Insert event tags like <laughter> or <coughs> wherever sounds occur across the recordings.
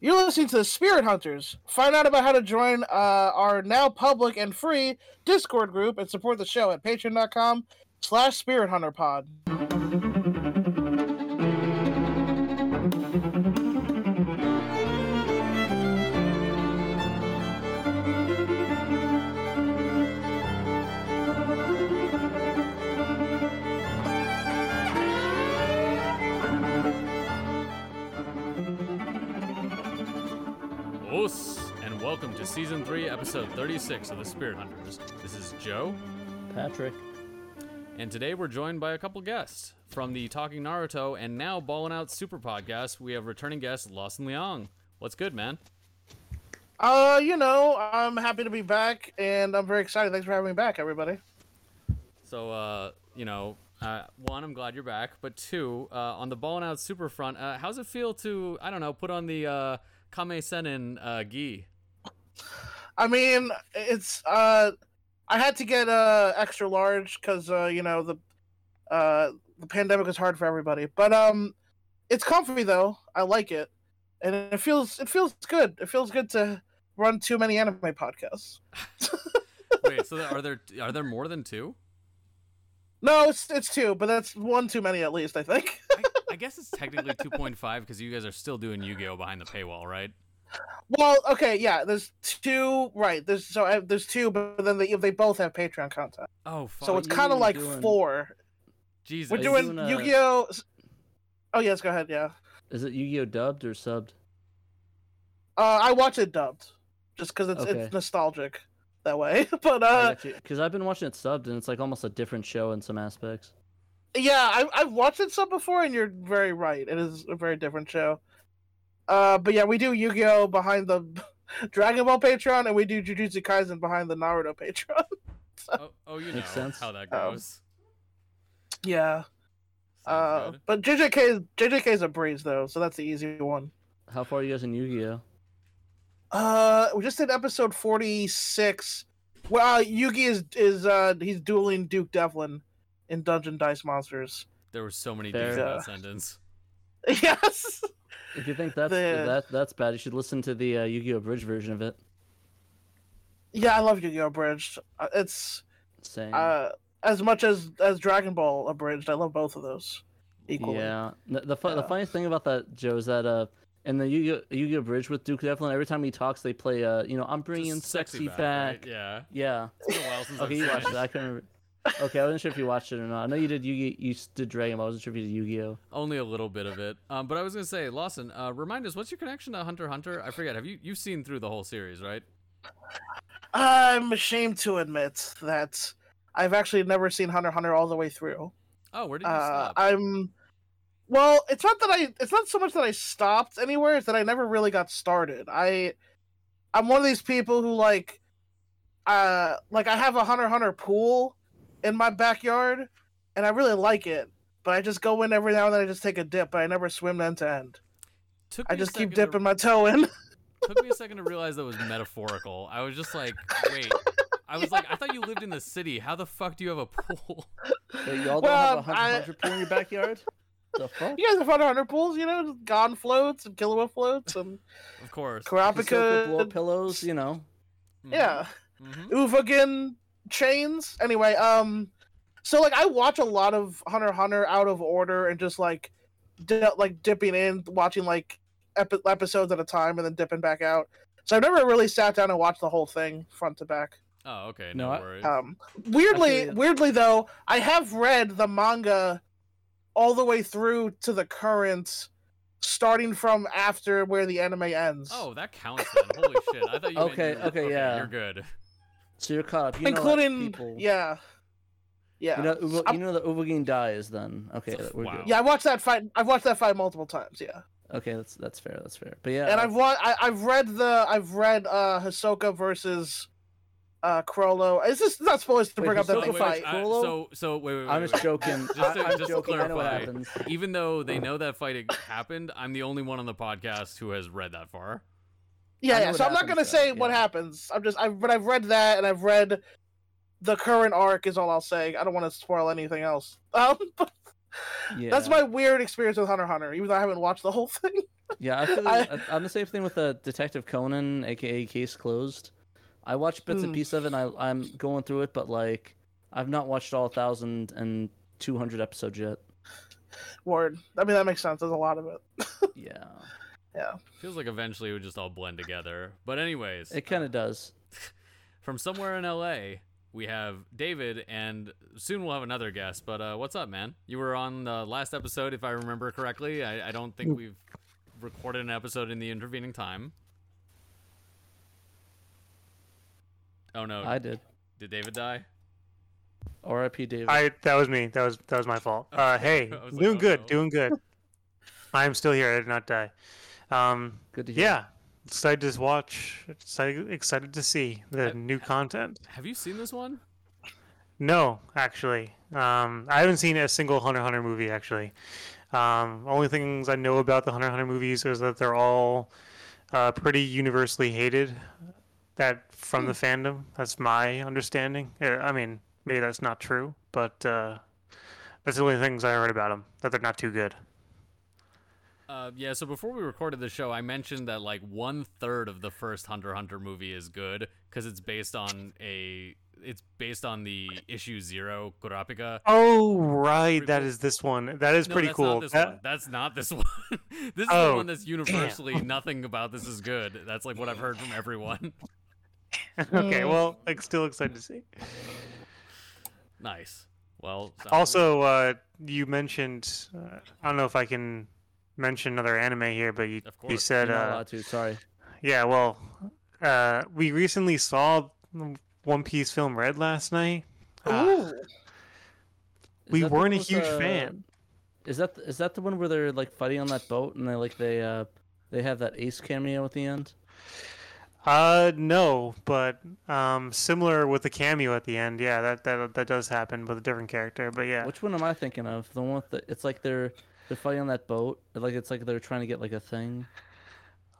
You're listening to the Spirit Hunters. Find out about how to join uh, our now public and free Discord group and support the show at patreon.com slash Spirit Hunter Pod. Os, and welcome to season three, episode 36 of the Spirit Hunters. This is Joe, Patrick. and today we're joined by a couple guests from the Talking Naruto and now Ballin' Out Super Podcast. We have returning guest Lawson Leong. What's good, man? Uh, you know, I'm happy to be back and I'm very excited. Thanks for having me back, everybody. So, uh, you know, uh, one, I'm glad you're back, but two, uh, on the Ballin' Out Super front, uh, how's it feel to I don't know, put on the uh, Kame Senin uh, gi? I mean, it's uh, I had to get uh extra large because uh, you know the uh the pandemic is hard for everybody. But um, it's comfy though. I like it, and it feels it feels good. It feels good to run too many anime podcasts. Wait, so there, are there are there more than two? No, it's it's two, but that's one too many at least. I think. <laughs> I, I guess it's technically 2.5 because you guys are still doing Yu-Gi-Oh behind the paywall, right? Well, okay, yeah. There's two, right? There's so I, there's two, but then they they both have Patreon content, Oh, fuck. so it's you kind of were like doing- four. Jesus. Oh, We're Are you doing, doing a- Yu-Gi-Oh. Oh yes, go ahead. Yeah. Is it Yu-Gi-Oh dubbed or subbed? Uh, I watch it dubbed, just because it's Okay. it's nostalgic that way. <laughs> But uh, Because I've been watching it subbed, and it's like almost a different show in some aspects. yeah, I I've watched it some before, and you're very right. It is a very different show. Uh, but yeah, we do Yu-Gi-Oh behind the <laughs> Dragon Ball Patreon, and we do Jujutsu Kaisen behind the Naruto Patreon. <laughs> oh, oh, you know Makes sense. how that Um, goes. yeah. Sounds Uh, good. but JJK is JJK is a breeze though, so that's the easy one. How far are you guys in Yu-Gi-Oh? Uh, we just did episode forty six. Well, uh, Yugi is is uh he's dueling Duke Devlin in Dungeon Dice Monsters. <laughs> there were so many Fair. d's in Yeah. that sentence. Yes. If you think that's The- uh, that that's bad, you should listen to the uh, Yu-Gi-Oh bridge version of it. Yeah, I love Yu-Gi-Oh! Abridged. Uh, It's Same. uh as much as as Dragon Ball Abridged. I love both of those equally. yeah. The the, fu- the Yeah. funniest thing about that Joe is that uh, in the Yu-Gi-Oh, Yu-Gi-Oh bridge with Duke Devlin, every time he talks, they play uh, you know, I'm bringing Just sexy, back. right? Yeah. Yeah. It's been a while since Oh, I've Okay, you seen watched it. it. I couldn't. Remember. Okay, I wasn't sure if you watched it or not. I know you did. Yu you did Dragon Ball. I wasn't sure if you did Yu-Gi-Oh. Only a little bit of it. Um, but I was gonna say, Lawson, uh, remind us, what's your connection to Hunter x Hunter? I forget. Have you you've seen through the whole series, right? I'm ashamed to admit that I've actually never seen Hunter x Hunter all the way through. Oh, where did you Uh, stop? I'm. Well, it's not that I. It's not so much that I stopped anywhere. It's that I never really got started. I, I'm one of these people who like, uh, like I have a hunter hunter pool in my backyard, and I really like it. But I just go in every now and then. I just take a dip, but I never swim end to end. took I me a just second keep to- dipping my toe in. took me a second to realize that was metaphorical. I was just like, wait. I was like, I thought you lived in the city. How the fuck do you have a pool? So y'all don't Well, have a hundred I- hundred pool in your backyard? the fuck? you guys have hunter hunter pools, you know, just Gon floats and Killua floats and Of course. Hisoka blow up Karapika. pillows, you know. Yeah. hmm Uvagin chains. Anyway, um, so like I watch a lot of Hunter x Hunter out of order and just like, di- like dipping in, watching like epi- episodes at a time and then dipping back out. So I've never really sat down and watched the whole thing front to back. Oh, okay. No, No, I- worries. Um, I weirdly, feel ya. weirdly though, I have read the manga all the way through to the current, starting from after where the anime ends. Oh, that counts then. <laughs> Holy shit. I thought you meant Okay, you were- okay, yeah. You're good. So you're caught up. You know including that people. yeah, yeah. You know, Uvo, I'm- you know that Ubogin dies then. Okay, So- that- we're wow. good. Yeah, I watched that fight. I've watched that fight multiple times. Yeah, Okay, that's that's fair. That's fair. But yeah, and I've wa- I, I've read the I've read uh Hisoka versus uh Crollo. Is this not supposed to Wait, bring up So, that Hisoka they wait, fight? wait, fight. uh, Frollo? so, so wait, wait, wait, I'm wait, just wait. joking. <laughs> Just I, to- I'm just to joking. I know what clarify. happens. Even though they know that fighting happened, I'm the only one on the podcast who has read that far. yeah, I know yeah. what So I'm not happens, gonna though, say what yeah. happens. I'm just I've but I've read that and I've read the current arc is all I'll say. I don't want to spoil anything else. <laughs> Um, but Yeah. That's my weird experience with Hunter x Hunter, even though I haven't watched the whole <laughs> thing. Yeah, I feel I- I, I'm the same thing with uh, Detective Conan, aka Case Closed. I watched bits Hmm. and pieces of it. and I, I'm going through it, but like I've not watched all thousand and two hundred episodes <laughs> yet. Word. I mean, that makes sense. There's a lot of it. Yeah, Feels like eventually it would just all blend together. But anyways, it kind of does. from somewhere in LA, we have David, and soon we'll have another guest. But uh, what's up, man? You were on the last episode, if I remember correctly. I, I don't think we've recorded an episode in the intervening time. Oh no! I did. Did David die? R.I.P. David. I that was me. That was that was my fault. Uh, hey, <laughs> I was like, doing oh, good, no. <laughs> doing good. I'm still here. I did not die. Um, Good to hear. yeah, excited to watch. Excited, excited to see the I- new content. Have you seen this one? No, actually, um, I haven't seen a single Hunter x Hunter movie. Actually, um, only things I know about the Hunter x Hunter movies is that they're all uh, pretty universally hated. That from the fandom. That's my understanding. Uh, I mean, maybe that's not true, but uh, that's the only things I heard about them. That they're not too good. Uh, yeah, so before we recorded the show, I mentioned that like one third of the first Hunter x Hunter movie is good because it's based on a it's based on the issue zero Kurapika. Oh right, that Prequel. is this one. That is No, pretty that's cool. Not this That- one. That's not this <laughs> one. this is the Oh, one that's universally nothing about this is good. That's like what I've heard from everyone. <laughs> <laughs> okay, well, like, still excited to see. nice. Well, sounds- Also, uh, you mentioned. Uh, I don't know if I can mention another anime here, but you Of you course. said You're not uh, allowed to. Sorry. yeah. Well, uh, we recently saw One Piece film Red last night. Ah, Uh, Ooh. Is we that the weren't one a with, huge uh, fan. Is that is that the one where they're like fighting on that boat and they like they uh they have that ace cameo at the end? Uh, no, but um, similar with the cameo at the end. Yeah, that that that does happen with a different character. But yeah, Which one am I thinking of? The one with the it's like they're they're fighting on that boat. Like it's like they're trying to get like a thing.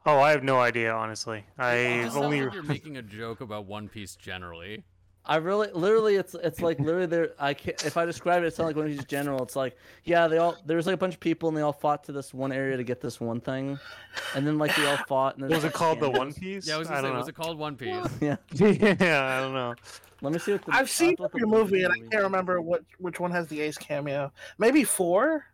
oh, I have no idea honestly. You I just sound only like you're making a joke about One Piece generally. I really, literally, it's it's like literally there. I can't. If I describe it, it's not like one of these general. It's like yeah, they all there was like a bunch of people and they all fought to this one area to get this one thing, and then like they all fought. And there's, was it like, called the cameos. One Piece? Yeah, I was gonna don't say, know. was it called One Piece? Yeah. <laughs> yeah, I don't know. Let me see what the, I've seen what the every One Piece movie, and I can't is. remember what which one has the Ace cameo. Maybe four.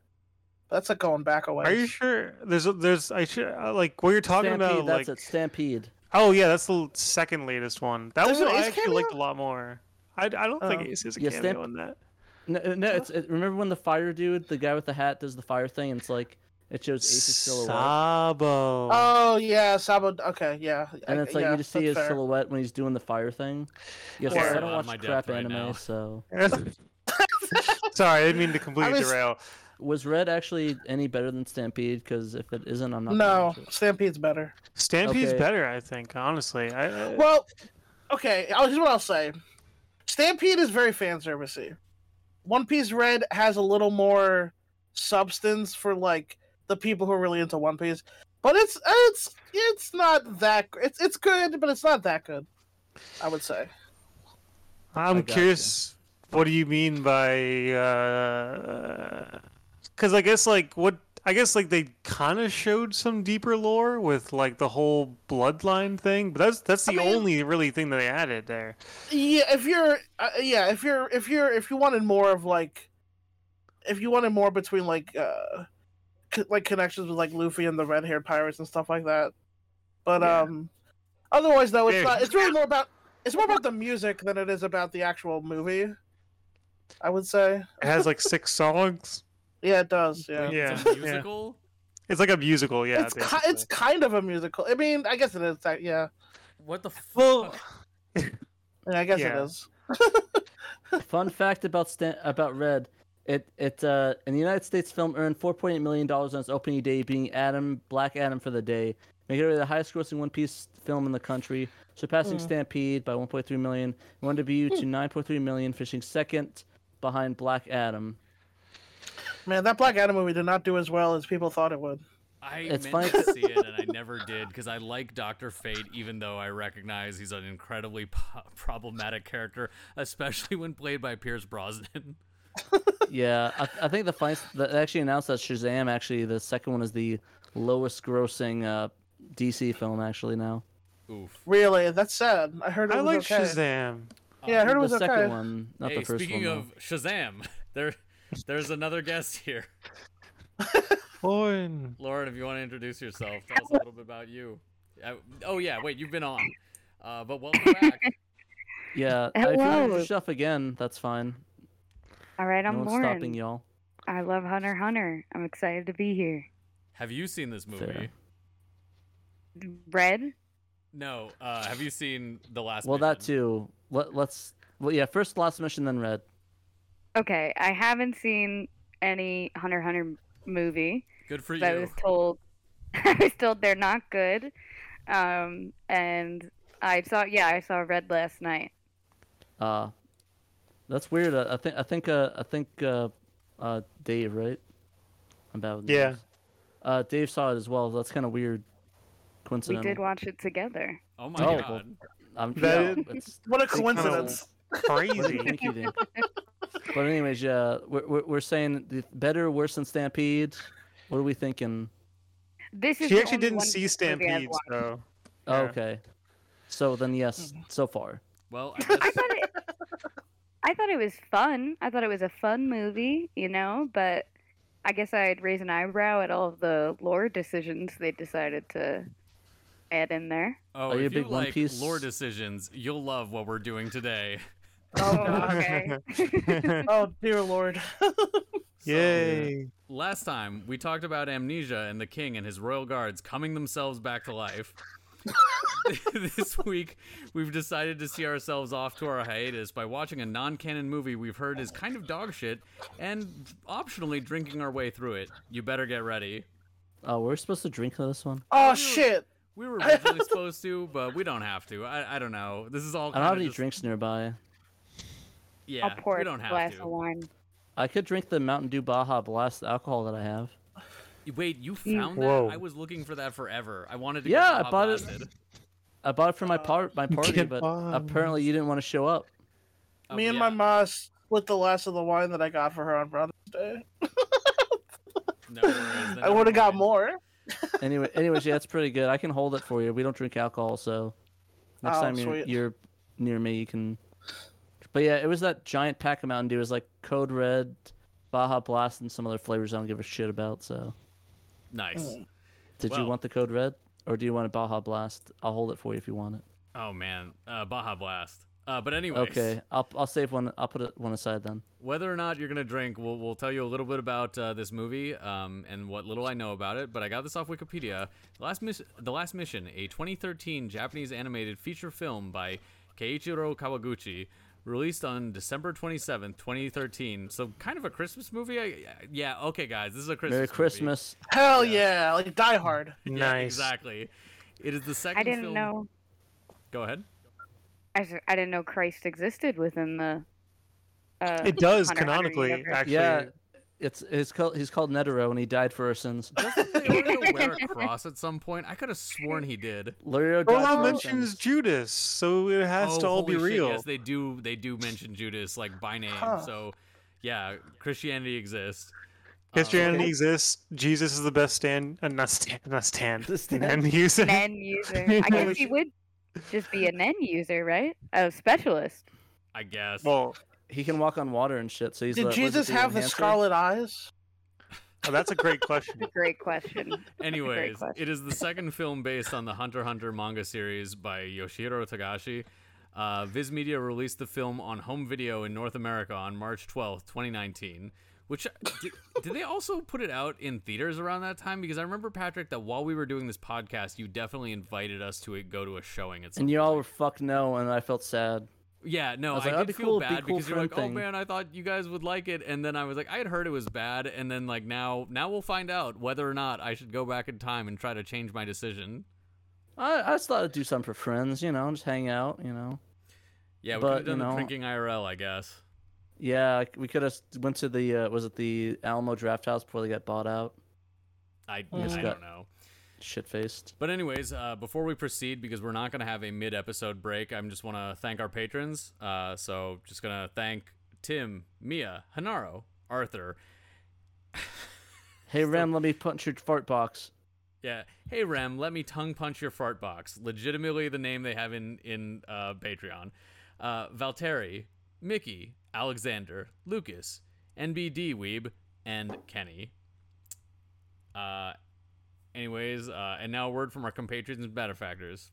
That's like going back a ways. Are you sure? There's, a- there's, I should uh, like what you're talking Stampede. about. that's Like, it. Stampede. oh yeah, that's the l- second latest one. That There's one an I Ace actually cameo? liked a lot more. I, I don't Oh. think Ace is a Yeah, cameo Stamp- in that. No, uh, no. It's it, remember when the fire dude, the guy with the hat, does the fire thing, and it's like it shows Ace's silhouette, Sabo. Oh <laughs> yeah, Sabo. Okay, yeah. and I- it's like yeah, you just see that's his fair. silhouette when he's doing the fire thing. Yeah, Or- sorry, I I'm don't on watch my depth crap right anime, now. so <laughs> Sorry, I didn't mean to completely was- derail. was Red actually any better than Stampede? Because if it isn't, I'm not. gonna No, watch it. Stampede's better. Stampede's Okay. better, I think. Honestly, I, uh, I- Well, okay. I'll- Here's what I'll say. Stampede is very fan servicey. One Piece Red has a little more substance for like the people who are really into One Piece, but it's it's it's not that gr- it's it's good, but it's not that good. I would say. I'm gotcha. curious. What do you mean by? uh 'cause Because I guess like what I guess like they kind of showed some deeper lore with like the whole bloodline thing, but that's that's I the mean- only really thing that they added there. Yeah, if you're, uh, yeah, if you're, if you're, if you wanted more of like, if you wanted more between like, uh, co- like connections with like Luffy and the red-haired pirates and stuff like that, but Yeah. um, otherwise though, it's Dude. not. It's really more about. It's more <laughs> about the music than it is about the actual movie. I would say. It has like six songs. Yeah, it does. Yeah. Yeah, It's a musical. it's like a musical. Yeah, it's ki- it's kind of a musical. I mean, I guess it is. That, yeah. What the fuck? well. yeah, I guess it Yeah. is. Fun fact about Stan- about Red. It it uh, in the United States, film earned 4.8 million dollars on its opening day, being Adam Black Adam for the day, making it the highest-grossing One Piece film in the country, surpassing Mm. Stampede by 1.3 million, one debut Hmm. to 9.3 million, finishing second behind Black Adam. Man, that Black Adam movie did not do as well as people thought it would. I It's meant funny to see it and I never did because I like Doctor Fate, even though I recognize he's an incredibly po- problematic character, especially when played by Pierce Brosnan. <laughs> yeah, I, I think the funniest that they actually announced that Shazam actually the second one is the lowest grossing uh, DC film actually now. Oof. Really, that's sad. I heard it I was like okay. Shazam. Yeah, I heard it the was second okay. one, not hey, the first speaking one. though. of Shazam, <laughs> there, there's another guest here. <laughs> Lauren. Lauren, if you want to introduce yourself, tell us a little bit about you. Uh, oh yeah, wait, you've been on, uh, but welcome back. <laughs> yeah, I- if you want Hello. to do stuff again, that's fine. All right, I'm no one's Lauren. stopping y'all. I love Hunter x Hunter. I'm excited to be here. Have you seen this movie? Fair. Red? No. Uh, have you seen the last? Well, that Mission? too. Let, let's. Well, yeah, first last mission, then red. Okay, I haven't seen any Hunter x Hunter movie. Good for 'cause you. I was told <laughs> I was told they're not good. Um, and I saw yeah, I saw Red last night. Uh, that's weird. I, I think I think uh, I think uh, uh, Dave, right? I'm bad with Yeah. names. Uh, Dave saw it as well. That's kind of weird. We Coincidental. did watch it together. Oh my Oh, well, god. I'm, That yeah, <laughs> it's What a They kinda- coincidence! <laughs> Crazy. Thank you, But anyways, yeah, we're we're, we're saying the better, worse than Stampede. What are we thinking? This is she the actually only didn't one see movie I've Stampede, watched. so. Oh, Yeah. okay, so then yes, Mm-hmm. so far. Well, I I guess, thought it I thought it was fun. I thought it was a fun movie, you know, but I guess I'd raise an eyebrow at all of the lore decisions they decided to add in there. oh, Are you a if you big One like Piece- lore decisions, you'll love what we're doing today. <laughs> Oh, okay. <laughs> Oh dear lord! So, Yay. Last time we talked about amnesia and the king and his royal guards coming themselves back to life. <laughs> this week, we've decided to see ourselves off to our hiatus by watching a non-canon movie we've heard is kind of dog shit, and optionally drinking our way through it. You better get ready. Oh, we're supposed to drink on this one. Oh shit! We were <laughs> originally supposed to, but we don't have to. I, I don't know. This is all. I don't have kinda any just- drinks nearby. Yeah, I'll pour we a don't have glass to. of wine. I could drink the Mountain Dew Baja Blast alcohol that I have. Wait, you found Whoa. that? I was looking for that forever. I wanted to. Yeah, get I bought it. blasted. I bought it for my part my party, Get but bombed. apparently you didn't want to show up. Oh, Me and yeah. my ma split the last of the wine that I got for her on Brother's Day. No worries, then I would have got nevermind. more. Anyway, anyways, yeah, it's pretty good. I can hold it for you. We don't drink alcohol, so next Oh, time you're, sweet. you're near me, you can. But yeah, it was that giant pack of Mountain Dew. It was like Code Red, Baja Blast, and some other flavors I don't give a shit about. So, Nice. did you Well- want the Code Red or do you want a Baja Blast? I'll hold it for you if you want it. Oh man, uh, Baja Blast. Uh, but anyways, Okay, I'll I'll save one. I'll put it one aside then. whether or not you're gonna drink, we'll we'll tell you a little bit about uh, this movie um, and what little I know about it. But I got this off Wikipedia. The last Mis- the last mission, a 2013 Japanese animated feature film by Keiichiro Kawaguchi, released on December 27th, 2013. So kind of a Christmas movie. I, I- yeah. Okay, guys, this is a Christmas. Merry movie. Christmas. Hell yeah! Like Die Hard. Yeah, Nice. Exactly. It is the second. I didn't film- know. Go ahead. I, s- I didn't know Christ existed within the. Uh, It does Hunter x Hunter canonically, <laughs> universe. actually. Yeah, it's it's called he's called Netero and he died for our sins. Did Orlando wear a cross at some point? I could have sworn he did. Lurio died for Orlando our mentions sins. Judas, so it has oh, to all be holy shit, real. Yes, they do. They do mention Judas like by name. Huh. So, yeah, Christianity exists. Um, Christianity exists. Jesus is the best stand, uh, not stand, not stand. <laughs> <laughs> <laughs> And he's Nen <laughs> user. I guess he would just be a Nen user, right? A specialist. I guess. well, He can walk on water and shit. So he's the, Did what is it, Jesus have the enhancer? scarlet eyes? oh, that's a great question. <laughs> Great question. Anyways, question. it is <laughs> the second film based on the Hunter x Hunter manga series by Yoshihiro Tagashi. Uh, Viz Media released the film on home video in North America on March 12th, 2019. Which did, did they also put it out in theaters around that time? Because I remember Patrick that while we were doing this podcast, you definitely invited us to go to a showing at some And you all were fuck no, and I felt sad. Yeah, no, I I, was like, did "That'd be feel cool, it'd be bad cool because you're friend like, oh thing." man, I thought you guys would like it, and then I was like, I had heard it was bad, and then like now, now we'll find out whether or not I should go back in time and try to change my decision. I, I just thought I'd do something for friends, you know, just hang out, you know. Yeah, we But, could have you done the know- drinking IRL, I guess. Yeah, like, we could have went to the uh, was it the Alamo Draft House before they got bought out, I, Yes, I got- don't know. shit faced. But anyways, uh, before we proceed, because we're not going to have a mid-episode break, I am just want to thank our patrons. Uh, so just going to thank Tim, Mia, Hanaro, Arthur. Hey Rem, let me punch your fart box. Yeah. Hey Rem, let me tongue punch your fart box. Legitimately the name they have in in uh, Patreon. Uh, Valteri, Mickey, Alexander, Lucas, NBD Weeb, and Kenny. Uh, anyways, uh, and now a word from our compatriots and benefactors.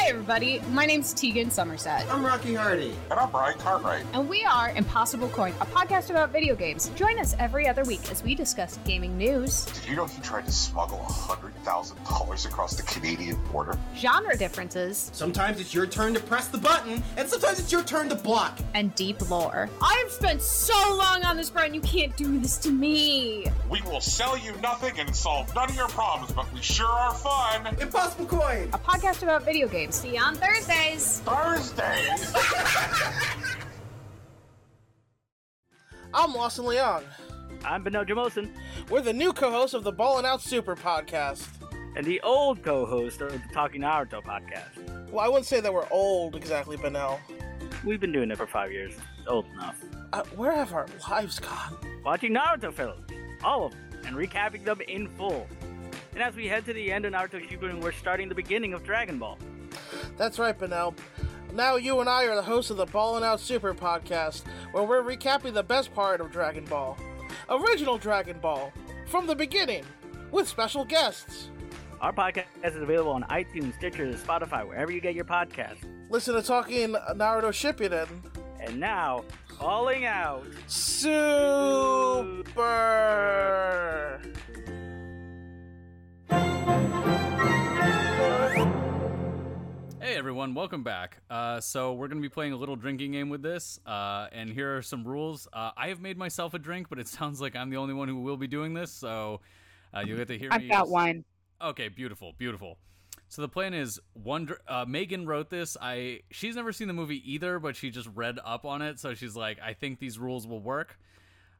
Hi, everybody. My name's Tegan Somerset. I'm Rocky Hardy. And I'm Brian Cartwright. And we are Impossible Coin, a podcast about video games. Join us every other week as we discuss gaming news, Did you know he tried to smuggle $100,000 across the Canadian border? genre differences, Sometimes it's your turn to press the button, and sometimes it's your turn to block. and deep lore. I've spent so long on this, Brian. You can't do this to me. We will sell you nothing and solve none of your problems, but we sure are fun. Impossible coin. A podcast about video games. See you on <sighs> Thursdays. Thursdays! I'm Lawson Leong. I'm Beno Jamoson, We're the new co-hosts of the Ballin' Out Super podcast. and the old co-host of the Talking Naruto podcast. Well, I wouldn't say that we're old exactly, but now, We've been doing it for five years. It's old enough. uh, where have our lives gone? Watching Naruto films, all of them, and recapping them in full. And as we head to the end of Naruto Shippuden, we're starting the beginning of Dragon Ball. That's right, Benel. Now you and I are the hosts of the Ballin' Out Super podcast, where we're recapping the best part of Dragon Ball. Original Dragon Ball, from the beginning, with special guests. Our podcast is available on iTunes, Stitcher, Spotify, wherever you get your podcasts. Listen to Talking Naruto Shippuden. And now, falling out. Super! Hey everyone, welcome back. Uh, so we're gonna be playing a little drinking game with this, uh, and here are some rules. Uh, I have made myself a drink, but it sounds like I'm the only one who will be doing this, so uh, you'll get to hear me. I've got s- wine. Okay, beautiful, beautiful. So the plan is one. dr- Uh, Megan wrote this. I she's never seen the movie either, but she just read up on it, so she's like, I think these rules will work.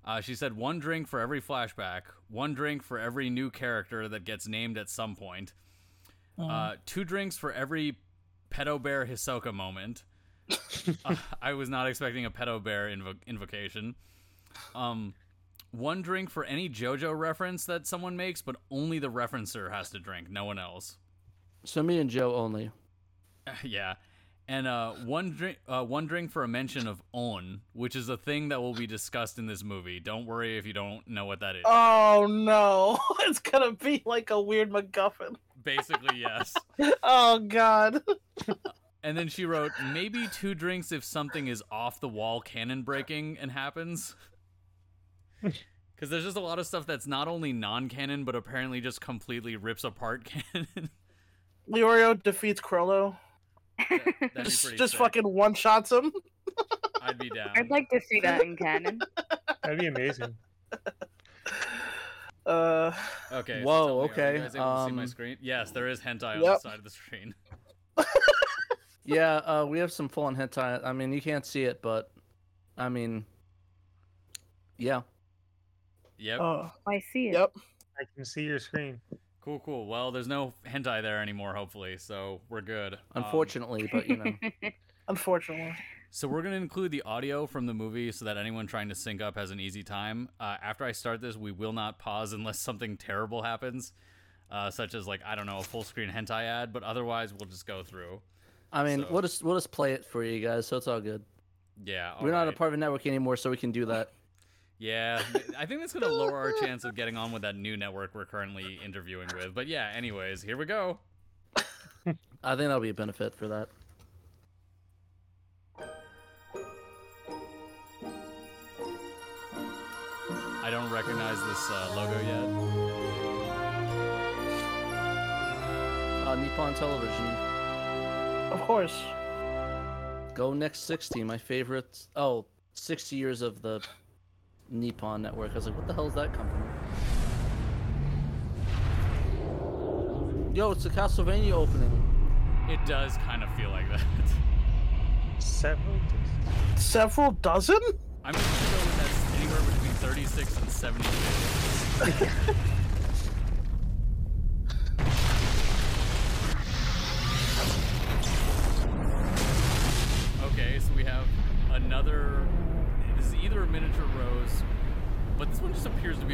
Uh, she said one drink for every flashback, one drink for every new character that gets named at some point, uh, two drinks for every pedo bear Hisoka moment. <laughs> Uh, I was not expecting a pedo bear invo- invocation. Um, one drink for any JoJo reference that someone makes, but only the referencer has to drink, no one else. <laughs> So me and Joe only. yeah. And uh, one drink, uh, one drink for a mention of on, which is a thing that will be discussed in this movie. Don't worry if you don't know what that is. Oh <laughs> no, <laughs> it's gonna be like a weird MacGuffin. Basically, yes. Oh god. And then she wrote, maybe two drinks if something is off the wall cannon breaking and happens. <laughs> Because there's just a lot of stuff that's not only non canon, but apparently just completely rips apart <laughs> canon. Leorio defeats Krollo. That- that'd be Just, pretty just sick. fucking one shots him. I'd be down. I'd like to see that in canon. That'd be amazing. Uh, Okay. so Whoa, tell me, Are okay, you guys able to see my um, screen? Yes, there is hentai on the Yep. side of the screen. <laughs> Yeah, uh, we have some full on hentai. I mean, you can't see it, but I mean, yeah. Yep. oh, I see it. yep. I can see your screen. Cool, cool. Well, there's no hentai there anymore, hopefully, so we're good. Um, Unfortunately, but you <laughs> know, Unfortunately. so we're gonna include the audio from the movie so that anyone trying to sync up has an easy time. Uh, after I start this, we will not pause unless something terrible happens, uh, such as like I don't know a full screen hentai ad. But otherwise, we'll just go through. I mean, So- we'll just we'll just play it for you guys, so it's all good. Yeah, We're not a alright. part of a network anymore, so we can do that. Yeah, th- I think that's <laughs> gonna lower our chance of getting on with that new network we're currently interviewing with. But yeah, anyways, here we go. I think that'll be a benefit for that. I don't recognize this uh, logo yet. Uh, Nippon Television. Of course. Go next 60, my favorite. Oh, 60 years of the Nippon network. I was like, what the hell is that company? Yo, it's the Castlevania opening. It does kind of feel like that. <laughs> Several. <laughs> days. Several dozen? I'm gonna go with that's anywhere between 36 and 72. <laughs>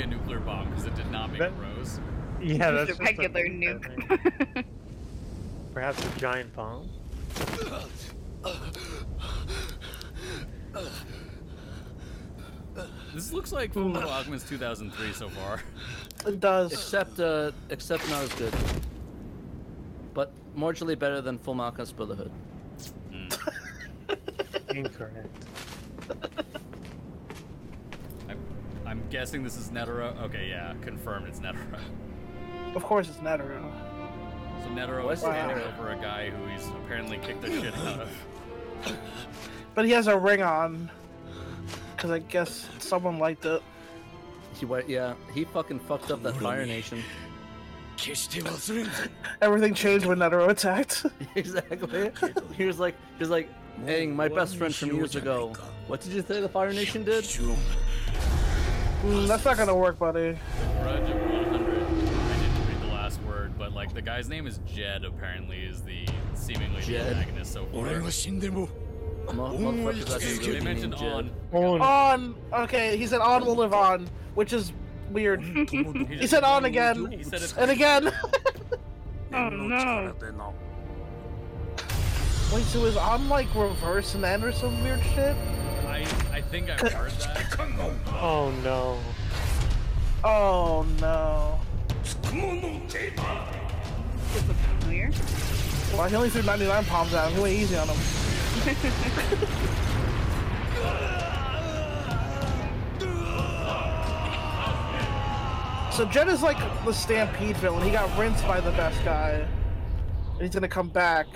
make That- Rose. Yeah, Just that's a just regular nuke. <laughs> Perhaps a giant bomb. This looks like Full Metal Alchemist 2003 so far. <laughs> It does. Except, uh, except not as good. But marginally better than Full Malchus Brotherhood. Incorrect. I'm, I'm guessing this is Netero. Okay, yeah, confirmed it's Netero. <laughs> Of course, it's Netero. So Netero What's is standing Netero? over a guy who he's apparently kicked <laughs> the shit out of. But he has a ring on. Because I guess someone liked it. He went, yeah, he fucking fucked up that Fire Nation. <laughs> 決して忘れんぞ Everything changed when Netero attacked. <laughs> exactly. He was like, he was like, hey, my best friend from years ago. What did you say the Fire Nation did? 一応 Mm, that's not gonna work, buddy. Roger 100. I didn't read the last word, but like the guy's name is Jed. Apparently, is the seemingly Jed. the antagonist so 俺 far. は死んでも Mo- motherfuckers that it's- do They good mentioned named Jed. on. On. Okay, he said on will live on, which is <laughs> weird. 本当の he said on again. He said it. And again. Oh, 念の力でな Wait, so is on like reverse and end or some weird shit? I, I think I've <laughs> heard that. 感が Oh no. Oh no. つくもの手だ This looks familiar. Well, he only threw 99 palms out. He went easy on him. so Jed is like the Stampede villain. He got rinsed by the best guy, and he's gonna come back.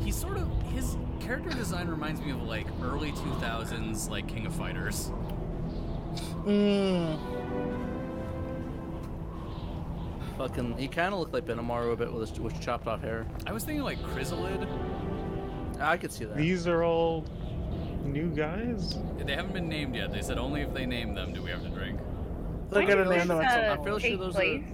He sort of his character design reminds me of like early 2000s like King of Fighters. Mm. Fucking, he kind of looked like Ben Amaro a bit with his with chopped off hair. I was thinking like Chrysalid. I could see that. These are all new guys? They haven't been named yet. They said only if they name them do we have to drink. They're When did gonna name this, them. at uh, I'm fairly sure take those are- place?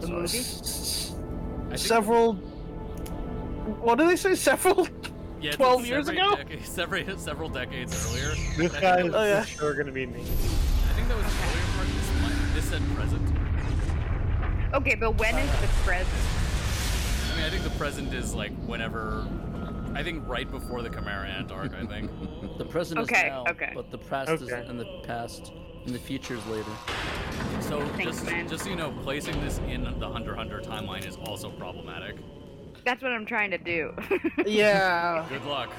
The some- movie? s- I think- Several. What do they say? Several. <laughs> yeah, it's 12 years several ago? decades- several several decades earlier. This guy is Oh, yeah. for sure gonna be me. I think that was an earlier part. This, might- this said present. Okay, but when is the present? I mean, I think the present is like whenever. I think right before the Chimera Ant arc. I think. The present Okay, is now, okay. but the past is Okay. in the past, and the future is later. So Thanks, just man. just so you know, placing this in the Hunter x Hunter timeline is also problematic. That's what I'm trying to do. <laughs> Yeah. Good luck.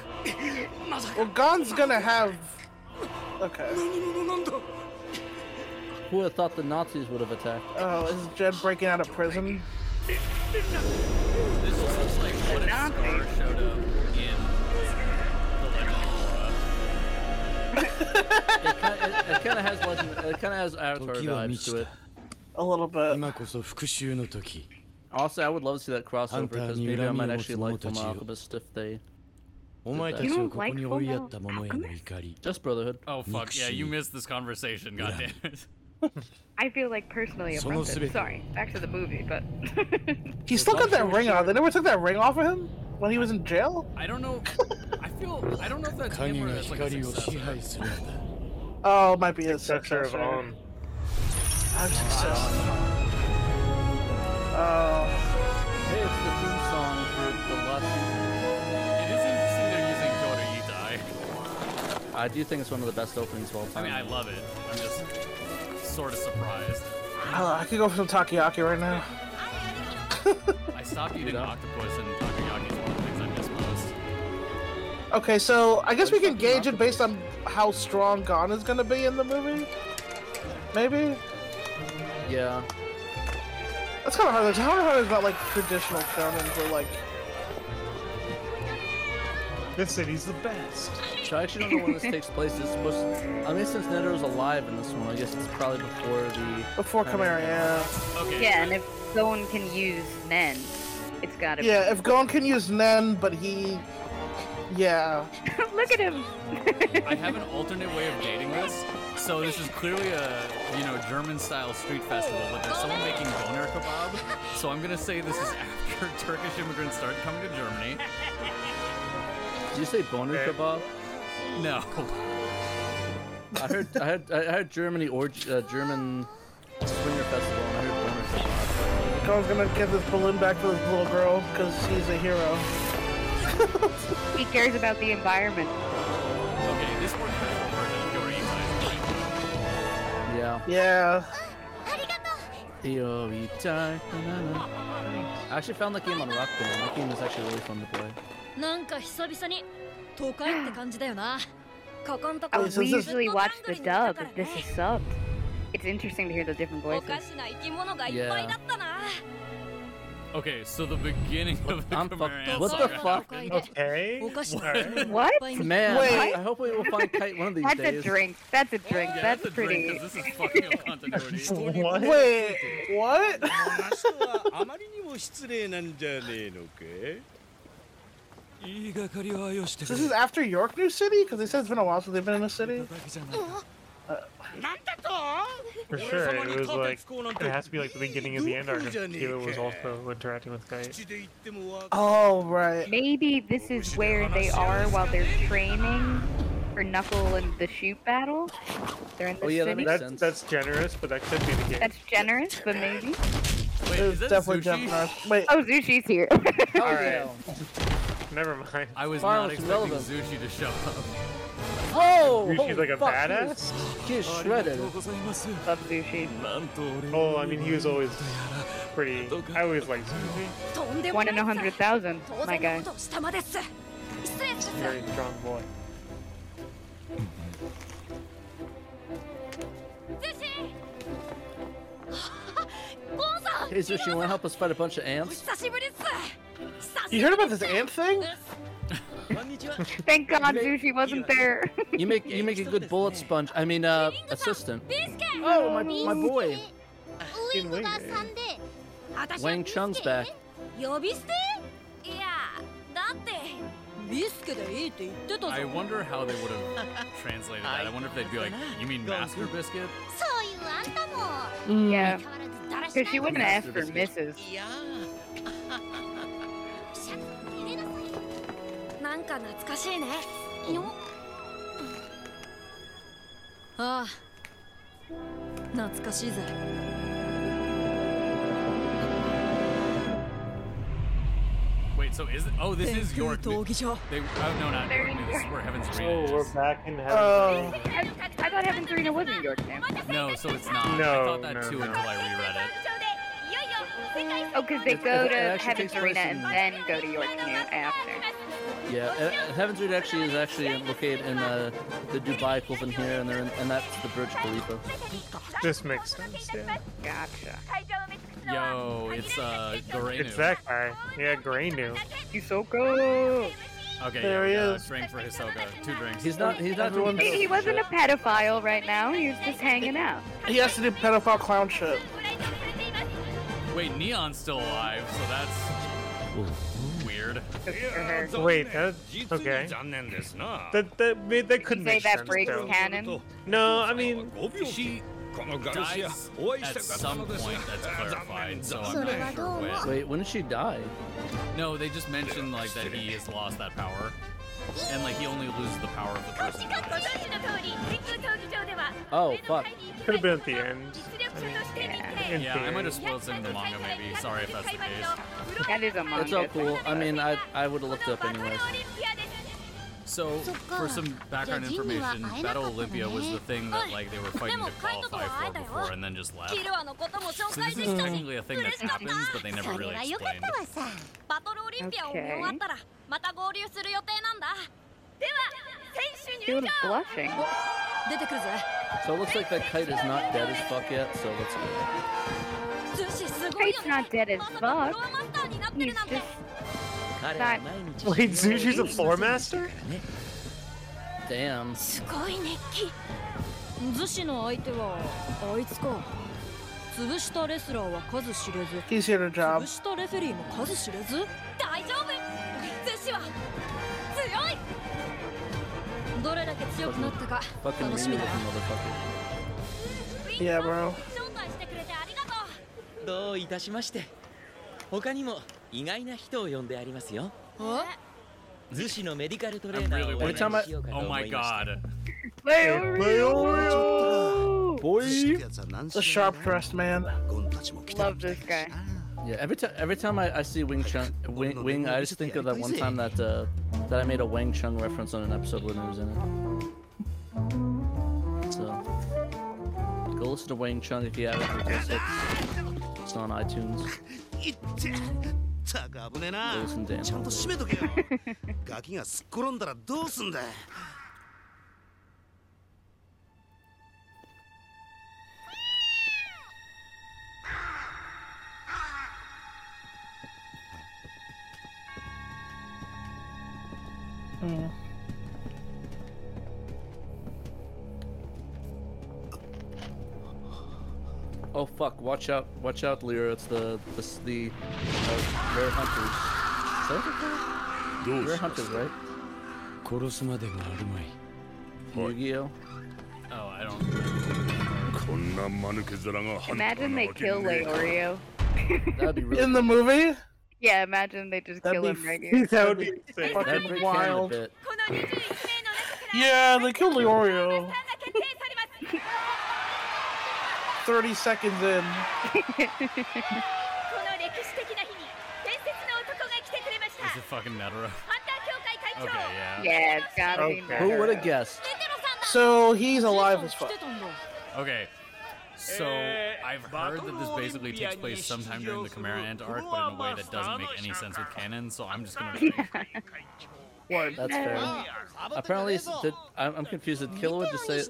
Well, Gon's gonna have. Okay. 何者なんだ Who would have thought the Nazis would have attacked? Oh, is Jed breaking out of prison? This just looks like what if Scar showed up in the Legend of It kind of, it, it kind of has legend, it kind of has Avatar Tokyo vibes to it. A little bit. 今こそ復讐の時 Honestly, I would love to see that crossover Hunter because ni maybe I urami might wo actually like tsumotachi Full yo. Alchemist if they お前たちをここに追いやった者への怒り just Brotherhood. Oh fuck! Yeah, you missed this conversation. Yeah. Goddamn it! I feel like personally Sono affronted. svegli. Sorry, back to the movie, but <laughs> He still got that ring on. They never took that ring off of him when he was in jail. <laughs> I don't know. I feel. I don't know if that's him 影 or が that's like a 光を支 successor. 配するのだ Oh, it might be his That's successor. of on. I'm successor. Oh, Hey, it's the theme song for the last. It is interesting they're using Kodo Itai. I do think it's one of the best openings of all I time. mean, I love it. I'm just sort of surprised. oh, I could go for some takoyaki right now. I stopped eating octopus, and takoyaki is one of the things I miss most. Okay, so I guess we Where's can fucking gauge it based on how strong Gon is gonna be in the movie. Maybe yeah, that's kind of hard. Hunter x Hunter is not like traditional shonen where like This city's the best. so I actually don't know when this takes place. It's supposed. I mean, since Netero's alive in this one, I guess it's probably before the. before Chimera. Yeah, Okay. yeah. And if someone can use Nen, it's gotta yeah. If Gon can use Nen, but he, yeah, be. <laughs> Look at him. I have an alternate way of dating this. So this is clearly a you know German style street festival, but there's someone making doner kebab. So I'm gonna say this is after <laughs> Turkish immigrants started coming to Germany. Did you say boner Okay. kebab? No, I heard, I heard, I heard Germany or uh, German swinger festival, and I heard Boner said Colin's gonna give this balloon back to this little girl because she's a hero. He cares about the environment. Okay, this one lots. Yeah. Yeah. Yo, you die. na-na-na. I actually found that game on Rock Band. That game is actually really fun to play. なんか久々に都会って感じだよな。ここんと Oh, こ we usually watch the dub. This is subbed. It's interesting to hear the different お voices. かしな生き物がいっぱいだったな。 Okay, so the beginning of the Khmer Ant What the Saga fuck? happened. Okay. What? Man, Wait. I, I hope we will find Kite one of these That's days. a drink. That's a drink. Yeah, that's, that's a pretty. drink, 'cause this is fucking up <laughs> continuity. <laughs> Wait, what? あまりにも失礼なんじゃねえのかい言いがかりはよして So this is after York New City? Because they said it's been a while since they've been in a city. なんだと For sure, it was like it has to be like the beginning of the end arc. Kilo was also interacting with Kite. Oh right. Maybe this is where they are while they're training for Knuckle and the shoot battle. They're in the Oh, yeah, that city. makes That's, sense. That's generous, but that could be the game. generous, but maybe. Wait, It is was that definitely sushi? Jump North. Wait, Oh, Zushi's here. <laughs> All right. Never mind. I was Far not less expecting relevant. Zushi to show up. Oh, She's holy like a fuck, badass. He is, he is shredded. Love Zushi. Oh, I mean, he was always pretty. I always liked Susie. とんでも One な in a いさ。 hundred thousand. 当 My 然 guy. のことしたまです。失礼します Very strong boy. ゴンさん。 Hey, Zushi, you want to help us fight a bunch of お ants? 久しぶりっす。久しぶりっす you heard about this ant thing? Thank God Zushi wasn't there. You make you make a good bullet sponge. I mean, uh, assistant. ビスケ。 Oh, my, my boy. ウイ Fucking ング Wing が Day. 3で私 Wang Chung's back. 呼び捨ていやだってビスケでいいって言ってたぞ I wonder how they would <laughs> have translated that. I wonder if they'd be like, "You mean Master Biscuit?" そういうあんたも <laughs> yeah. 変わらずだらしない Because she wouldn't ask for Mrs. シャツ入れなさいなんか懐かしいねよああ懐かしいぜ Wait, so is it? Oh, this 天 is 空 York. 闘 New- 技場 They, oh no, not York. New, This is where Heaven's Arena Oh, we're is. back in heaven. Oh, I, I thought Heaven's Arena was in York now. No, so it's not. I No, thought that no, too no. until I reread it. Oh, because they go It- it to actually Heaven's takes place Arena in- and then go to York New after. Yeah, uh, Heaven's Root actually is actually located in uh, the Dubai equivalent here, and they're in, and that's the Burj Khalifa. This makes sense. Yeah. Gotcha. Yo, it's uh It's Gorenu. that guy. Yeah, Gray knew. Yusoko. Okay, There yeah, he we got is. a drink for Hisoka. Two drinks. He's not. He's not. Everyone- He, he wasn't a pedophile right now. He was just hanging out. he has to do pedophile clown shit. Wait, Neon's still alive, so that's weird. Good for her. Wait, that okay. 残念ですな That that made that could Say make that sense. breaks though. his hand. Cannon. No, I mean, <laughs> She このガルシア dies お会いし at たかった some のです point. That's 残 clarified, 念 so 残 I'm 念 not sure when. Wait, when did she die? No, they just mentioned like that he has lost that power, and like he only loses the power of the person. that dies. Oh fuck. could have been at the end. In Yeah, I theory. might have spoiled some of the manga, maybe. Sorry if that's the case. That is a manga. It's all thing, cool. I but- mean, I I would have looked up anyways. So, for some background information, Battle Olympia was the thing that like they were fighting to qualify for before, and then just left. キルアのことも紹 So 介 this で is きたし technically a thing that happens, but they そ never れ really は良か explained. ったわさバトルオリンピアを見終わったらまた合流する予定なんだでは選手 She 入 was 場 blushing. 出てくるぜ So it looks like that kite is not dead as fuck yet. So let's go. 寿司すごいよ It's not ね dead as まさかフ fuck. ロアマスターになってる He's なんて just not. Wait, Zushi's a floor master? Damn. すごい熱気寿司の相手はあいつか潰したレスラーは数知れず He's here to job. 潰したレフェリーも数知れず大丈夫寿司は強いどれだけ強くなったか Fucking 楽 mean しみだ looking な motherfucker. Yeah, bro. 招待してくれてありがとうどういたしまして他にも意外な人を呼んでありますよえ逗子のメディカルトレー I'm ナー really をお wondering. 願いしようかと Oh 思 my いました god. Hey, Oreo! Boy! The sharp dressed man. Love this guy. Yeah, every time every time I, I see Wing Chun Wing, Wing, I just think of that one time that uh, that I made a Wang Chung reference on an episode when he was in it. So go listen to Wang Chung if you haven't. because It's, it's on iTunes. ったく危ねえなどうすんだよちゃんと閉めとけよ <laughs> ガキがすっ転んだらどうすんだ Oh fuck! Watch out! Watch out, Lyra! It's the the the uh, rare hunters. Is that what they're called? どうしま Rare した hunters, right? 殺すまでがあるまい Yu-Gi-Oh. Oh, I don't. こんな間抜け面が Imagine they kill Leorio. That'd be In the movie? Yeah, imagine they just That'd kill be- him right <laughs> here. that would be That'd be fucking kinda wild. bit. Yeah, they killed Leorio. 30 seconds in. この歴史的な日に伝説の男が来てくれました Is it fucking Netero? ハンター協会会長 Okay, yeah. Yeah, it's gotta be Okay. Who would have guessed? So he's alive as fuck. Okay. So I've heard that this basically takes place sometime during the Chimera Ant arc, but in a way that doesn't make any sense with canon. So I'm just <laughs> gonna. That's fair. Apparently, it's- did, I'm, I'm confused. Did Killua just say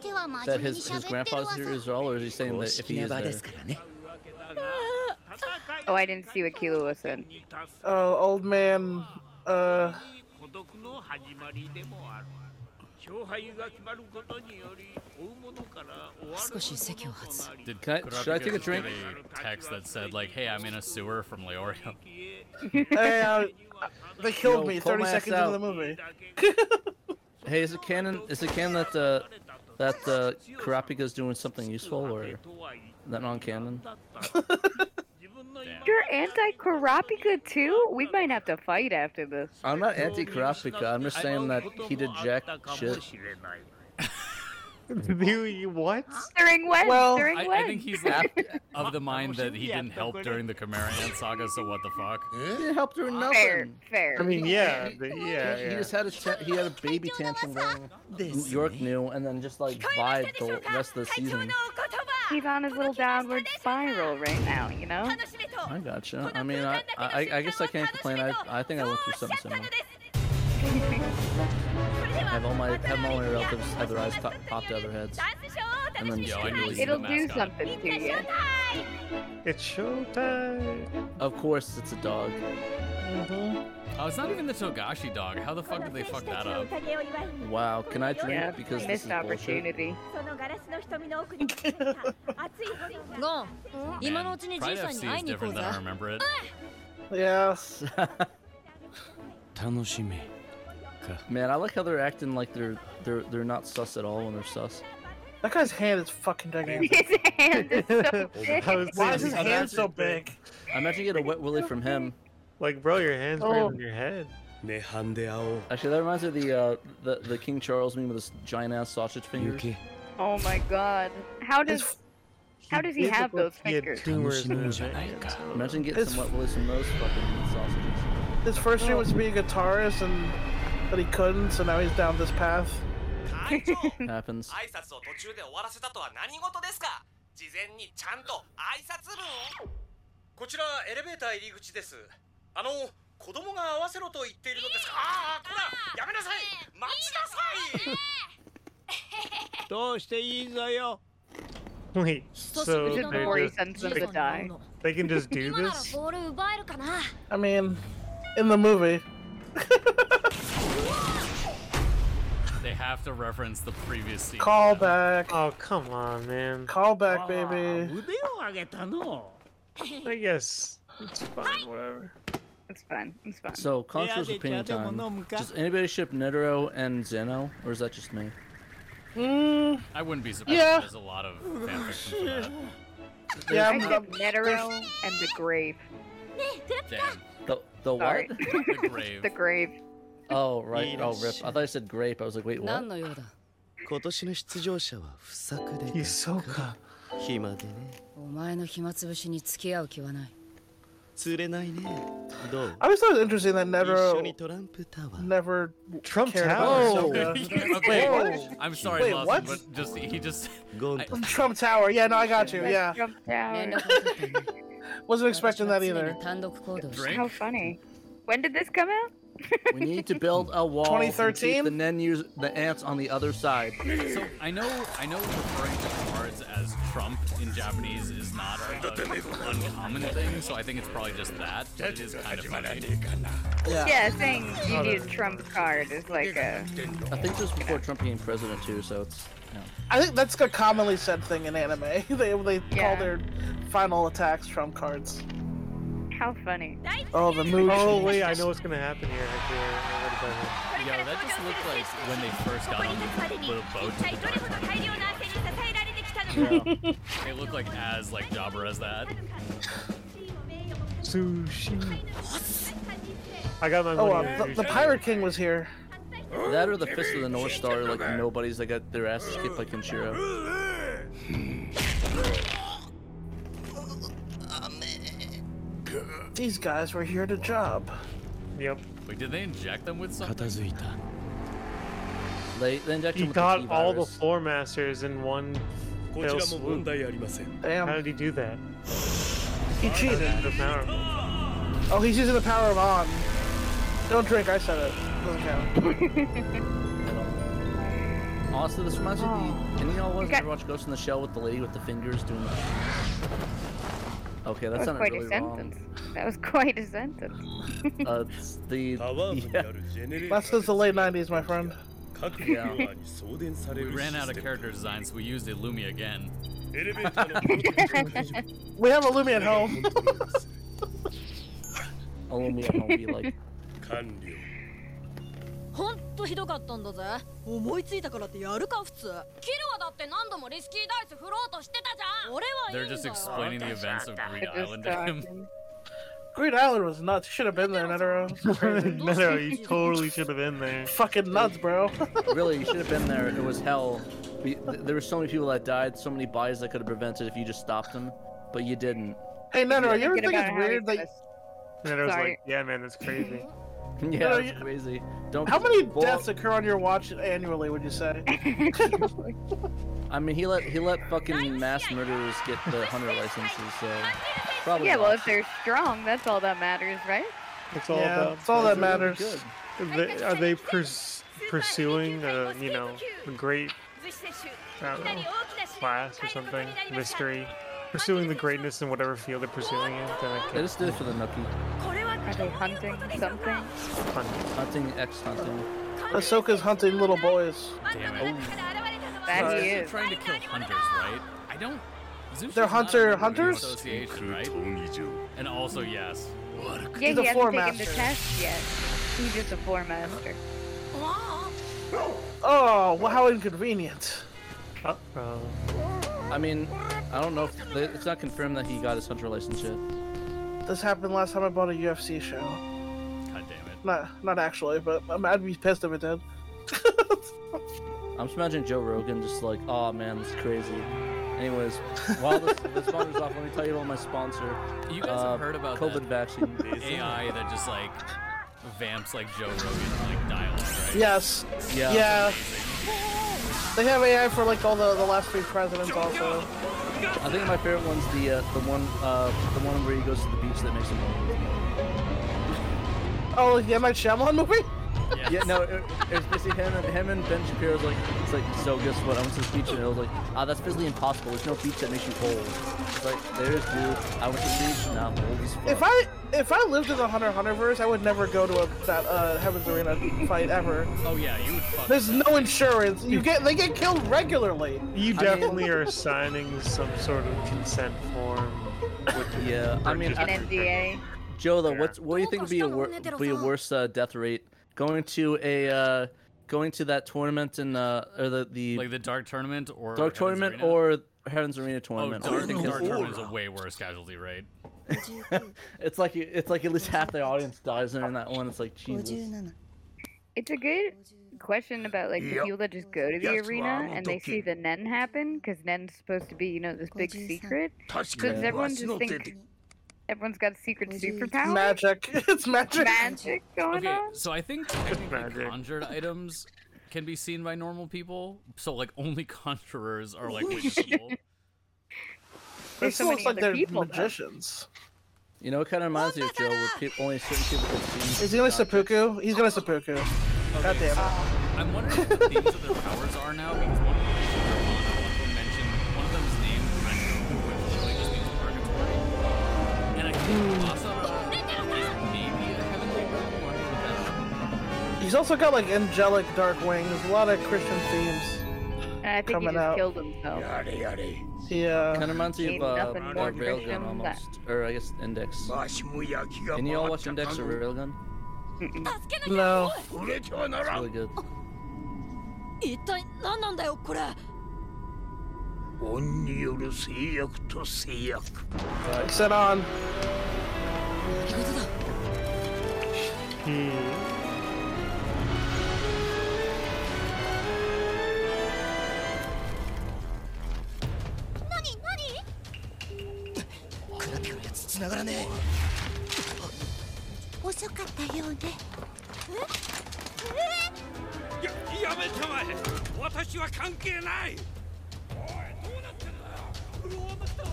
that his, his grandpa's here as well, or is he saying that if he is there? Oh, I didn't see what Kilo was in. Uh, old man. Uh, 孤独の始まりでもある勝敗が決まることにより追うものから終わる Did Can I- could Kurapika should I take a just get drink? a text that said like, "Hey, I'm in a sewer from <laughs> Leorio." hey, uh, they killed Yo, me pull 30 my ass seconds out. into the movie. Hey, is it canon? Is it canon that uh, that uh, Kurapika's doing something useful, or is that non-canon? You're anti-Karapika too? We might have to fight after this. I'm not anti-Kurapika. I'm just saying that he did jack shit. <laughs> what? During when? Well, During I, when? I think <laughs> he's like, of the mind that he didn't help during the Chimera Ant saga. So what the fuck? He didn't help doing nothing. fair, fair. I mean, yeah, the- He- yeah, He yeah. just had a ta- he had a baby tantrum going. York knew, and then just like vibed the rest of the season. He's on his little downward spiral right now, you know? I gotcha. I mean, I, I, I guess I can't complain. I, I think I went through something similar. Have all my have all my relatives have their eyes top, popped out of their heads, and then just Yo, I get need to really see the It'll do mascot. something to you. It's showtime. Of course, it's a dog. Oh, it's not even the Togashi dog. How the fuck did they fuck that up? Wow, can I drink Yeah, it because this missed is bullshit? opportunity. そのガラスの瞳の奥に隠れた熱い炎がゴン今のうちに Man, じい Pride さんに FC 会い is に行こう different ぜ than I remember it. Yeah. 楽しめ Man, I like how they're acting like they're they're they're not sus at all when they're sus. That guy's hand is fucking <laughs> gigantic. His hand is so big. I was Why is his thinking- hand so big? I imagine you get a wet willy from him. Like, bro, your hands bigger Oh. than your head. 涅槃で会おう Actually, that reminds me of the uh, the the King Charles meme with his giant ass sausage fingers. 雪 Oh my god. How does His- how does did he have look those like he had fingers? tumors in 楽しもう his じゃない hands. か Imagine getting It's- some wet willies from those fucking sausages. His first Oh. dream was to be a guitarist, and but he couldn't, so now he's down this path. 隊長 Happens. 挨拶を途中で終わらせたとは何事ですか事前にちゃんと挨拶文をこちらエレベーター入り口ですあの子供が合わせろと言っているのですがああこらやめなさい待ちなさいどうしていいぞよ <laughs> Wait, Is so it they're before he just- sends them to die? they can just do 今なら this? ボール奪えるかな I mean, in the movie. They have to reference the previous scene. Call back. Oh, come on, <laughs> man. Call back, 腕 baby. を上げたの I guess it's fine, whatever. It's fun. It's fun. So, controversial they- opinion they don't time. know, Mika. Does anybody ship Netero and Zeno, or is that just me? Mm, I wouldn't be surprised. Yeah. if There's a lot of fanfiction for that. <laughs> yeah, I I'm, said I'm, Netero and the grave. ねえグラピ Damn. The the Sorry. what? The <laughs> grave. The grave. Oh right. Oh rip. I thought I said grape. I was like, wait, what? 何の用だ今年の出場者は不作でそうか暇でねお前の暇つぶしに付き合う気はない釣れないねどう I always thought it was interesting that never, 一緒にトランプタワー never Trump cared Tower. about Ahsoka. Okay, Wait, what? I'm sorry, Wait, Lawson, what? but just he just <laughs> I- Oh. Trump Tower. Yeah, no, I got you. That's Yeah. Trump Tower. Wasn't expecting that <laughs> either. 単独行動をして How funny. When did this come out? We need to build a wall. 2013? And keep the nenu's the ants on the other side. So I know I know referring to cards as Trump in Japanese is not a- a uncommon thing, so I think it's probably just that. but It is kind of funny. Yeah, saying you need a Trump card is like a. I think this was before Trump became president too, so it's. You know. I think that's a commonly said thing in anime. <laughs> they they Yeah. call their final attacks trump cards. How funny. Oh, the mood. Oh wait, I know what's gonna happen here. Actually, I already thought of it. Yo, that just looked like when they first got on the little boat. to the <laughs> Yeah. They look like as like Jabra as that. Sushi. I got my Oh, money. uh, the, the Pirate King was here. That or the Fist of the North Star, like nobody's that got their asses kicked by Kenshiro. These guys were here to job. Yep. Wait, did they inject them with something? They, they injected He him with the got T all the virus. floor masters in one fell こちらも swoop. 問題ありません How did he do that? He cheated. The power. <laughs> Oh, he's using the power of on. Don't drink. I said it. Doesn't count. uh, Honestly, this reminds me of the. Any of y'all was Oh. Okay. ever watch Ghost in the Shell with the lady with the fingers doing the. Okay, that That was sounded quite really a wrong. sentence. That was <laughs> quite a sentence. Uh, it's the. Yeah. That's since the late '90s, my friend. Yeah. We ran out of <laughs> character design, so we used Illumi again. We have a Lumi at home. Illumi at home, be like. 完了ほんとひどかったんだぜ思いついたからってやるか普通キルはだって何度もリスキーダイス振ろうとしてたじゃん俺はい They're いんだ just よ explaining the events of Green Island to him. Green Island was nuts. You should have been there, Netero. no, no, you totally should have been there. Fucking nuts, bro. <laughs> really, you should have been there. It was hell. We, th- there were so many people that died, so many bodies that could have prevented if you just stopped them, but you didn't. <laughs> Hey, Netero, you ever Thinking think about it's how he weird that And I was Sorry. like, yeah, man, that's crazy. Yeah, No, that's you- crazy. Don't. How many well, deaths occur on your watch annually, would you say? I mean, he let he let fucking mass murderers get the hunter licenses, so probably. yeah, not. well, if they're strong, that's all that matters, right? It's all Yeah, about. it's all that They're really matters. good. Are they, are they pers- pursuing a you know a great I don't know, class or something mystery? Pursuing the greatness in whatever field they're pursuing it. Then I They just did it for the nookie. Are they hunting something? Hunting X hunting. Ahsoka's hunting little boys. Damn it. That he They're is. trying to kill hunters, right? I don't. Zeus They're is not a hunter- member of the hunters? Association, right? And also yes. Yeah, He's a he hasn't floor taken the master. test yet. He's just a floor master. Oh, well, how inconvenient. can. Uh, I mean, I don't know if they, it's not confirmed that he got his hunter license yet. This happened last time I bought a UFC show. God damn it. Not, not actually, but I'm- I'd be pissed if it did. I'm just imagining Joe Rogan just like, oh man, this is crazy. Anyways, while this, this spawner's off, let me tell you about my sponsor. You guys Uh, have heard about COVID that vaccine. <laughs> AI that just like vamps like Joe Rogan like dialogue, right? Yes. Yeah. Yeah. They have AI for like all the, the last three presidents also. I think my favorite one's the uh, the one uh, the one where he goes to the beach that makes him. Oh, yeah, my Shyamalan movie? Yeah, no, it, it was basically him and him and Ben Shapiro's like, it's like, so guess what? I went to this beach and it was like, ah, that's physically impossible. There's no beach that makes you whole. It's like, there is, dude. I went to the beach and I'm old as fuck. If I if I lived in the Hunter x Hunter verse, I would never go to a that uh, Heaven's Arena fight ever. Oh yeah, you would fuck. There's no insurance. You get they get killed regularly. you definitely <laughs> are signing some sort of consent form. With <laughs> yeah, I mean, uh, An NDA. Joe, though, what's, what do you think would be a, wor- be a worse uh, death rate? Going to a uh, going to that tournament in uh, or the the Like the dark tournament or dark Heaven's tournament Arena? or Heaven's Arena Oh, tournament? What do dark, you think dark is- tournament is a way worse casualty rate. it's like you- it's like at least half the audience dies in that one. It's like Jesus. It's a good question about like the Yep. people that just go to the Yes, arena Mama and they see Doki. the nen happen because nen's supposed to be you know this big secret. So Touch does me. Watch everyone just no think titty. everyone's got secret superpowers? Magic. <laughs> It's magic. Magic going okay, on. so I think technically conjured items can be seen by normal people. So like only conjurers are <laughs> like with people. This so many looks like other they're people, though. magicians. You know, it kind of reminds you, Joe, where peop only certain people can see. Is he gonna seppuku? He's gonna seppuku. God damn it. I'm wondering what the names of their powers are now because one of them is Nirvana, one of them mentioned, one of them's named Rengo, which really just means purgatory. And I think Asara is maybe a heavenly realm. I mean, with that- He's also got like angelic dark wings. There's a lot of Christian themes. And I think he Coming just out. killed himself. Yeah. Kind of reminds you Ain't of uh, nothing uh, more Christian Railgun than that. almost, or I guess Index. Can you all watch Index or Railgun? No. It's really good. <laughs> 一体何なんだよこれ恩による制約と制約 Set on.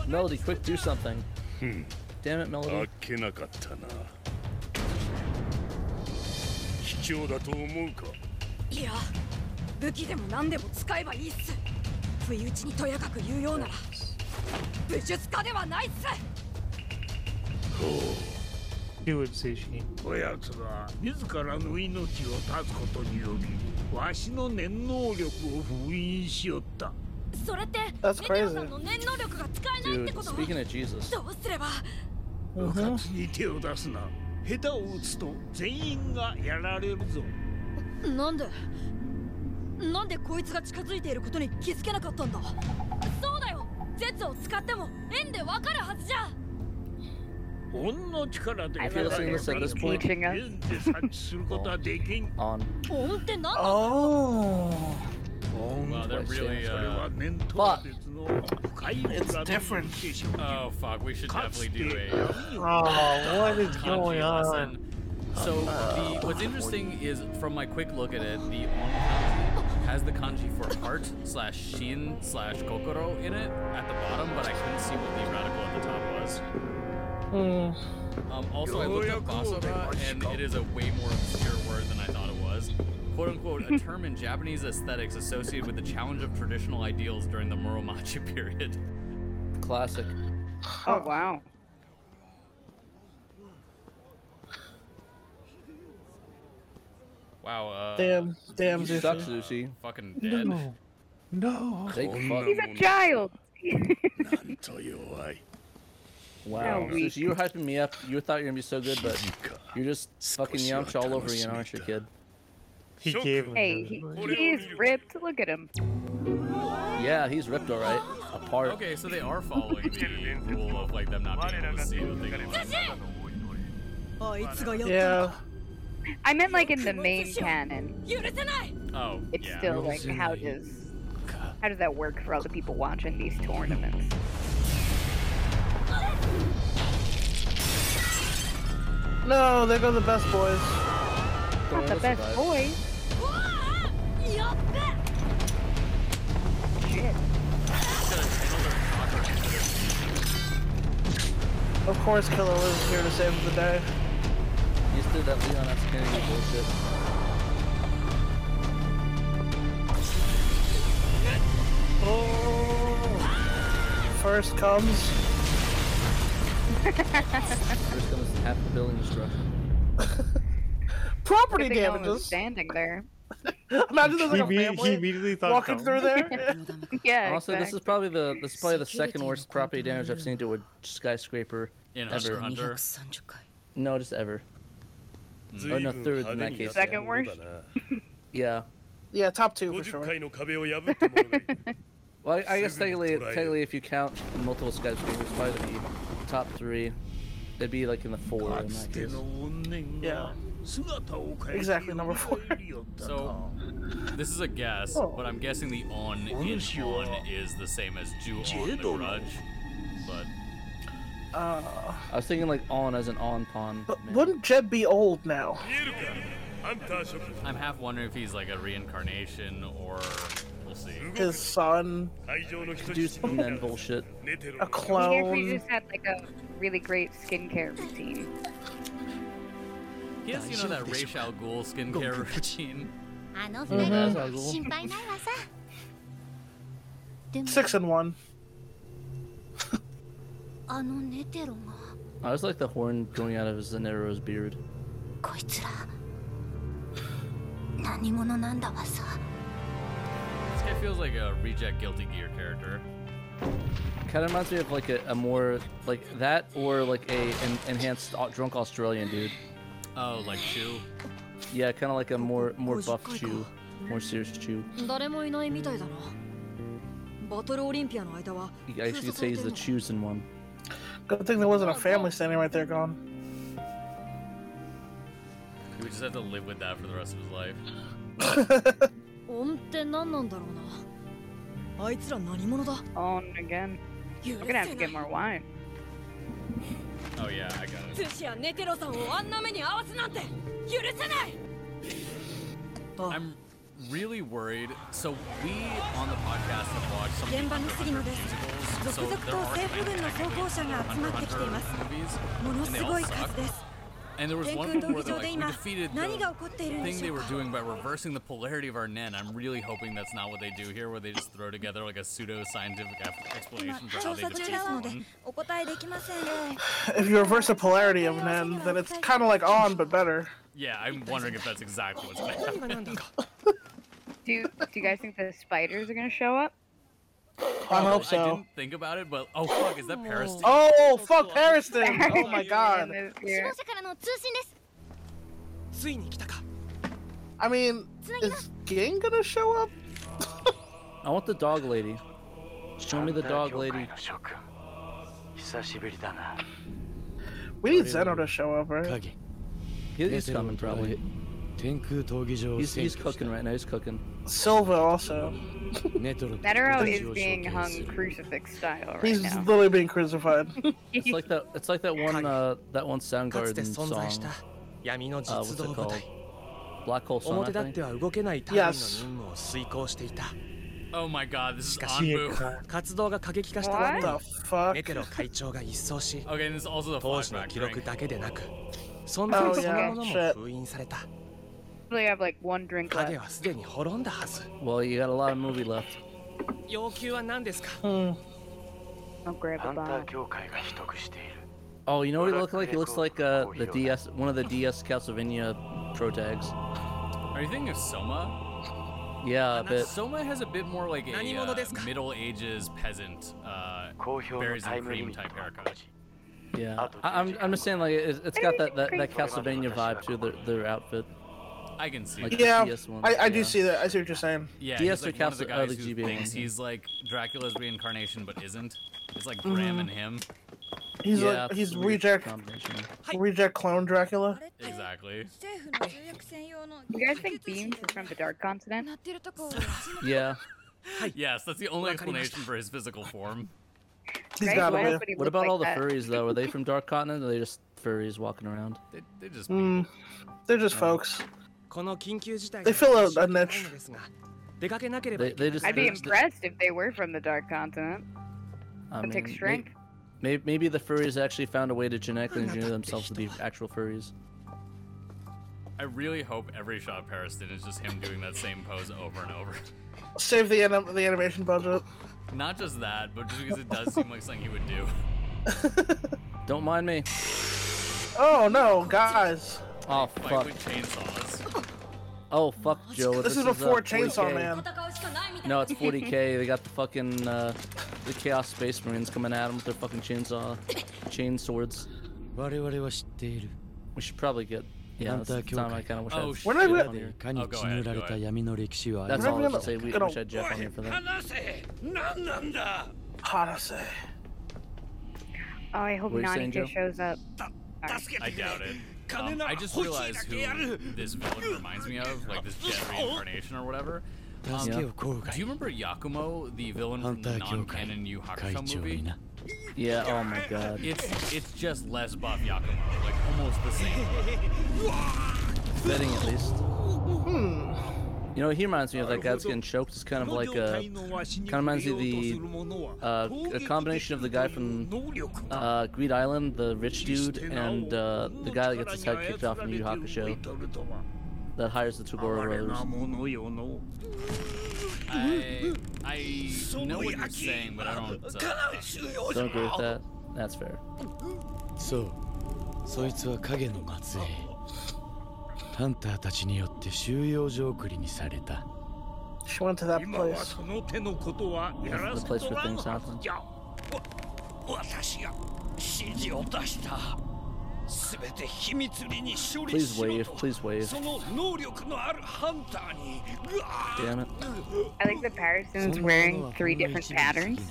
Melody, quick, do something. Damn it, Melody. あっ Uh, けなかったな卑怯だと思うかいや武器でも何でも使えばいいっす不意打ちにとやかく言うようなら武術家ではないっす Do it, Sushi. こやつは自らの命を絶つことによりわしの念能力を封印しよったそれって That's ネテロさ crazy. んの念能力が使えないって Dude, こと speaking of Jesus. どうすれば部活に手を出すな下手を打つと全員がやられるぞなんでなんでこいつが近づいていることに気づけなかったんだそうだよ絶を使っても縁でわかるはずじゃ恩の力で I feel seeing this at this point. 縁で察知することはできん On. 恩って何なんだ Oh. 恩は they're それ really, uh, は念頭別の深い Oh fuck, we should definitely do a Oh, what is kanji going lesson. on? So the, what's interesting is from my quick look at it, the on kanji has the kanji for heart slash shin slash kokoro in it at the bottom, but I couldn't see what the radical at the top was. Hmm. Um, also, I looked up basara, and it is a way more obscure word than I thought it was. "Quote unquote," a term in Japanese aesthetics associated with the challenge of traditional ideals during the Muromachi <laughs> period. Classic. Oh wow. Wow. Uh, Damn, damn, You Sushi. suck, Sushi. Fucking dead. No. No. Take fuck. He's a child. Wow. No, we- Sushi, you were hyping me up. You thought you were going to be so good, but you're just fucking Yamcha all over again, aren't you, kid? He gave Hey, he, he is ripped. Look at him. Yeah, he's ripped all right. Apart. Okay, so they are following the rule of like them not being able to see what they want. あいつがやったの Yeah. I meant like in the main canon. 許せない Oh, It's yeah. still like how does how does that work for all the people watching these tournaments? No, there go the best boys. Not the best boys. やっべ Shit. Of course, Killer was here to save the day. He's did that Leon F. Kennedy bullshit. First comes. First comes half the building destruction. Property Good thing no one was damages. Standing there. <laughs> <laughs> Imagine there's like a He imme- he family immediately thought walking dumb. <laughs> through there. <laughs> Yeah. Also, this is exact- probably the this is probably the second worst property damage I've seen to a skyscraper In ever. Hunter Hunter. No, just ever. Oh no, third in that case. Second worst. Yeah. yeah, top two for 50 sure. 回の壁を破った者がいる Well, I, I guess Seven technically, tried it. technically, if you count multiple skyscrapers, probably the top three. They'd be like in the four in that case. の怨念が姿を変えて Exactly, number four. 蘇り <laughs> よったな So, this is a guess, Oh. but I'm guessing the on in on is the same as Ju on the grudge. But Uh, I was thinking like on as an on pawn. wouldn't Jeb be old now? I'm half wondering if he's like a reincarnation or we'll see. His son, 会場の人 Do some men bullshit. a He actually clone. just had like a really great skincare routine. He has, you know, that Ra's al Ghul skincare routine. あのうん二うん人心配ないわさ Six and one. あのネテロが I was like the horn going out of Zanero's beard. こいつら何者なんだわさ This guy feels like a reject Guilty Gear character. Kind of reminds me of like a, a more like that or like a an enhanced au- drunk Australian dude. Oh, like Chew. Yeah, kind of like a more more buff chew, more serious chew. 誰もいないみたいだなバトルオリンピアの間は I guess you could say he's the chosen one. Good thing there Oh, wasn't a family standing right there going, We just have to live with that for the rest of his life. 音って何なんだろうなあいつら何者だ On again. You're We're gonna have to get more wine. Oh, yeah, I got it. 寿司やネテロさんをあんな目に遭わすなんて許せない I'm really worried. So, we on the podcast have watched some of 現 the 場の Hunter 杉野です続 musicals, so 々 there と are 政府軍の装甲車が集まってきています movies, もの and す they ご all い数 suck. です And there was 天 one 空闘 where 技場 they're like, で we 今 defeated 何 the が起こっているんで thing し they ょう were か doing by reversing the polarity of our nen. I'm really hoping that's not what they do here, where they just throw together like a pseudo scientific explanation 今 for how 調 they 査中 defeat ですの someone. でお答えできません if you reverse the polarity of Nen, then it's kind of like on, but better. Yeah, I'm wondering if that's exactly what's going to happen. Do you, do you guys think the spiders are gonna show up? I hope Oh, I so. didn't think about it, but oh fuck, is that Paris? Oh, fuck <laughs> Pariston! <laughs> Oh my god. 首謀者からの通信ですついに来たか I mean, is Ging gonna show up? I want the dog lady. Show me the dog lady. 久しぶりだな We need Zeno to show up, right? He's coming probably. 天空闘技場を He's, 占 he's 拠 cooking right now. He's cooking. Silva also. ネトロと Netero 私 is を処刑す being hung る crucifix style right He's now. literally being crucified. It's like that. It's like that one. Uh, that one かつて Soundgarden 存在し song. た闇の Uh, 実 what's 動 it 部 called? 隊 Black Hole 表 Sun. 立 I っては think. 動けない隊員の Yes. 任務を遂行していた Oh my god, this is しかし Anbu. 活動が過激化した What 割 the に fuck? ネテロ会長が一掃し Okay, and this is also the 当時の flashback 記録 drink. だけでなく存 <laughs> 在そのもの Oh, も yeah, shit. 封印された They have like one drink 影 left. はすでに滅んだはず Well, you got a lot of movie left. 要求は何ですか I'll grab ハ a ンタ bomb. ー協会が秘匿している Oh, you know what he looks like? He looks like uh, the DS, one of the DS Castlevania pro tags. Are you thinking of Soma? Yeah, a bit. Soma has a bit more like a 何者 uh, ですか Middle Ages peasant uh, の berries タイ and ムリ cream ミット type haircut. Yeah, I, I'm, I'm just saying like it, it's got that, that, that Castlevania vibe to their, their outfit. I can see. Like it. the Yeah, DS one, I, I do yeah. see that. I see what you're saying. Yeah, DS he's like or one of the Castle- uh, guys the who GB one. thinks he's like Dracula's reincarnation but isn't. It's like Mm-hmm. Graham Mhm. and him. He's Yeah, like it's he's a weird reject combination. reject clone Dracula. Exactly. 政府の重役専用の You guys think beams are from the Dark Continent? 鳴ってるとこ Yeah. Yes, that's the only explanation for his physical form. He's Right? got <laughs> it. Why else would he What look about like all the that? furries though? Are they from Dark Continent? Or are they just furries walking around? They, they just Mm, they're just folks. この緊急事態 They fill a, a が niche. 出かけなければ They, they just. I'd be they're just- impressed if they were from the Dark Continent. I That mean, takes may- strength. Maybe, maybe the furries actually found a way to <laughs> genetically engineer themselves to be actual furries. I really hope every shot of Pariston is just him doing that same pose over and over. <laughs> Save the anim- the animation budget. Not just that, but just because it does seem like something he would do. <laughs> Don't mind me. Oh no, guys! Oh Like fuck. with chainsaws. Oh fuck, Joe. This is uh, before Chainsaw 40K. Man. 戦うしかないみたいな No, it's 40k. They got the fucking uh, the Chaos Space Marines coming at them with their fucking chainsaw, chain swords. 我々は知っている We should probably get. Yeah, that's the ハンター協会 time I kind of wish I Oh, had shit. We're not 部屋 Jeff on で here. Oh, かに血塗られた闇の歴史は That's We're all I not should say. We gonna- wish I had Jeff on here for that. 話せ何なんだ Hanase. Oh, I hope Oh, What were you saying, Joe? Nanito shows up. 助けてくれ Um, I just realized who this villain reminds me of, like this Jedi reincarnation or whatever. Um, Yeah. Do you remember Yakumo, the villain from the non-canon Yu Hakusho movie? Yeah, oh my god. It's it's just less buff Yakumo, like almost the same. Betting at least. Hmm. You know, he reminds me of that guy that's getting choked. It's kind of like uh, a, kind of reminds me of the uh, a combination of the guy from uh, Greed Island, the rich dude, and uh, the guy that gets his head kicked off in Yu Yu Hakusho, that hires the Oh Togoro brothers. ものよの I I know what you're saying, but I don't. Uh, Don't agree with that. That's fair. そうそいつは影の末裔ハンターたちによって収容所送りにされた She went to that 今は place. その手のことはやらせとらんはずじゃわ私が指示を出した全て秘密裏に処理 Please しろ wave, と please wave. その能力のあるハンターにぐわ Damn it. I like that Patterson's wearing three different patterns.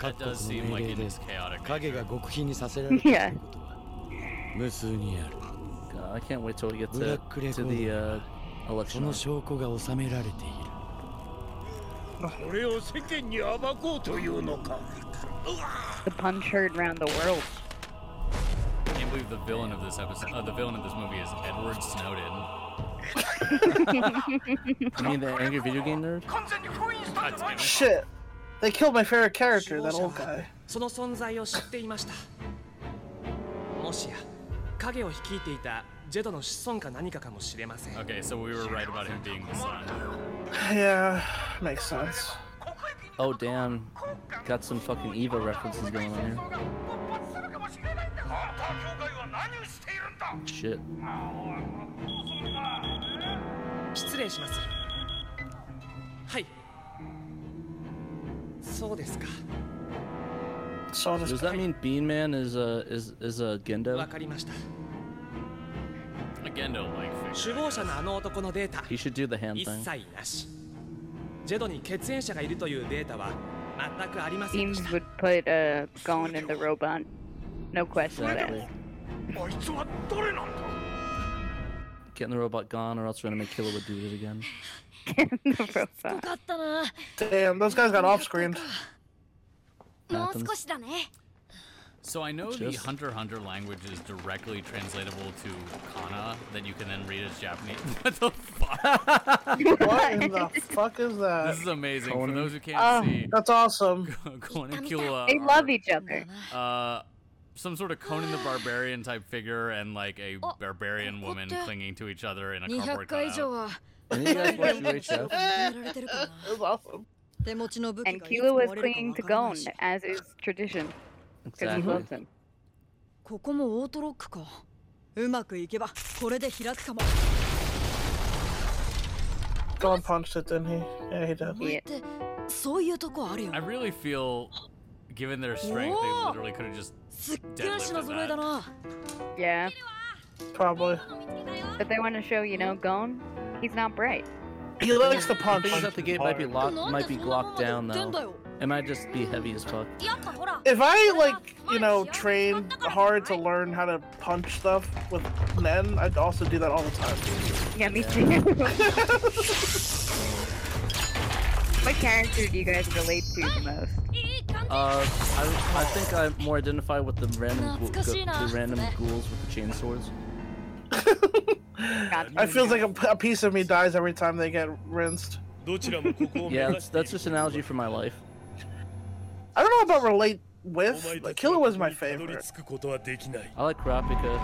That does seem like it is chaotic. 影が極秘にさせら <laughs> れたということは無数にある God, I can't wait till we get ブラッ to, クレコ to the ー uh, ドそ election. の証拠が収められているこれを世間に暴こうというのか The punch heard round the world. I can't believe the villain of this episode, uh, the villain of this movie is Edward Snowden. You mean the angry video game nerd? Shit. They killed my favorite character, that old guy. その存在を知っていましたもしや影を率いていたジェドの子孫か何かかもしれません Okay, so we were right about him being the son. <sighs> Yeah, makes sense. Oh damn, got some fucking Eva references going on here. Shit. 失礼しますはいそうですか Does that mean Bean Man is a is is a Gendo? わかりました Again, don't like fish. 首謀者のあの男のデータ He should do the hand 一 thing. 切なしジェドに血縁者がいるというデータは全くありませんでし Teams た would put a gun in the robot. No question Exactly. asked. あいつは誰なんだ Getting the robot gone, or else we're gonna make Killer would do it again. <laughs> よかったな Damn, those guys got off screen. もう少しだね So I know the Just- Hunter x Hunter language is directly translatable to Kana, that you can then read as Japanese. <laughs> What the fuck? What in the fuck is that? This is amazing. For those who can't Oh, see, <laughs> that's awesome. Conan and Killua Ah. They love each other. are, uh, some sort of Conan the Barbarian type figure and like a Oh. barbarian woman clinging to each other in a cardboard 200回以 cutout. 上は Any of you guys watch UHF? を認められてるかな手持ちの武器 And がいつ Kila 壊 was れるか clinging わ to からな Gon いし as is tradition. Because he Exactly. loves him. ここもオートロックかうまくいけばこれで開くかも Gon punched it, didn't he? Yeah, he did. お前ってそういうとこあるよ I really feel, given their strength, they Whoa! literally could have just 手足の deadlifted 揃い that. だな Yeah. Probably. But they want to show, you know, Gon, he's not bright. He likes the punch. Things at the gate might be locked, might be glocked down though. It might just be heavy as fuck. If I like, you know, trained hard to learn how to punch stuff with Nen, I'd also do that all the time. Yeah, me <laughs> too. what character do you guys relate to the most? Uh, I, I think I more identify with the random ghoul, go, the random ghouls with the chainsaws. I feels like a, p- a piece of me dies every time they get rinsed. Yeah, that's, that's just an analogy for my life. I don't know about relate with, but Killer was my favorite. I like Kurapika.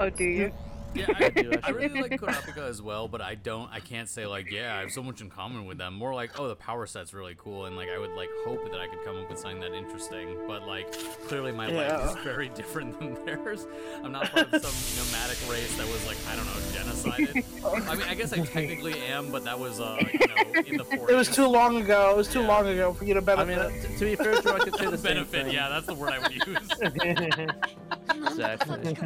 Oh, <laughs> do you? Yeah, I, I really like Kurapika as well, but I don't. I can't say like, yeah, I have so much in common with them. More like, oh, the power set's really cool, and like, I would like hope that I could come up with something that interesting. But like, clearly my life is Yeah. very different than <laughs> theirs. I'm not part of some nomadic race that was like, I don't know, genocided. I mean, I guess I technically am, but that was uh, you know, in the 40s. It was too long ago. It was too long ago for you to benefit. I mean, to be fair to I <laughs> could say the same benefit. thing. Yeah, that's the word I would use. Exactly.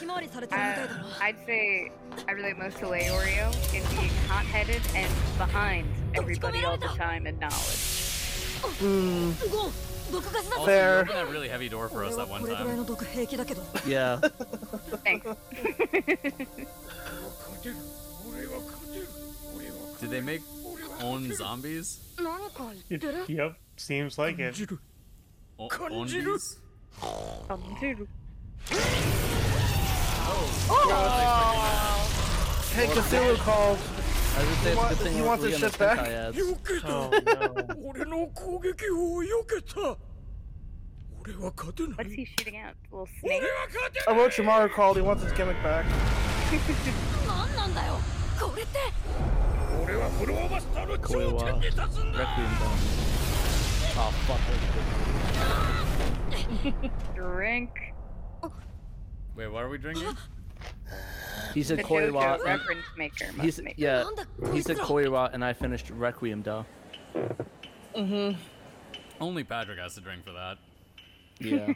ひまわりされてるみたい Uh, だ I'd say I relate most to Leorio in being hot headed Hmm. and behind everybody all the time in knowledge. ゴン毒ガスだ Also, you opened that really heavy door for us that こ one れぐらい time. の毒平気だけど Yeah. <laughs> Thanks. Did they make own zombies? 何か言ってる Yep, seems like it. O- Konjiru. onbies? 感じる Hey, Cthulhu calls. I would say it's You a want- good thing you we're want this really on shit the back? Sentai ads. Oh, 俺の攻撃を避けた俺は勝てない What's he shooting at? Little snake? Orochimaru called. He wants his gimmick back. 何なんだよこれって俺はフロアマスターの Koi wa 頂点に立つん Requiem Bone. だ Oh, fuck. Drink. Wait, what are we drinking? He said The Koiwa. JoJo reference maker He must said, make it. yeah, he said Koiwa, and I finished Requiem, though. Mm-hmm. Only Patrick has to drink for that. <laughs> Yeah.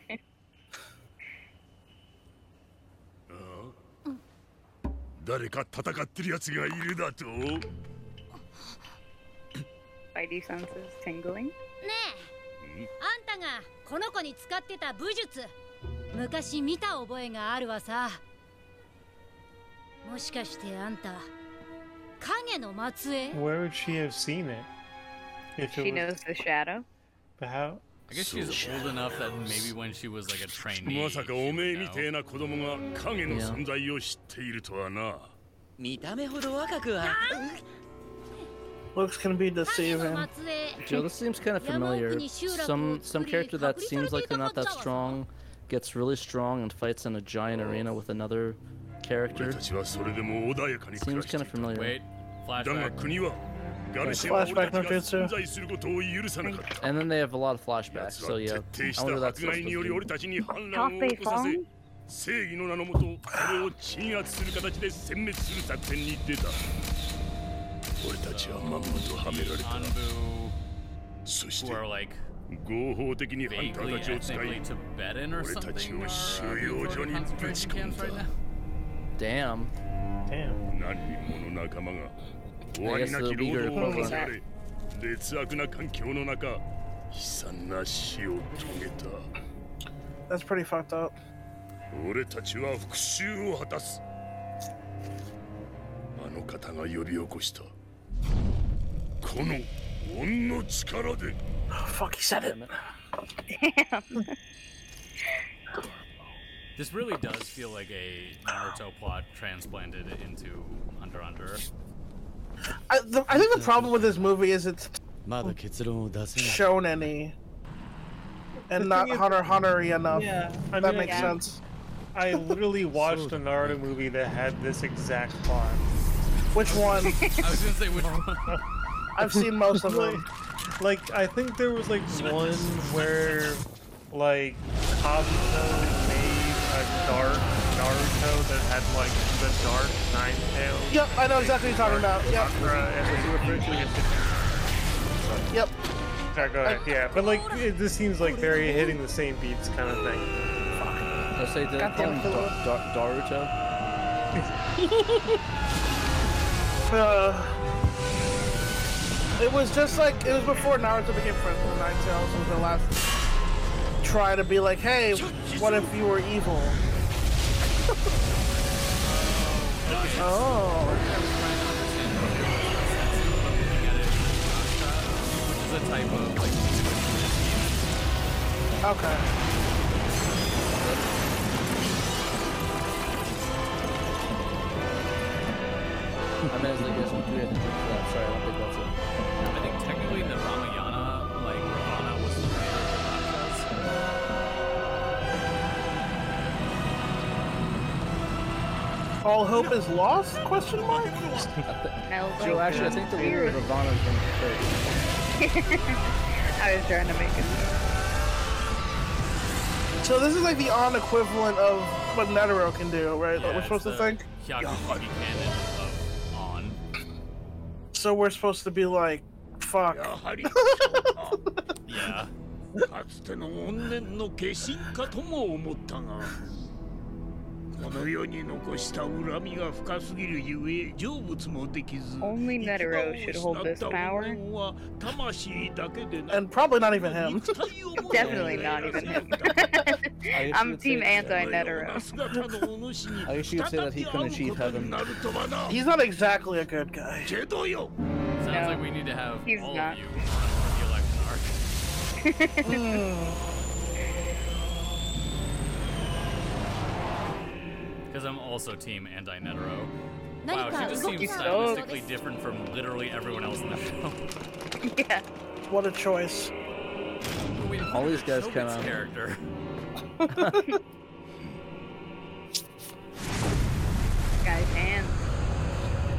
誰か戦ってるやつがいるだと Spidey senses tingling. ねえあんたがこの子に使ってた武術昔見た覚えがあるわさもしかしてあんた影の末裔 Where would she have seen it? If She knows the shadow. But how? I guess she's old enough that maybe when she was like a trainee. まさかおめえみてえな子供が影の存在を知っているとはな見た目ほど若くは Looks can be deceiving. Joe, this seems kind of familiar. Some some character that seems like they're not that strong gets really strong and fights in a giant arena with another character. それでも穏やかに Seems kind of familiar. だが国はガルシアは俺たちが存在することを許さなかった And then they have a lot of flashbacks, 奴 so は yeah. 徹 I 底 wonder if that's した迫 supposed 害 to により be. 俺たちに反乱を起こさせ正義の名のもとそれを鎮圧する形で殲滅する作戦に出た俺たちはまんまとはめられたそして合法的にハンターたちを使い vaguely ethnically Tibetan or 俺たち something? を uh, 収 being 容 thrown 所 in にぶち concentration 込ん camps だ right now? Damn. Damn. 何人もの仲間が終わりなき労働を重ね劣悪な環境の中悲惨な死を遂げた That's pretty fucked up. 俺たちは復讐を果たすあの方が呼び起こしたこの恩の力で Fuck, he said it. Damn. This really does feel like a Naruto plot transplanted into Hunter x Hunter. I, the, I think the problem with this movie is it's まだ結論を出せない shown any and The not thing is- Hunter Huntery enough. Yeah, I that mean, makes I- sense. I <laughs> literally watched a Naruto movie that had this exact plot. Which <laughs> one? I was gonna say which one. I've seen most of them. Like, I think there was like one where, like, Kabuto made a dark Naruto that had like the dark nine tails. Yep, I know exactly what you're talking about. Yep. Yep. Sorry, go ahead. Yeah, but like, it, this seems like very hitting the same beats kind of thing. I say the Got damn the- Dar- Dar- Daruto. Uh, it was just like it was before Naruto became friends with Ninetales. It was their last try to be like, hey, what if you were <laughs> evil? oh. Which is a type of like. Okay. I meant as like this one too. I think it's that. Sorry, I don't think that's it. I think technically the Ramayana, like Ravana, was the All hope is lost? Question mark. Joe, actually, I think the leader of Ravana is going to be I was trying to make it. So this is like the on equivalent of what Netero can do, right? Yeah, we're supposed it's to the think. Hyakuzuki canon of On. So we're supposed to be like, fuck. いやかつての怨念の化身かとも思ったがこの世に残した恨みが深すぎるゆえ成仏もできず Only Netero should hold this power. は魂だけでな And probably not even him. <laughs> Definitely not even him. I I'm should team say- anti Netero. I guess you could say that he couldn't achieve heaven. He's not exactly a good guy. Sounds like we need to have He's all not. of you on the election arc. <laughs> Because I'm also team anti Netero. Wow, she just seems stylistically different from literally everyone else in the <laughs> show. yeah. What a choice. All these guys Shobit's kind of. character. Guys, and.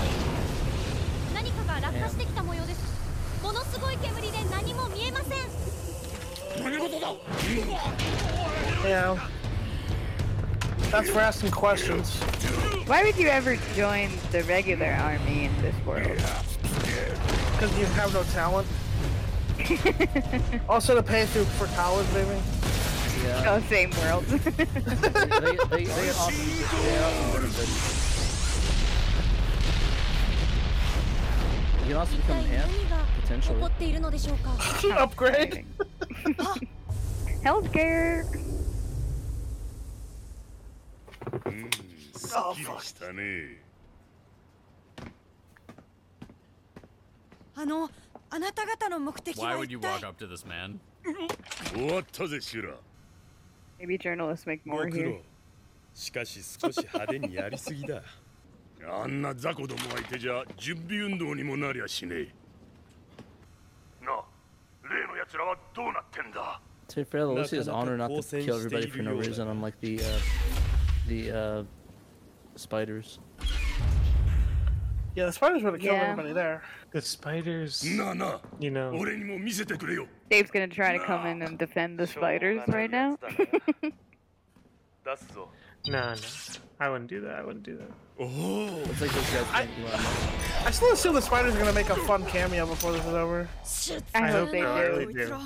「何かが落下してきた模様です」「ものすごい煙で何も見えません」 Yeah. That's for asking questions. Why would you ever join the regular army in this world? Because you have no talent. also to pay through for college, maybe. <laughs> Oh, same world. <laughs> they, they, they are awesome. They are awesome benefits. You can also become an ant, 起 potentially. こっているのでしょうか Upgrade. Healthcare. Oh, fuck. あのあなた方の目的 Why は would 一 you 体 walk up to this man? 終わったぜシュラ Maybe journalists make more ご苦 here. 労しかし少し派手にやりす <laughs> ぎだあんな雑魚ども相手じゃ準備運動にもなりゃしねえなあ例の奴らはどうなってんだ To be fair, the Lucy is on her not to kill everybody for no reason, unlike the uh, the uh, spiders. Yeah, the spiders would have killed Yeah. everybody there. The spiders. No, no. You know. 俺にも見せてくれよ Dave's gonna try to come in and defend the spiders right now. 出すぞ No, no. I wouldn't do that. I wouldn't do that. Oh. It's like those guys. I, I still assume the spiders are gonna make a fun cameo before this is over. <laughs> I hope they I do. really do.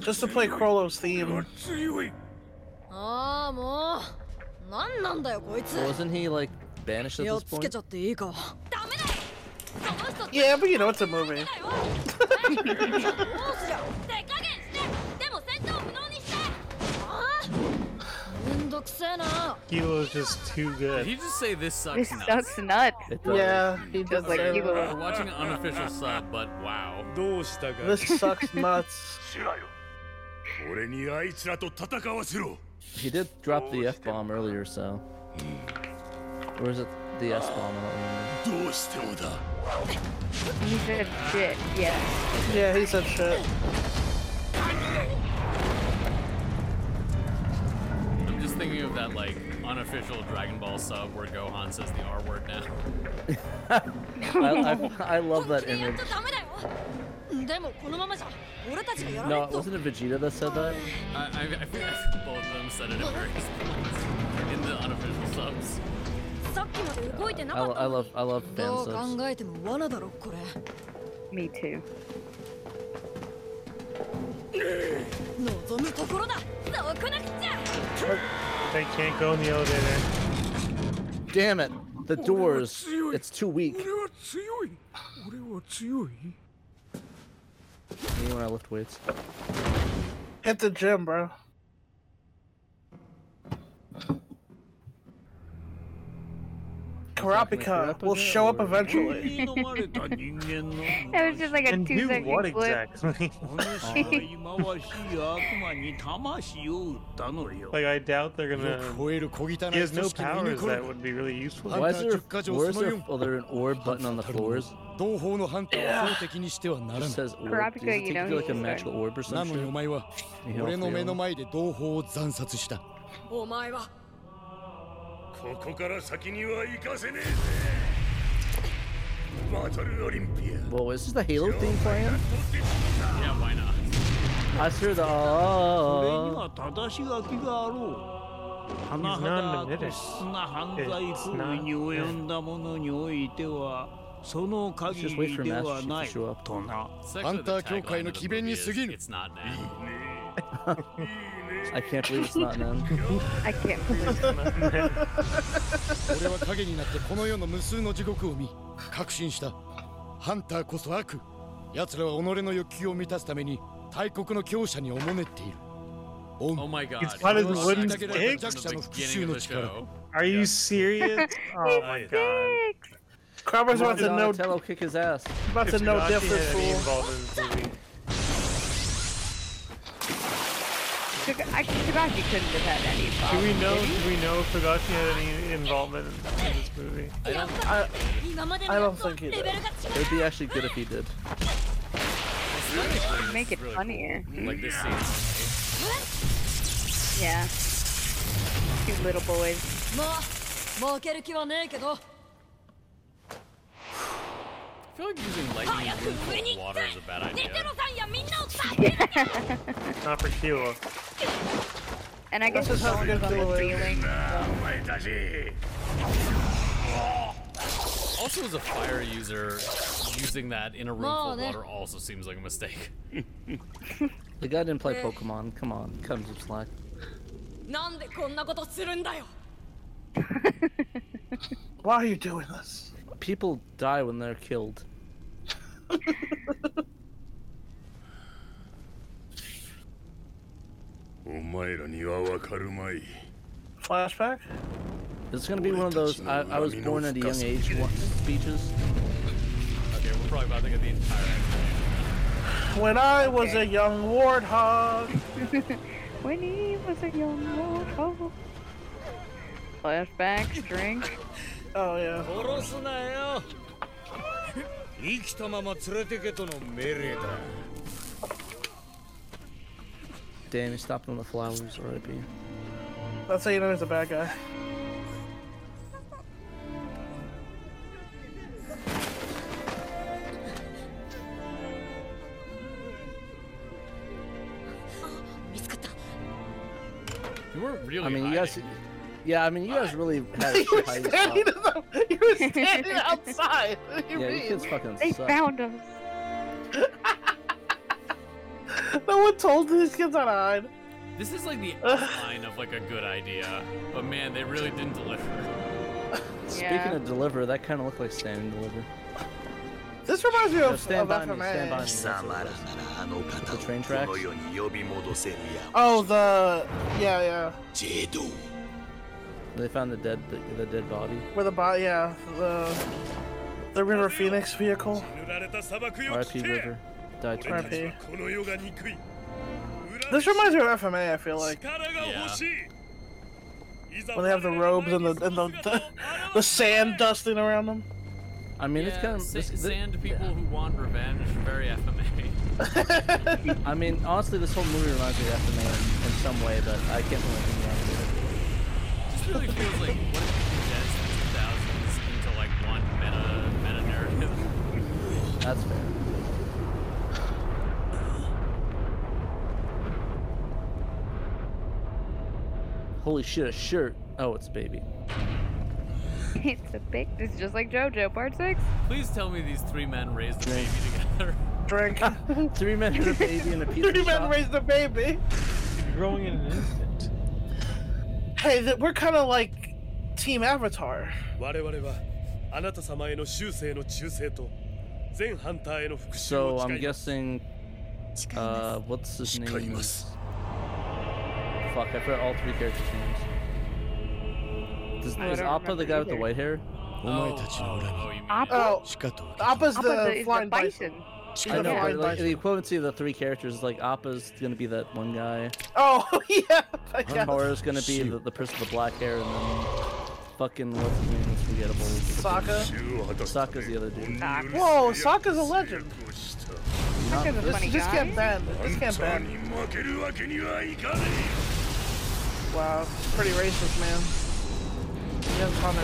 Just to play Krollo's theme. ああもう何なんだよこいつ Wasn't he like banished at や this っつけ point? ちゃっていいか <laughs> <laughs> Yeah, but you know it's a movie. めんどくせえな Gila is just too Did <laughs> good. he just say this sucks This nuts? sucks nut. does. Yeah, he does like say Gila. that. We're watching an unofficial sub, but wow. どうしたか This sucks nuts. シュラよ俺にあいつらと戦わせろ He did drop the f bomb earlier, so. Or is it the s bomb? I don't remember. どうしてもだ He said shit. Yeah. Yeah, he said shit. I'm just thinking of that like unofficial Dragon Ball sub where Gohan says the R word now. I, I, I love that image. ダメだよでもこのままじゃ俺たちがやら No, れるぞ wasn't it Vegeta that said that? I, I, I think I think both of them said it at various points in the unofficial subs. さっきまで動いてな I, か lo- った I love I love fan どう subs. 考えても罠だろこれ Me too. 望むところだそうこなくちゃ They can't go in the elevator. Damn it! The doors. It's too weak. 俺は強い俺は強い Me when I lift weights. Hit the gym, bro. Karapika will show up <laughs> eventually. 飲まれた人間の That was just like a And two do second what clip. exactly? <laughs> 忌まわしい悪魔に魂を売ったのよ like I doubt they're 世を gonna. 超える小汚い He has 組 no 織を見 powers 抜く that would be really useful. Why is ハンター there? 10か条 Where is there? 様よ Oh, there an orb button on the floors. 同胞のハンターは標的にしてはなら It ない just says orb. Karapika, Does it take you you know to like a he's magical orb or なのにお something? 前は Yeah, 俺の yeah. 目の前で同胞を惨殺したお前はここから先には行かせねえぜバトルオリンピ Whoa, is this the Halo theme playing? Yeah, why not? I hear the. それに Oh, は正し書きがあろう。甚なんだねだ悪質な犯罪行為に及んだ者においては、その Let's 限 just wait り for では Masters な to い show up. とな It's actually the ハンター tagline 協会の of the 詭弁に movie is, 過ぎる It's not now. I can't believe it's not <laughs> now. I can't believe <laughs> it. 俺は影になってこの世の無数の地獄を見確信したハンターこそ悪奴らは己の欲求を満たすために大国の強者におもねっている Oh my god. It's part of the Well, wooden that came up sticks? From the beginning of the show. Are you serious? <laughs> oh my god. Crabber's about to know. Donatello kick his ass. About to know different fool. fool. Shig- I- Shigaki couldn't have had any Do problem. we know? did he? Do we know if Fugashi had any involvement in this movie? I don't. I, I don't think he did. It would be actually good if he did. Make it funnier. Like this scene. Yeah. Two little boys. まあ負ける気はねえけど I feel like using lightning as a roof for water is a bad ネテ idea. ロさんやみんなを助け Not for Kilo. And I guess This is it's how all we get about through the it. feeling. Also, as a fire user, using that in a room full of Well, water also seems like a mistake. The guy didn't play Eh. Pokemon. Come on, cut him some slack. なんでこんなことするんだよ Why are you doing this? People die when they're killed. Flashback? It's gonna be one of those I, I was born at a young age one- speeches. Okay, we're probably about to get the entire explanation. When I was a young warthog. when he was a young mortal. Flashbacks, drink. Oh yeah. 殺すなよ生きたまま連れてけとの命令だ Damn, he stopped on the flowers. R.I.P. That's how you know he's a bad guy. You weren't really. I mean, you hiding. guys. Yeah, I mean, you guys <laughs> really had a You were shit hiding spot. standing, in the, you were <laughs> standing outside. What do you Yeah, you mean? kids fucking They suck. found us. No one told these kids how to hide. This is like the outline of like a good idea, but man, they really didn't deliver. Speaking of deliver, that kind of looked like standing deliver. This reminds me No, of, stand of by me, stand by me. FMA. 貴様らならあの方をこの世に呼び戻せるや Oh, the yeah, yeah. ジェド They found the dead, the, the dead body. Where the bot, yeah, the the River Phoenix vehicle. 塗られた砂漠よ R.I.P. River. Died 俺た twice. ちはこの世が憎い This reminds me of FMA. I feel like 力が欲しい、 when they have the robes and the and the the, <laughs> the sand dusting around them. I mean, it's kind of. sa- sand people who want revenge, very FMA. I mean, honestly, this whole movie reminds me of Afterman in, in some way, but I can't really think of <laughs> This really feels like what if you condensed the 2000s into like one meta meta narrative. it. That's fair. Holy shit, a shirt. Oh, it's a baby. It's a big. It's just like JoJo Part Six. <laughs> Please tell me these three men raised a baby together. <laughs> Drink. <laughs> Three men and a baby and a pizza Three men shop. raised a baby. Growing in an instant. Hey, th- we're kind of like Team Avatar. 我々はあなた様への修正の忠誠と全ハンターへの復讐 So を I'm 誓います guessing. Uh, what's his name? Fuck, I forgot all three characters' names. Does, I is don't Appa the remember guy with the either. white hair? Oh, oh, you mean- Appa. Appa's Appa the is flying bison. She's I the know, flying but like, bison. the equivalency of the three characters is like Appa's gonna be that one guy. Oh <laughs> yeah, I guess. Tora's gonna be the, the person with the black hair, and then fucking what's his name is forgettable. Sokka? Sokka's the other dude. Whoa, Sokka's a legend. Sokka's a This funny just guy. can't bend. This can't ハンター bend. に負けるわけにはいかね Wow, it's pretty racist, man. Young Hunter.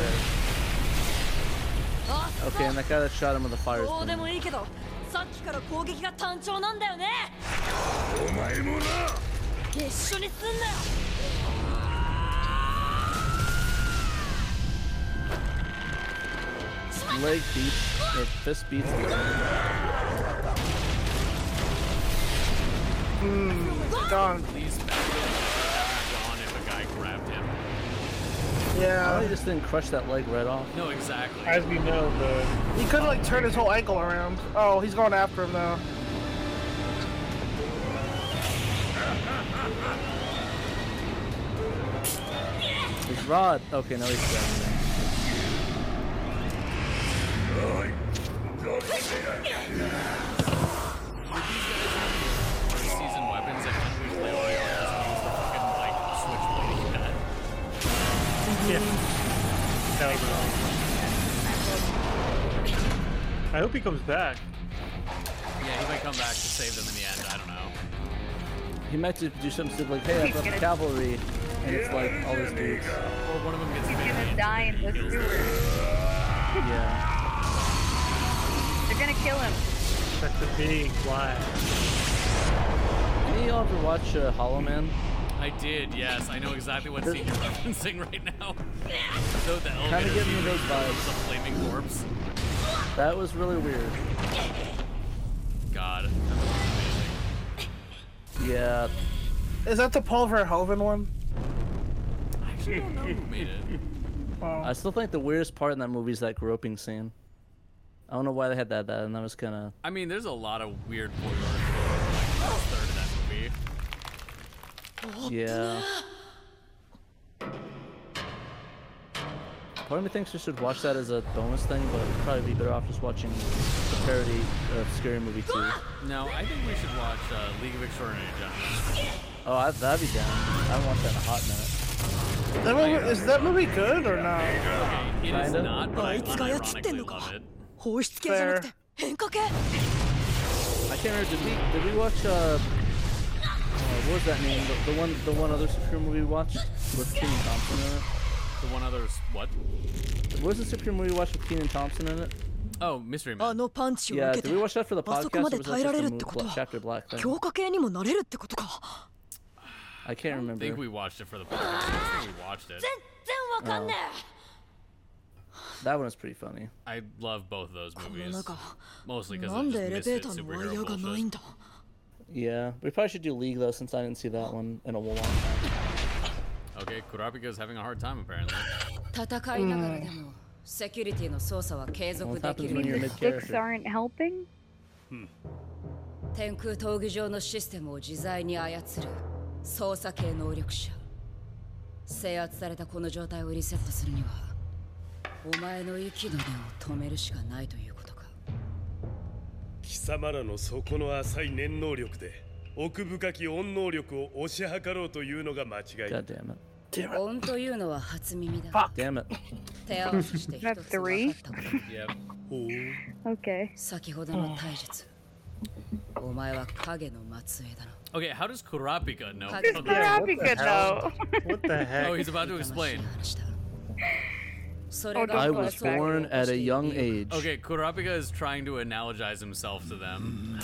Okay, and that guy that shot him with the fire. どう thing. でもいいけどさっきから攻撃が単調なんだよねお前もな一緒にすんなよそ leg beats or fist beats the other. Gone. Please imagine gone if a guy grabbed him. Yeah. I just didn't crush that leg right off. No, exactly. As we know, the he could like turn his whole ankle around. Oh, he's going after him now. His rod. Okay, now he's grabbing it. Season weapons that can we play on just use the fucking like switchblade he had. I hope he comes back. Yeah, he might come back to save them in the end. I don't know. He meant to do something stupid like, hey, I brought the cavalry, and it's like all these dudes. Or one of them gets He's gonna die in the sewer. Yeah. They're gonna kill him. That's a big lie. Any of y'all ever watch uh, Hollow Man? I did, yes. I know exactly what scene you're <laughs> referencing right now. So the Kinda elevator give me scene those where he becomes a flaming corpse. That was really weird. God, that was amazing. Yeah. Is that the Paul Verhoeven one? I actually don't know who made it. I still think the weirdest part in that movie is that groping scene. I don't know why they had that. That and that was kind of I mean, there's a lot of weird voyeur like the third of that movie. yeah. Part of me thinks we should watch that as a bonus thing, but it'd probably be better off just watching the parody of Scary Movie Oh, 2. No, I think we should watch uh, League of Extraordinary Gentlemen. Oh, I, that'd be down. I haven't watched that in a hot minute. Oh, That movie, is that movie good or not? It is not, but I unironically love it. 放出系じゃなくて変化系 I can't remember. Did we did we watch uh, uh what was that name? The, the one the one other superhero movie we watched with Keenan Thompson in it. The one other s- what? What was the superhero movie we watched with Keenan Thompson in it? Oh, Mystery Man. あのパンチを Yeah, 受け did て we watch that for the あそこ podcast? ま Or で was that 耐えら just れ a る mo- ってこと bla- は chapter black thing? 強化系にもなれるってことか I can't I remember. think we watched it for the podcast. I think we watched it. 全然わかんね That one was pretty funny. I love both of those movies. Mostly え because なんでエレベーターのワイヤーがないん superhero だ Yeah, we probably should do League though, since I didn't see that one in a long time. Okay, Kurapika's having a hard time apparently. 戦いながらでも、セキュリティの操作は継続でき happens when る you're の mid か Sticks aren't helping. 天空闘技場のシステムを自在に操る操作系能力者制圧されたこの状態をリセットするにはお前の息の根を止めるしかないということか貴様らの底の浅い念能力で奥深き恩能力を推し量ろうというのが間違いだ God damn it. 恩というのは初耳だ Damn it. 手合わせして一つ分かったこと Yep. 先ほどの体術お前は影の末裔だな Okay, how does Kurapika know? <laughs> It's about Kurapika, that? What the hell? What the heck? Oh, he's about to explain. そ Oh, れ don't が I go was back. born at a young age. Okay, Kurapika is trying to analogize himself to them.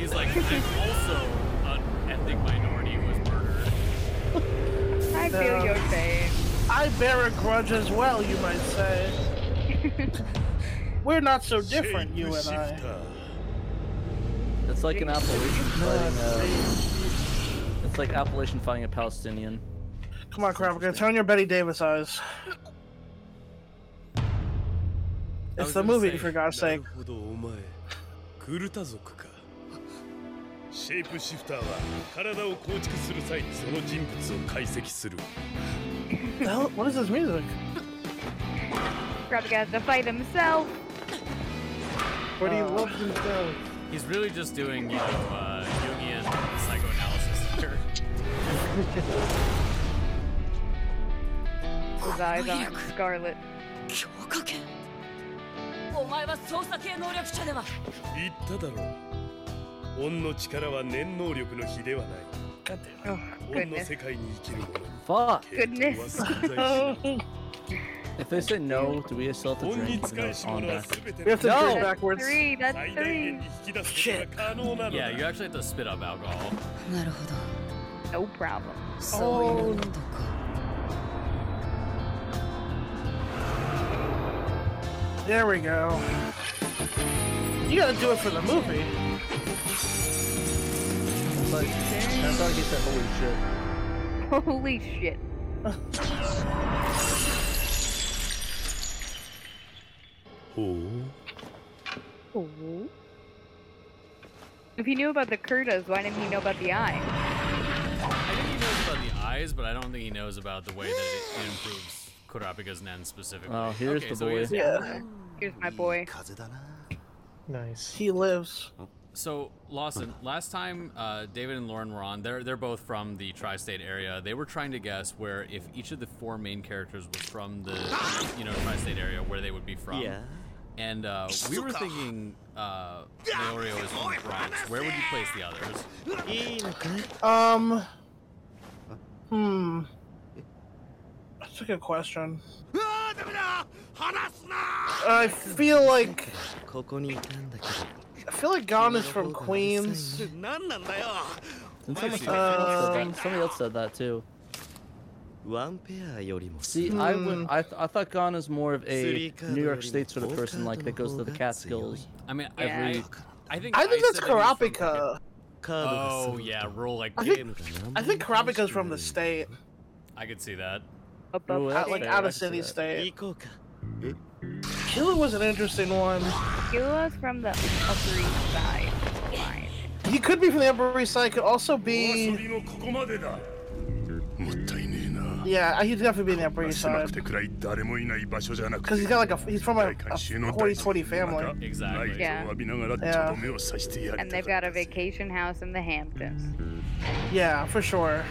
He's like, I'm also an ethnic minority who was murdered. <laughs> I feel No. your pain. I bear a grudge as well, you might say. <laughs> We're not so different, you and I. It's like an Appalachian fighting a. It's like Appalachian fighting a Palestinian. Come on, Kravka, turn your Betty Davis eyes. was It's the gonna movie, say, for God's な sake. るほどお前クルタ族かシェイプシフターは体を構築する際にその人物を解析する The hell- What is this music? Probably got to fight himself. But he loves himself. He's really just doing, you know, uh, Jungian psychoanalysis <laughs> here. His eyes on Scarlet. 強化系お前は操作系能力者では言っただろう恩の力は念能力の比ではない Oh, 恩の goodness. 世界に生きる者 Fuck. <laughs> に Goodness. 存在しない If they say no, do we still have to 恩 drink? に even though 使い it's し on 者は back? 全て We の have to do it That's backwards. 最 Three, that's 大限 three. に引き出すことが可能なの Yeah, だ you actually have to spit up alcohol. なるほど No problem. <laughs> そういうことか There we go. You gotta do it for the movie. That's how I that's how I get that holy shit. Holy shit. Oh. If he knew about the Kurtas, why didn't he know about the eye? He knows about the eyes, but I don't think he knows about the way that it, it improves Kurapika's Nen specifically. Oh, here's okay, the so boy. he's- Here's my boy. Nice. He lives. So Lawson, last time uh, David and Lauren were on, they're they're both from the tri-state area. They were trying to guess where if each of the four main characters was from the you know tri-state area, where they would be from. Yeah. And uh, we were thinking uh, Leorio is from the Bronx. Where would you place the others? Um. Hmm. That's a good question. I feel like ここにいたんだけ I feel like Gon is from Queens. ど何なんだよ And someone, Um, somebody else said that too. ワンペアよりも See, I would. I, th- I thought Gon is more of a Three New York State sort of person, like that goes to the Catskills. I mean, I Yeah. agree. I think I think I that's said that he's Karapika. Oh yeah, roll like I game. think I think Karapika's from the state, I could see that. Out- uh, like out of city state. Killer was an interesting one. Gila's from the Upper East Side. Fine. He could be from the Upper East Side. Could also be. ここまでだ Yeah, he'd definitely be in the Upper East しな Side くてくらい誰もいない場所じゃなく because て he's got like a he's from a, a 40 20 family. ライトを Yeah. 浴びながらとどめを刺してやり And た they've か got a vacation house in the Hamptons. Yeah, for sure.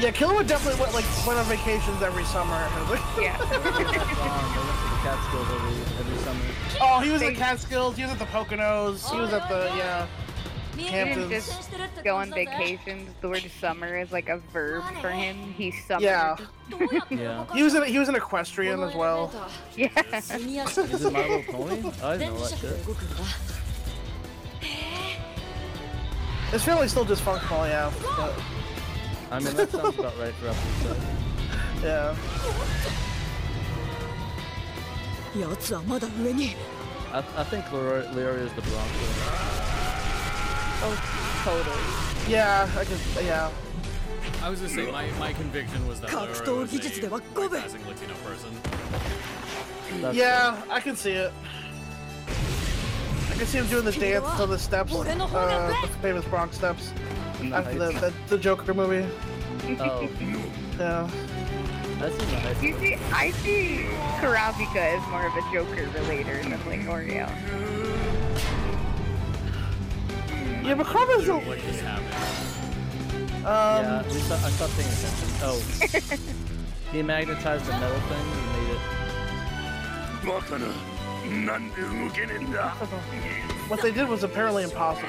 Yeah, Killer would definitely went like went on vacations every summer. Gon, <laughs> they Um, went to the Catskills every every summer. oh, he was at Catskills. He was at the Poconos. He was at the Oh, yeah. He didn't Hamptons. just go on vacations. The word summer is like a verb for him. He summered. Yeah. Yeah. He was in he was an equestrian as well. <laughs> Yeah. <laughs> Is it My Little Pony? I didn't know that shit. His family's still dysfunctional, yeah. But, I mean, that sounds about right for episode. yeah. 奴はまだ上に I, I think Leroy Leroy is the Bronco. Oh, totally. Yeah, I could. Yeah. I was gonna say my, my conviction was that Leroy 格闘 was a 技術では五分 passing Latino person. yeah, I can see it. I can see him doing the dance on the steps, uh, the famous Bronx steps, after the, the, the Joker movie. Oh. Yeah. That's in the high You see, I see Karabika as more of a Joker relater than like Oreo. Yeah, but Karma's a... What just happened? Um, yeah, we saw, I stopped paying attention. Oh. he magnetized the metal thing and made it. バカななんで動けねえんだ What they did was apparently impossible.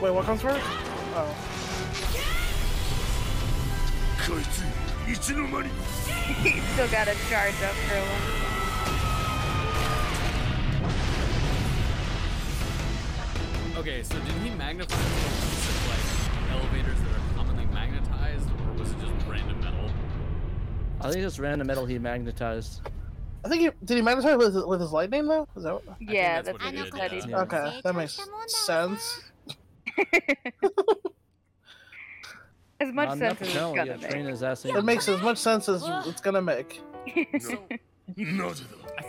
Wait, what comes first? Oh. こいついつの間に He still got a charge up for one. Okay, so did he magnify the piece of, like elevators that are commonly magnetized, or was it just random metal? I think it's random metal he magnetized. I think he did he magnetize with with his lightning though? Is that what? Yeah, that's, what what he he did, said he yeah. did. Yeah. Okay, that makes sense. <laughs> As much I'm not sense as it's telling gonna you, make. Train his ass in. It makes as much sense as it's gonna make. I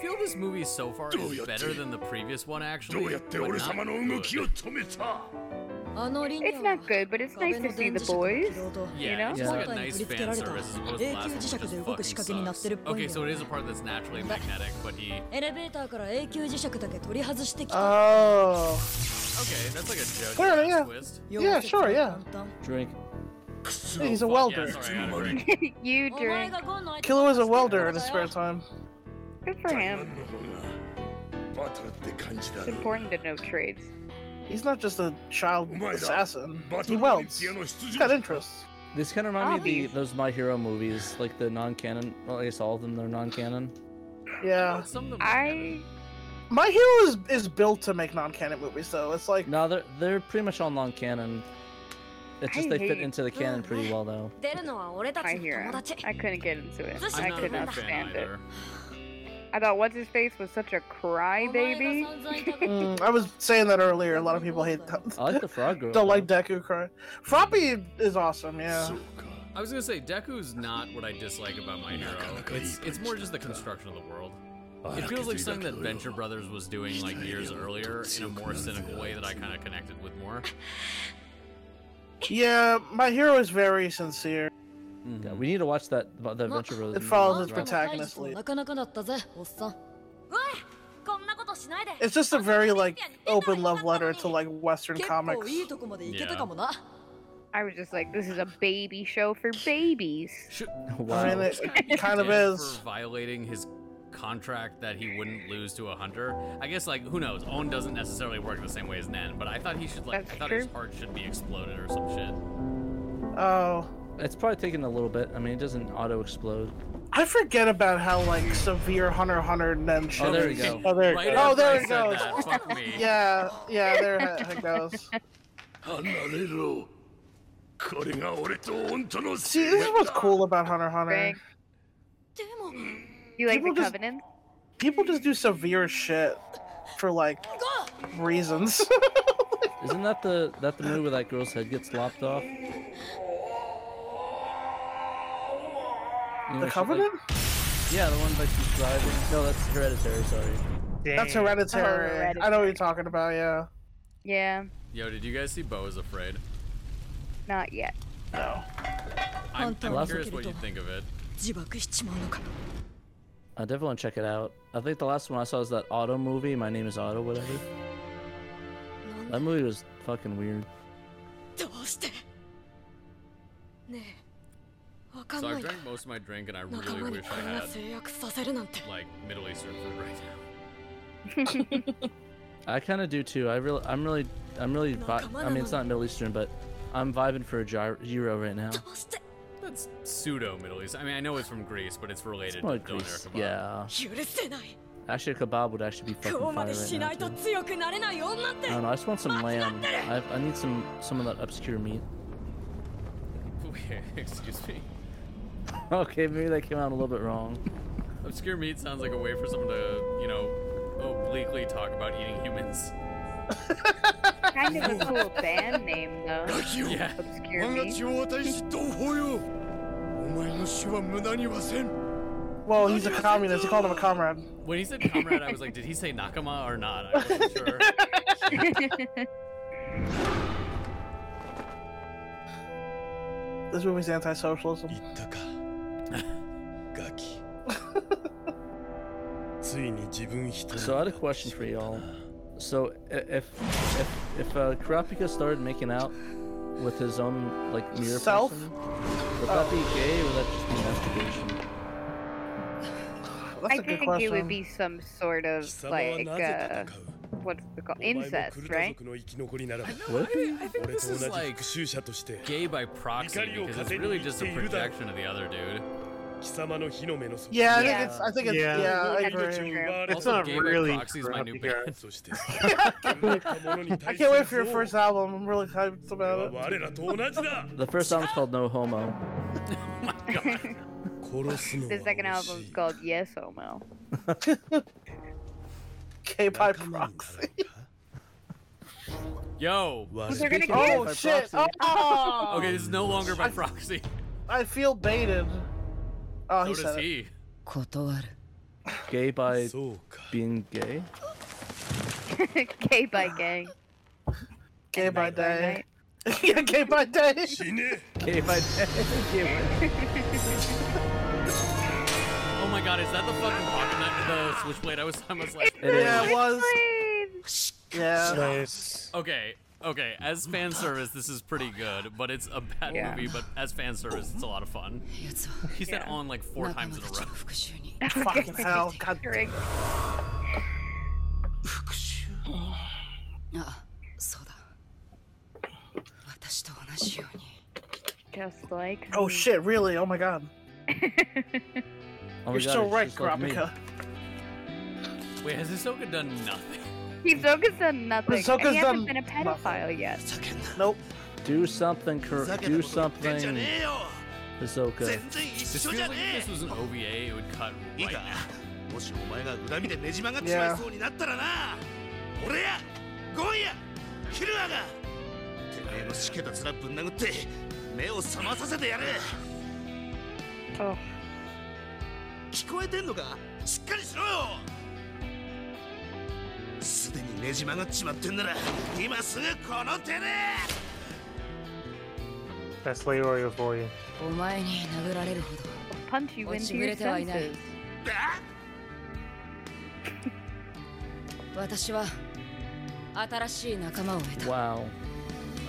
feel this movie so far is better than the previous one actually. どうやって but 俺 not 様の動きを good. 止めた It's not good, but it's nice to see the boys. <laughs> You Yeah, know? it's just like a nice fan service as opposed to the 永久磁石 last で one, 動く which 仕 just 掛けになって fucking るっぽい sucks. んだ Okay, so よ it is a part that's naturally magnetic, but he. エレベーターから永久磁石だけ取り外してきた Oh. Okay, that's like a joke. Sure, yeah. Yeah, sure, yeah. Drink. He's a welder. you Oh drink. Killer was a welder in his spare time. Good for him. バトルって感じだ It's important to know trades. He's not just a child assassin. He welds. He's got interests. This kind of remind me of the, those My Hero movies, like the non-canon. Well, I guess all of them they're non-canon. Yeah. I. My hero is is built to make non-canon movies, though. It's like No, they're they're pretty much all non-canon. It's just I they fit hate- into the canon pretty well though. I hear him. I couldn't get into it. I couldn't stand it. I thought what's his face was such a crybaby. <laughs> Mm, I was saying that earlier. A lot of people hate. I like the frog girl. <laughs> Don't like Deku cry. Froppy is awesome. Yeah. I was gonna say Deku's not what I dislike about My Hero. It's it's more just the construction of the world. It feels like something that Venture Brothers was doing like years earlier in a more cynical way that I kind of connected with more. Yeah, my hero is very sincere. Yeah, we need to watch that the Adventure Brothers. It movie. follows his なかなかだったぜおっさんうわこんなことしないで It's just a very like open love letter to like Western 結 comics. 構いいとこまで行けたかもな I was just like, this is a baby show for babies. <laughs> I mean, it kind of Dead is. for violating his contract that he wouldn't lose to a hunter. I guess like who knows? Owen doesn't necessarily work the same way as Nan, but I thought he should like I thought his heart should be exploded or some shit. Oh. It's probably taking a little bit. I mean, it doesn't auto explode. I forget about how like severe Hunter x Hunter and then shit. Oh, there we is. go. Oh, there, Right after oh, I there it said goes. that, <laughs> fuck me. Yeah, yeah, there it goes. 離れろこれが俺と本当の See, this is what's cool about Hunter x Hunter. You like People the just- Covenant? People just do severe shit for like reasons. <laughs> Isn't that the that the movie where that girl's head gets lopped off? The Covenant? yeah, the one like she's driving. No, that's Hereditary. Sorry. That's Oh, hereditary. I know what you're talking about. Yeah. Yeah, Yo, did you guys see Bo is Afraid? not yet. No. I'm, Hunter I'm x curious Hunter. what you think of it. 自爆しちまうのか I definitely want to check it out. I think the last one I saw was that Auto movie. My name is Auto, whatever. That movie was fucking weird. どうしてねえわかん So な I've いか drank most of my drink and I 仲 really 間に wish こ I んな had 制約させるなんて like Middle Eastern food right now. <laughs> I kind of do too. I really, I'm really, I'm really. Vi- I mean, it's not Middle Eastern, but I'm vibing for a gyro gyro right now. That's pseudo Middle East. I mean, I know it's from Greece, but it's related Probably to doner Greece. kebab. <laughs> Yeah. 許せない。 Actually, a kebab would actually be fucking こ fire うまで right し now. ないと強くなれない女って I don't know. I just want some lamb. I, I need some some of that obscure meat. <laughs> Excuse me. okay, maybe that came out a little bit wrong. Obscure meat sounds like a way for someone to, you know, obliquely talk about eating humans. Kind of a cool band name though. <laughs> Yeah. Obscure 我が me. 血を渡し同胞よお前の死は無駄にはせん Well, he's a communist. He called him a comrade. When he said comrade, I was like, did he say Nakama or not? I wasn't sure. This movie's anti-socialism. <laughs> ついに自分一人 So I had a question for y'all. So i- if if if uh, Kurapika started making out with his own like mirror Self? person, would that be gay or would that just be masturbation? I a good think it would question. be some sort of like uh, what's it called? Incest, right? の生き残りなら I think this is like gay by proxy because it's really just a projection of the other dude. Yeah, I think it's. I think it's. Yeah, I agree. Also, gay by proxy is my new band. <laughs> I can't wait for your first album. I'm really hyped about it. The first song's called No Homo. Oh <laughs> The second album's called Yes Homo. K by proxy. Yo. They're gonna oh shit! Oh. Okay, this is no longer by proxy. I feel baited. Oh, he So said does it. he. 断る Gay by being gay. Oh, <laughs> Gay by <laughs> gang. Gay by day. <laughs> yeah, gay by day. Gay by <laughs> day. Oh my god, is that the fucking pocket knife, the switchblade I was talking about? last- yeah, it was. Yeah. Okay, okay. As fan service, this is pretty good, but it's a bad Yeah. movie. But as fan service, it's a lot of fun. He said on like four times in a row. Fucking hell, god damn. あそうだ私と同じように Just like. Oh shit! Really? Oh my god. Oh my You're God, so it's right, just like me. Kurapika. Wait, has Hisoka done nothing? Hisoka's done nothing. and Hisoka's he done hasn't been a pedophile yet. Nope. Do something, Kur- Do something. Hisoka. This feels like if this was an OVA, it would cut right now. もしお前が恨みでねじ曲がっちまいそうになったらな俺やゴンやキルアがてめえのしけた面ぶん殴って目を覚まさせてやる Oh, 聞こえてんのかしっかりしろよすでにねじ曲がっちまってんなら今すぐこの手で That's Leroy for you. お前に殴られるほど Punch you 落 into ちぶ your れてはいない senses. 私は新しい仲間を得た Wow.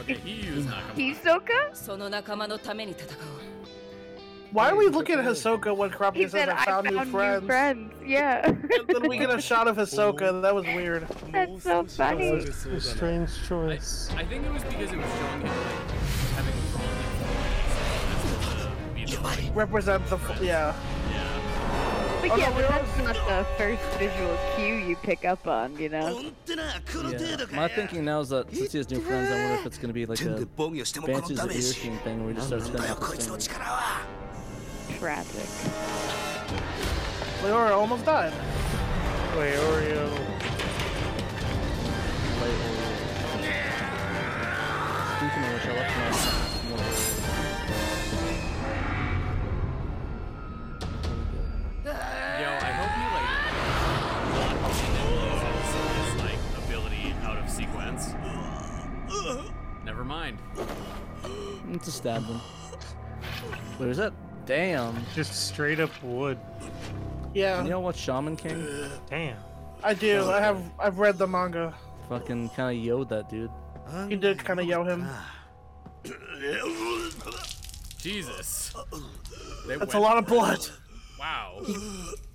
Okay, he used Nakama. その仲間のために戦おう Why are we looking at Hisoka when Karapika He says said, I "I found, found new new friends? friends. Yeah. then we get a shot <laughs> of Hisoka. That was weird. <laughs> That's so funny. A strange choice. I think it was because it was showing him like having wrong information. That's the- Represent the f- yeah. But Oh, no, yeah, we're but that's not the first visual cue you pick up on, you know? Yeah. My thinking now is that since he has new friends, I wonder if it's gonna be like a Banshees of Inisherin thing where he just starts spending. Tragic. Leora almost died. Leorio. Speaking of which, I left my. Yo, I hope you like not loses his like ability out of sequence. Never mind. Let's just stab him. What is that? Damn. Just straight up wood. Yeah. You know what, Shaman King? Damn. I do. I have. I've read the manga. Fucking kind of yelled that dude. He did kind of yell him. Ah, Jesus. They went- That's a lot of blood. <laughs> Wow.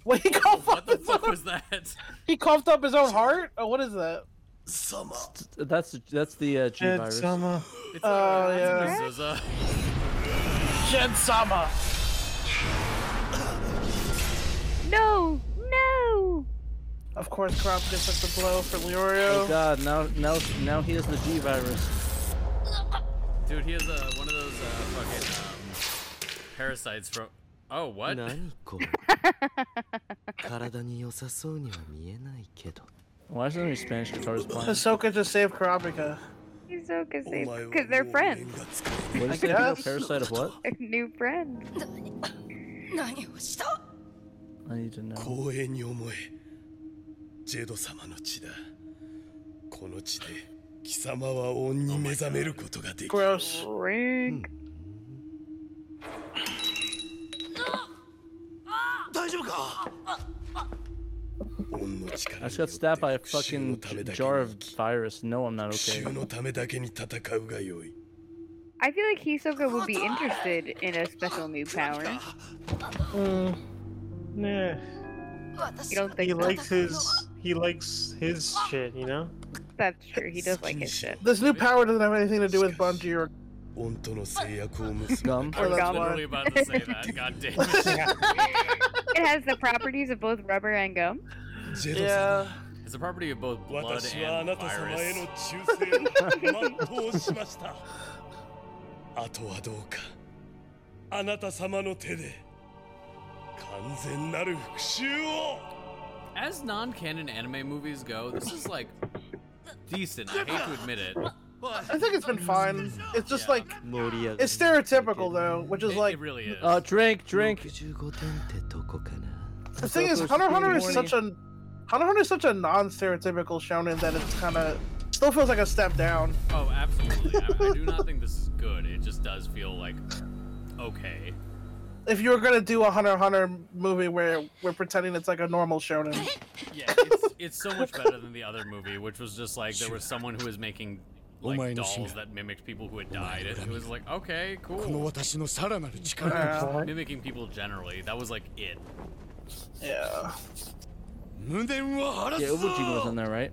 Wait, he coughed What up the his fuck own- was that? He coughed up his own heart. Oh, what is that? Summer. That's that's the uh, G virus. It's Oh yeah. Zuza. Jed Sama. No! No! Of course, Crop just took the blow for Oh Leorio. god, now now now he has the G virus. Dude, he has uh, one of those uh, fucking um, parasites from. Oh, what? <laughs> 何これ体に良さそうには見えないけど Why is there any Spanish guitars playing? Hisoka just saved Karapika. He's so Oh because they're friends. <laughs> What is that? Parasite of what? They're new friends. 何をした I need to know. 光栄に思えジェド様の血だこの血で貴様は恩に目覚めることができる Gross. Ring. Hmm. 大丈夫か恩の力 I just got stabbed by a fucking jar of virus. No, I'm not 復 okay. 讐のためだけに戦うがよい I feel like Hisoka would be interested in a special new power. Nah. You don't think He so? likes his. He likes his shit. You know. That's true. He does like his shit. This new power doesn't have anything to do with Bungie or. 恩との制約を結ぶ Gum. I was Gum. literally about to say <laughs> that. God damn it. It has the properties of both rubber and gum. <laughs> ジェ <laughs> ド様 Yeah. It's a property of both blood 私はあ and なた様へ virus. の忠誠を全うし <laughs> ましたあとはどうかあなた様の手で完全なる復讐を As non-canon anime movies go, this is like decent. I hate to admit it. I think it's been fine. It's just like 盛り上が it's stereotypical though, which is like really is. Uh, drink, drink. 65点ってとこかな The thing is, Hisoka's Hunter x Hunter is horny. such a Hunter x Hunter is such a non-stereotypical shonen that it's kind of still feels like a step down. Oh, absolutely. I, I do not think this is good. It just does feel like okay. If you were gonna do a Hunter x Hunter movie where we're pretending it's like a normal shonen, <laughs> Yeah, it's, it's so much better than the other movie, which was just like there was someone who was making like dolls that mimicked people who had died. It, it was like okay, この cool. 私のさらなる力を Just Mimicking people generally. That was like it. yeah, 無念を晴 Yeah, らす Ubujima was ぞ on there, right?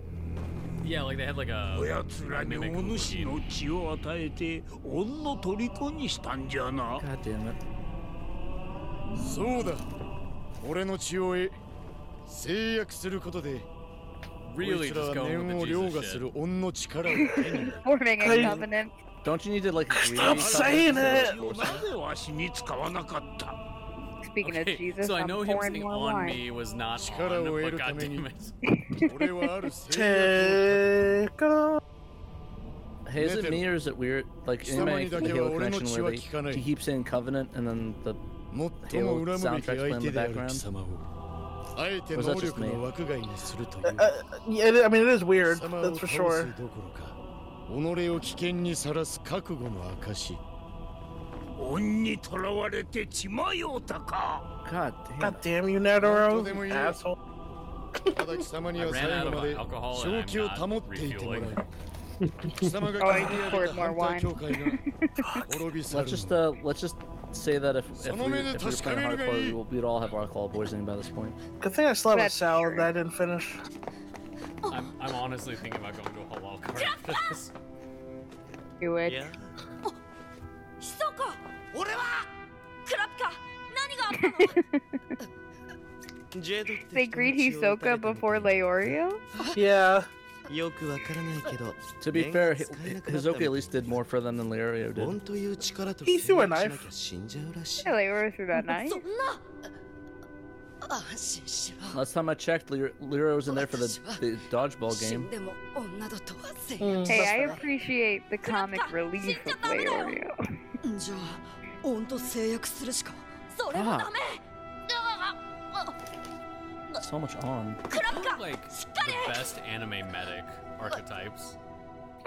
Yeah, like they had like a. おやつらにお主の血を与えて恩の虜にしたんじゃな God damn it. そうだ俺の血を得制約することで Really こいつらは just going with 念 the を凌駕 Jesus shit. する恩の <laughs> 力を手に入れ Forming Hey. a covenant. Don't you need to like? Stop saying it. なぜわしに使わなかった Speaking Okay, of Jesus, so I I'm know him pouring saying more on wine. me was not 力 on, を得 but るた God めに damn it. 俺はある <laughs> 制約を Hey, is it me or is it weird? Like in my 貴様にだけは Halo 俺の connection 血 where は they, 聞かない he keeps saying Covenant and then the Halo 恨むべ soundtrack's き相 playing in 手 the である background. 貴様をあえて Was 能 that just 力 me? の枠外にするという uh, Yeah, it- I mean, it is weird, 貴様を that's for 倒す sure. どころか己を危険にさらす覚悟の <laughs> 証恩にとらわれて血迷うたか God God damn you, なんとでも Netero. 言え Asshole. ただ貴様に I は ran 最 out 後 of まで alcohol 正 and 気を I'm 保っ not ていてもら refueling. う貴様 Oh, が I 築き上げ poured た more 反対教会が <laughs> 滅び去る Let's just uh, let's just say that if, if, その we, 目で if we 確 were かめ playing るがい hardcore, い we would, we'd all have alcohol poisoning by this point. Good thing I still have a salad that I didn't finish. I'm, I'm honestly thinking about going to a halal cart after this. Do it. ヒソコ俺はクラピカ何があったの They greet Hisoka before Leorio? Yeah. よくわからないけど To be fair, Hi- Hizoki at least did more for them than Lerio did. He threw a knife. 死んじゃうらしい Yeah, Leorio <laughs> through that <laughs> knife. そんな安心しろ Last time I checked, Ler- Lerio was in there for the, the dodgeball 死 game. んでも女だとは制約 <laughs> Hey, I appreciate the comic relief of Leorio. じゃあ恩と制約するしかそれはダメ So much on. Like the best anime medic archetypes.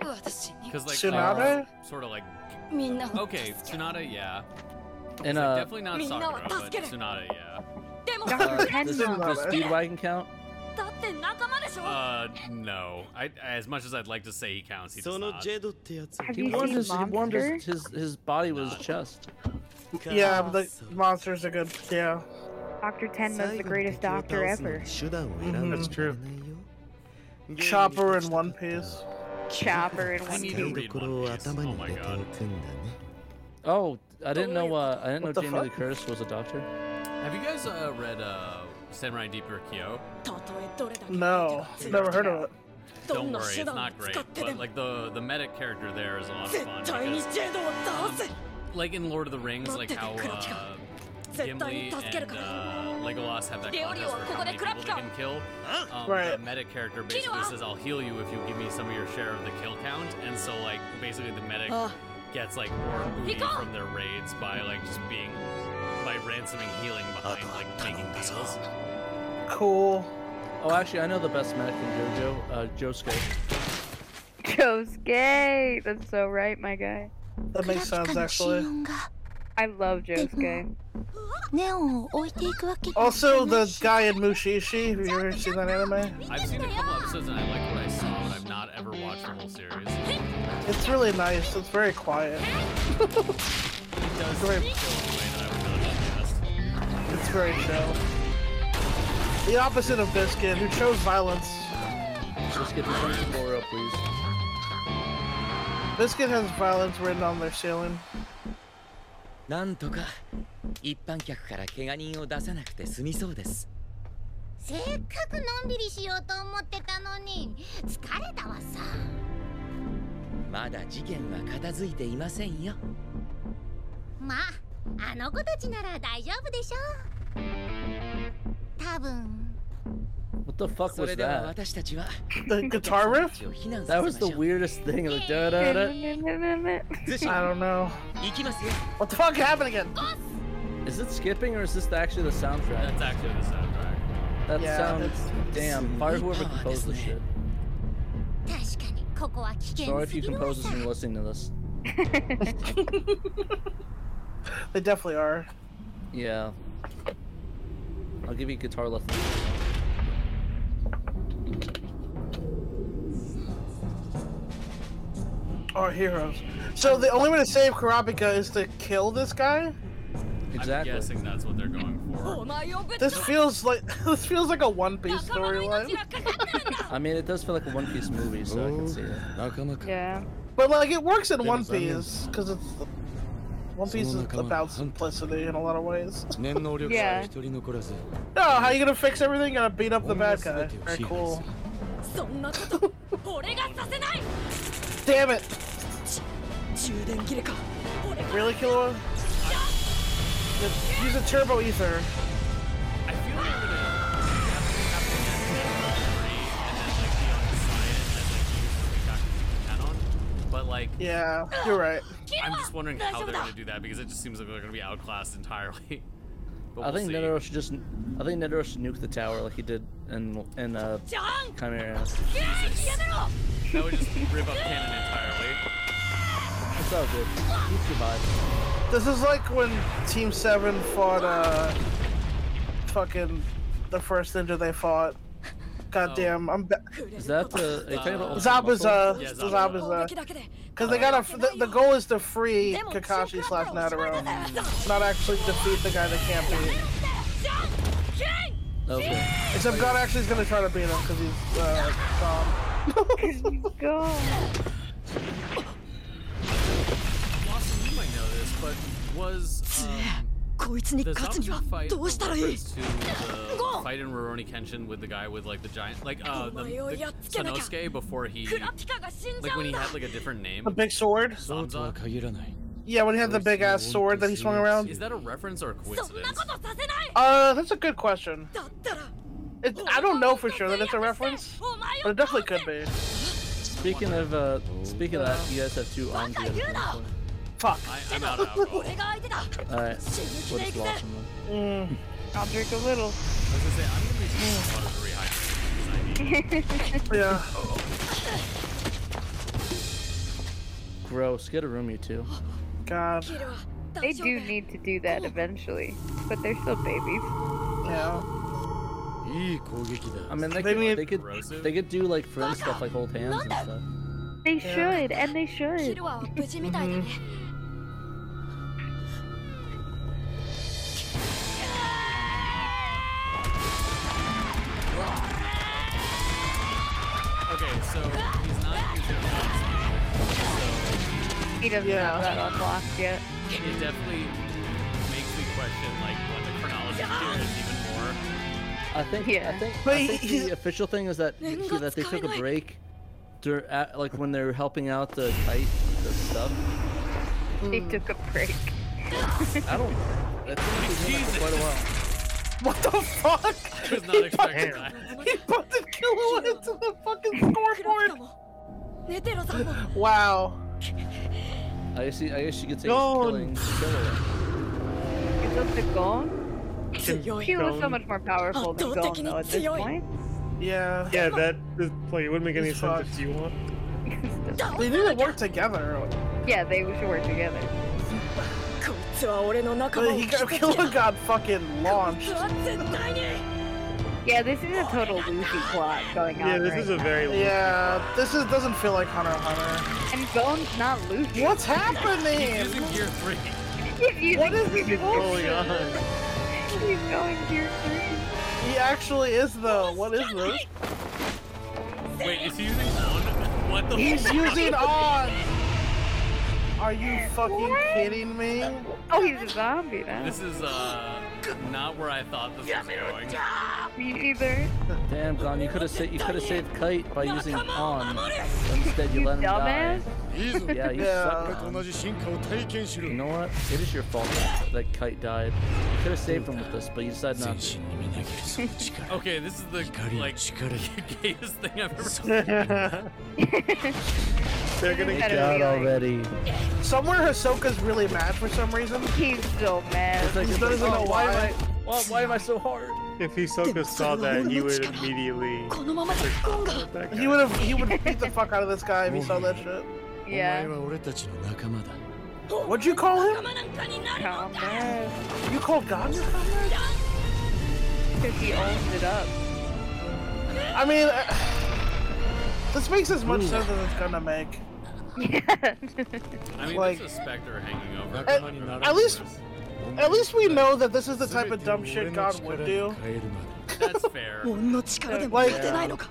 私に Because like Tsunade? sort of like みんなを okay, Tsunade, yeah. Like, And uh, definitely not Sakura, but Tsunade, yeah. uh, does, does Speedwagon count? だって仲間でしょ Uh, no. I, as much as I'd like to say he counts, he does not. ってやつ He warmed his, he warmed his, his, his body with his chest. Yeah, the monsters are good. Yeah. Dr. Tenma's the greatest <laughs> doctor ever. 手段を選ん Mhm. だ人 That's true. Chopper in One Piece. Chopper in 使 One い Piece. どころを頭に入れておくんだ Oh, I didn't know. Uh, I didn't know What the Jamie Lee fuck? Curtis was a doctor. Have you guys uh, read uh, Samurai Deeper Kyo? たとえどれだけ No, never heard of it. Don't worry, it's not great. But like the the medic character there is a lot of 絶 fun. 対に because- ジェドを倒せ like in Lord of the Rings, like how uh, Gimli and uh, Legolas have that contest for how many people they can kill. Um, The medic character basically says, "I'll heal you if you give me some of your share of the kill count," and so like basically the medic Ah. gets like more booty from their raids by like just being by ransoming healing behind like making deals. Cool. Oh, actually, I know the best medic from JoJo, uh, Josuke. Joe's gay. That's so right, my guy. That makes sense, actually. I love Joe's gay. ネオンを置いていくわけ Also, the guy in Mushishi. Have you ever seen that anime? I've seen a couple episodes and I like what I saw, but I've not ever watched the whole series. It's really nice. It's very quiet. it's very, it's very chill. The opposite of Biscuit, who chose violence. Biscuit, return to Goro, please. Biscuit has violence written on their ceiling. なんとか一般客から怪我人を出さなくて済みそうですせっかくのんびりしようと思ってたのに疲れたわさまだ事件は片付いていませんよまああの子たちなら大丈夫でしょ多分 What the fuck そ was れでは that? 私たちは The guitar riff? That was the weirdest thing. Like, da da da. I don't know. What the fuck happened again? Is it skipping or is this actually the soundtrack? That's actually the soundtrack. That Yeah, sounds that's- damn. Fire whoever composed this shit. 確かにここは危険 Sorry if す you ぎるわ composers さ and you're listening to this. They definitely are. Yeah. I'll give you guitar lesson. Our heroes. So the only way to save Kurapika is to kill this guy. I'm guessing that's what they're going for. お前をぶっ This feels like <laughs> this feels like a One Piece storyline. I mean, it does feel like a One Piece movie, so I can see it. <laughs> Yeah. But like it works in One Dennis Onion. Piece because it's One Piece is about simplicity in a lot of ways. <laughs> 念能力者は一人残らず No, how you gonna fix everything? Gotta beat up the bad guy. Very cool. そんなこと俺がさせない Damn it! 充電切れか Really, Killua? Just use a turbo ether. I feel like we're gonna have to have to get free and then like be on the side and like use what we got can on. But like Yeah, you're right. I'm just wondering how they're gonna do that because it just seems like they're gonna be outclassed entirely. But I we'll think see. Netero should just. I think Netero should nuke the tower like he did in in uh. Chimera. That would just rip up cannon entirely. It's all good. He survived. This is like when Team Seven fought uh fucking the first ninja they fought. Goddamn, I'm ba- Is that the? Are you talking about Zabuza, Oh, Yeah, Zabuza. Because they gotta. The, the goal is to free Kakashi slash Nataro, not actually defeat the guy that can't beat. Okay. Except God actually is gonna try to beat him because he's uh, gone. Lawson, you might know this, but was um, こいつに the 勝つには Zabuza fight どうしたら a いい reference to the fight in Rurouni Kenshin with the guy with like the giant, like uh, the, the お前をやっつけなきゃ Sanosuke before he, クラピカが死んじゃ like う when ん he だ had like a different name. The big sword. Yeah, when he had the big ass sword that he swung around. Is that a reference or a coincidence? Uh, that's a good question. It, I don't know for sure that it's a reference, but it definitely could be. Speaking of uh, speaking of that, you guys have two arms. Fuck. I, I'm out of alcohol. 俺が相手だ All right. What is Lawson? Mm. I'll drink a <laughs> I little. was gonna say I'm gonna be drinking water to rehydrate because I need. yeah. Gross. Get a room, you two. God. They do need to do that eventually, but they're still babies. Yeah. I mean, they They could, need- they could they could do like friend stuff like hold hands and stuff. They Yeah. should, and they should. キルアは無事みたいだね Okay, so he's not using He doesn't have that unlocked yet. It definitely makes me question like what the chronology here is even more. I think I think, I think the official thing is that he, that they took a break, dur- at, like when they were helping out the kite the stuff. They took a break. I don't. That's quite a while. What the <laughs> fuck? I was not expecting that. He put the killer into the fucking scoreboard. ネテロさんも Wow. I guess you, I guess you could say killing Gone. killer. Is that the Gon? Gon. Kilo is so much more powerful than Gon, though, at this point. <laughs> Yeah. Yeah, that is, like it wouldn't make any sense if you want. They need to work together. Yeah, they should work together. こいつは俺の仲 But 間を he 引き got つける killer got fucking launched. 絶対に Yeah, this is a total Luffy plot going on. right now. yeah. This is doesn't feel like Hunter x Hunter. And Gon's not Luffy. What's He's happening? using gear three. What is this going on? He's going gear three. He actually is though. What is this? Wait, is he using on? <laughs> What the? He's fuck? using on. Are you fucking kidding <laughs> me? Oh, he's a zombie now. This is uh not where I thought this was going. Me neither. Damn, Gon, you could have sa- you could have saved kite by using on. Instead, you, You let him die. dumbass. Yeah, you suck. 同じ進化を体験し You ろ know what? It is your fault that, that kite died. You could have saved him with this, but you decided not. to. Okay, this is the like <laughs> gayest thing I've ever <laughs> seen. They're gonna get out already. Somewhere Hisoka's really mad for some reason. He's so mad. He doesn't know why. oh, Why, why am I so hard? If Hisoka saw that, he would immediately. このままじゃゴンが He would have. He would beat the fuck out of this guy if he saw that shit. お前 Yeah. oh は俺たちの仲間だ What'd you call him? なんかになる Because You called God your comrade? he owns it up. <laughs> I mean, <sighs> uh, this makes as much sense as it's gonna make. Yeah. I mean, Like- there's a specter hanging over. At, at least, at least we know that this is the type of dumb 俺 shit の God 力 would に do. 変えるまで <laughs> That's <laughs> fair. 俺の力でも Like- できてないのか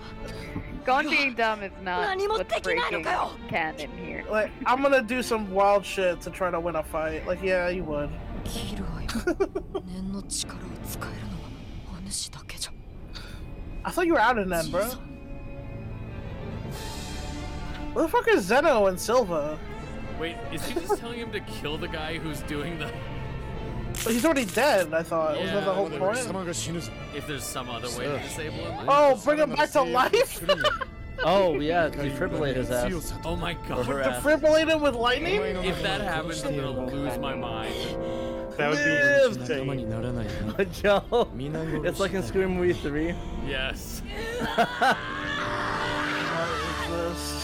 Gon being dumb is not Nani mo what's teki nano breaking kayo? canon here. <laughs> Like, I'm gonna do some wild shit to try to win a fight. Like, yeah, you would. キルアよ念の力を使えるのはお主だけじゃ I thought you were out in then, bro. Where the fuck is Zeno and Silva? Wait, is he just telling him to kill the guy who's doing the But he's already dead, I thought. Wasn't that the whole point? If there's some other way to disable him. Oh, bring him back to life? <laughs> Oh yeah, defibrillate his ass. Oh my god. Or her ass. Defibrillate him with lightning? If that happens, I'm gonna lose my mind. That would be insane. Joe, it's like in Scream Movie 3. Yes.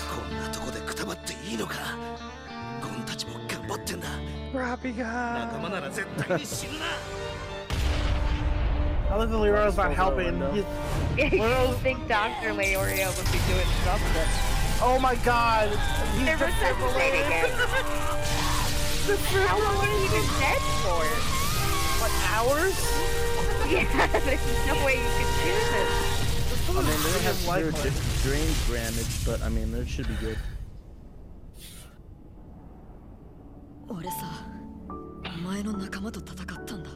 こんなとこでくたばっていいのかゴンたちも頑張ってんだラピが仲間なら絶対に死ぬな I love that Leroy's not helping. He's- you think Dr. Leorio would be doing something. Oh my god. He's They're resuscitating him. How long has he been dead for? What, hours? Yeah, there's no way you can I mean, they don't have Life severe di- drain damage, but I mean, that should be good. 俺さお前の仲間と戦ったんだ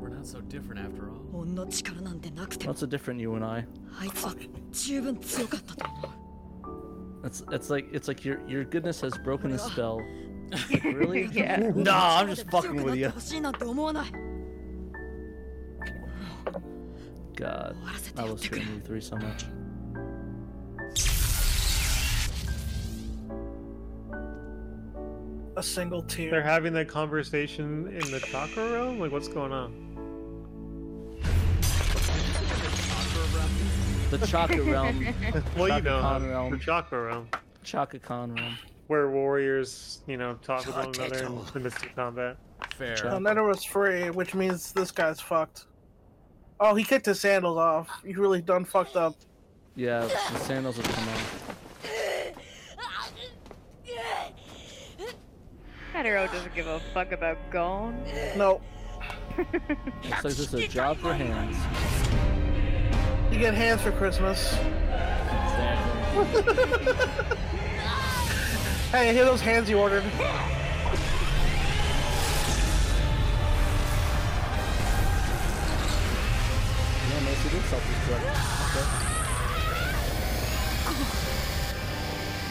We're not so different after all. ほんの力なんてなくても Not so different, you and I. あいつは十分強かったと思う It's it's like it's like your your goodness has broken the spell. Really? Yeah. <laughs> Nah, I'm just fucking with 強くなっ you. てほしいなんて思わない God, I love Scream Movie 3 so much. A single tear. They're having that conversation in the chakra realm? Like, what's going on? The Chaka Realm. well, you Chaka know, um, Khan the Realm. chakra realm. Chaka Khan Realm. Where warriors, you know, talk with one another in the midst of combat. Fair. And then it was free, which means this guy's fucked. Oh, he kicked his sandals off. He really done fucked up. Yeah, the sandals will come on. do it. Hetero doesn't give a fuck about Gone. No. Looks like this is a job for hands. You get hands for Christmas. <laughs> hey, here are those hands you ordered. Yeah, no, she did self-destruct.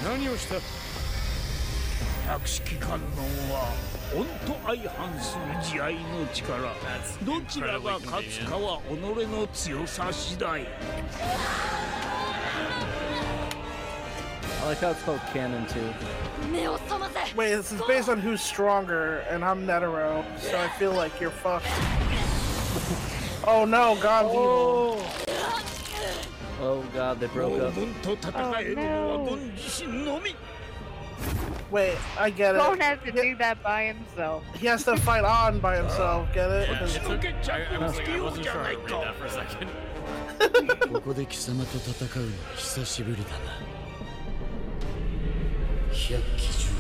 何をした百式観音は本当相反する慈愛の力どちらが勝つかは己の強さ次第 Okay. I like how it's called canon too. 目を覚ませ Wait, this is based on who's stronger, and I'm Netero, so I feel like you're fucked. <laughs> oh no, God's evil. Oh god, they broke up. 軍と戦えるのは軍自身のみ Wait, I get it. Gone has to do that by himself. He has to fight on by himself, get it? Yeah, 'Cause- it's okay. I, I was like, I wasn't sure how to read that for a second. ここで貴様と戦うのは久しぶりだな百鬼獣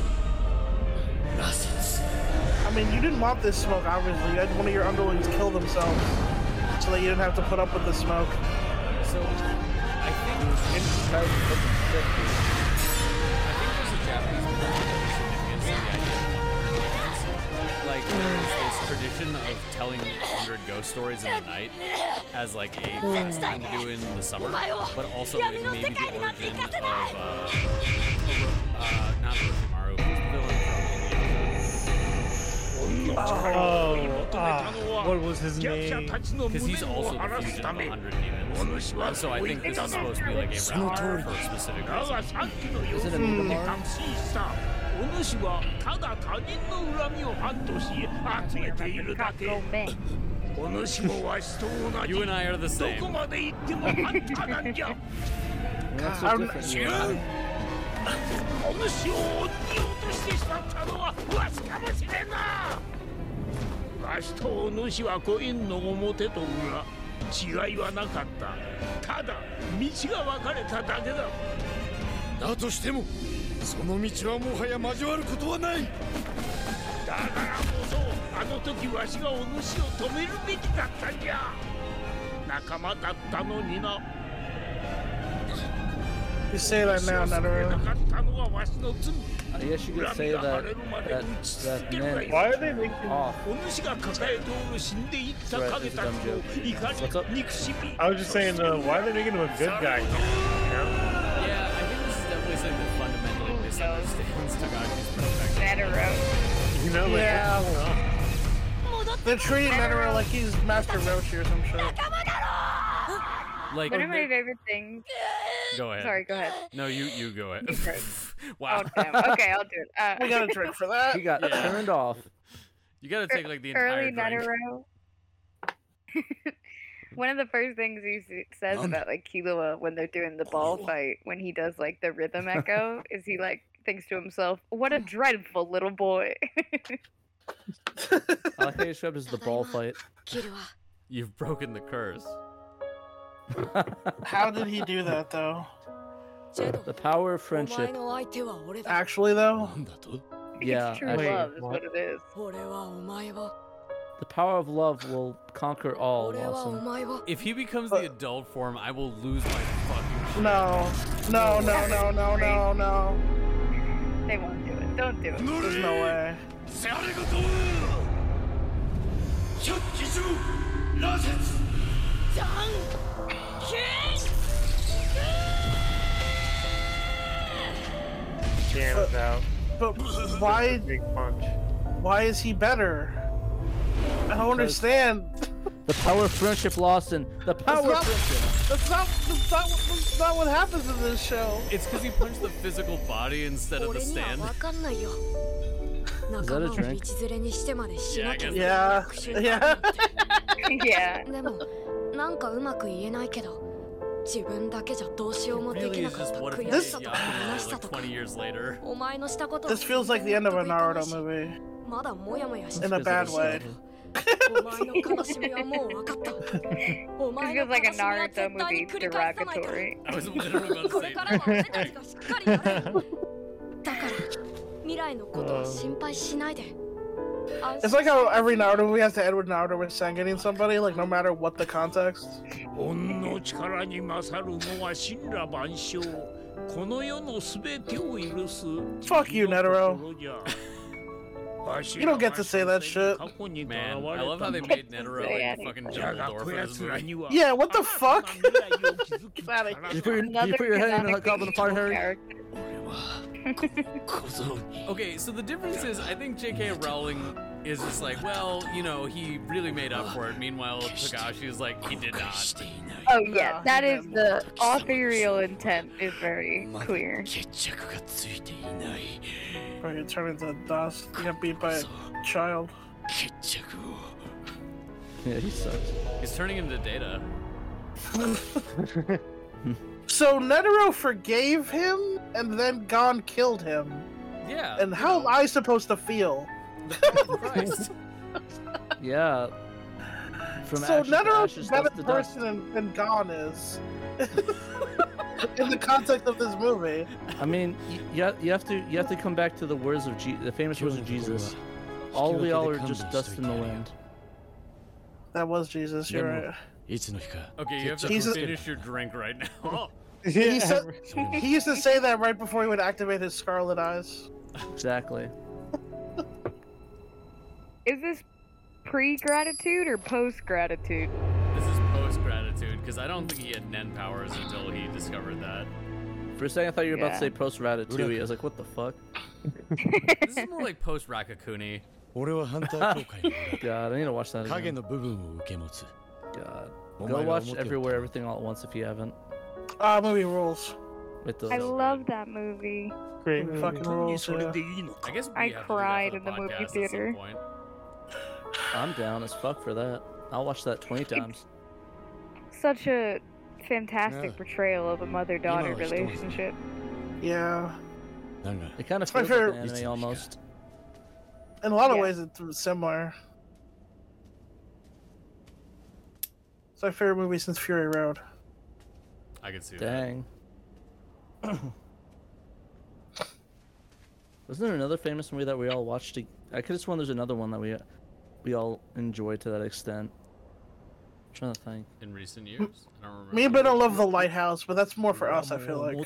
羅刹 I mean, you didn't want this smoke, obviously. You had one of your underlings kill themselves so that you didn't have to put up with the smoke. So, I think I think there's a Japanese significance to the idea. Like there's this tradition of telling 100 ghost stories in the night as like a fast thing to do in the summer, but also it may be the origin of uh, uh, not Orochimaru, who's the villain from Indiana Jones. Oh, ah, what was his name? Because he's also the fusion of 100 demons. And so I think this is supposed to be like a route for a specific だ reason. がさっきの様 Is 子 it a を meat 見て bar? 確信したお主はただ他人の恨みをハントし集めているだけ Go back. お主もわしと同じ You and I are the ど same. こまで行ってもあんたなんじゃ We're not so I'm- different, you and お主を追い落としてしまったのはわしかもしれんなわしとお主はコインの表と裏違いはなかったただ道が分かれただけだだとしてもその道はもはや交わることはないだからこそあの時わしがお主を止めるべきだったんじゃ仲間だったのにな You say that now, れな Netero. かったのはわしの罪 I guess you could say that that that man is Why are they making. off. お主が抱えておる死んでいった影たちの怒り憎しみ I was just saying, uh, why are they making him a good guy? Yeah, I think this is definitely something that fundamentally <laughs> misunderstands Takagi's perspective. Oh, Netero. You know, like, Yeah. も They're treating Netero like he's Master Roshi or some shit. Like One of my favorite things. Go ahead. Ah. Sorry, go ahead. No, you you go ahead. Oh, <laughs> wow. damn. Okay, I'll do it. Uh, We <laughs> got a drink for that. He got Yeah. turned off. You gotta take like the entire early drink. Netero. <laughs> One of the first things he s- says about like Killua when they're doing the ball fight, when he does like the rhythm echo, is he like thinks to himself, "What a dreadful little boy." <laughs> I like how you described it as the ball fight. You've broken the curse. How did he do that though? The power of お前 friendship. の相手は俺だ Actually though, Yeah. true actually, love is what- 俺はお前を The power of love will conquer all, 俺はお Lawson. 前を If he becomes the adult form, I will lose my fucking shit. No, no, no, no, no, no, no. They won't do it. Don't do it. <laughs> There's no way. せあれごと百鬼獣羅刹じゃんけん Jam is out. But why? Big punch. Why is he better? I don't understand. The power of friendship, Lawson. The That's power. not, that's not. That's not. what- That's not what happens in this show. It's because he punched the physical body instead of the 俺には stand. 分かんないよ Is 仲 that a 間を道 drink? 連れにしてまでしなきゃ Yeah. Yeah. <laughs> でもなんかうまく言えないけど自分だけじゃどうしようもで Really きな is かっ just た what if 悔し this さ like とか虚しさとか20 years later. お前のしたことは This feels like the end of a Naruto movie まだモヤモヤして in a bad way. お前の悲しみはもう分かったお This 前 feels の like 悲 a しみは Naruto 絶対に movie 繰り返さないから derogatory. I was literally about こ to れか say らは俺たち that. がしっかりやれだから未来のことは心配しないで安 It's 心 like how every Naruto movie has to end with Naruto with Sengenin somebody, like no matter what the context. 恩の力に勝るのは神羅万象この世のすべてを許す Fuck you, Netero. わし You don't get to say that shit. Man, I love how they made Netero like the fucking Dumbledore for this movie. Yeah, what the fuck? Did you put your, did you put your head in the goblin fire, Harry? Okay, so the difference is, I think J.K. Rowling is just like, well, you know, he really made up for it. Meanwhile, Takashi is like, he did not. Oh yeah, that is the authorial intent is very clear. Or you turn into dust, you get beat by a child. Yeah, he sucks. He's turning into Data. So Netero forgave him, and then Gon killed him. Yeah. And how am I supposed to feel? Christ. Yeah. From so ashes to Netero's ashes, a better dust to dust. person than, than Gon is. <laughs> In the context of this movie. I mean, y- you, ha- you have to you have to come back to the words of Je- the famous words of Jesus. All we all are just dust in the wind. That was Jesus, you're right. いつの日か Okay, you have to Jesus- finish your drink right now. <laughs> <laughs> He, said, he used to say that right before he would activate his scarlet eyes. Exactly. Is this pre gratitude or post gratitude? This is post gratitude because I don't think he had Nen powers until he discovered that. For a second, I thought you were about Yeah. to say post ratatouille. I was like, what the fuck? This is more like post Rakakuni. 俺はハンター協会 God, I need to watch that の影 again. の部分を受け持つ God. お前 Go が思っ watch てる Everywhere Everything All at Once if you haven't. Ah, movie rules. It I does. love that movie. Great movie. Fucking Mm, rules, yeah. I guess we I have to do that cried for in the movie podcast at some theater. point. I'm down as fuck for that. I'll watch that 20 times. Such a fantastic Yeah. portrayal of a mother daughter Emo is doing it. relationship. Yeah. It kind of It's my feels like an favorite- anime almost. In a lot of Yeah. ways, it's similar. It's my favorite movie since Fury Road. I can see that. Dang. <coughs> Wasn't there another famous movie that we all watched? to- I could have sworn there's another one that we we all enjoyed to that extent. I'm trying to think. In recent years, I don't remember. Me and Ben don't love The Lighthouse, but that's more for us, I feel like. I, I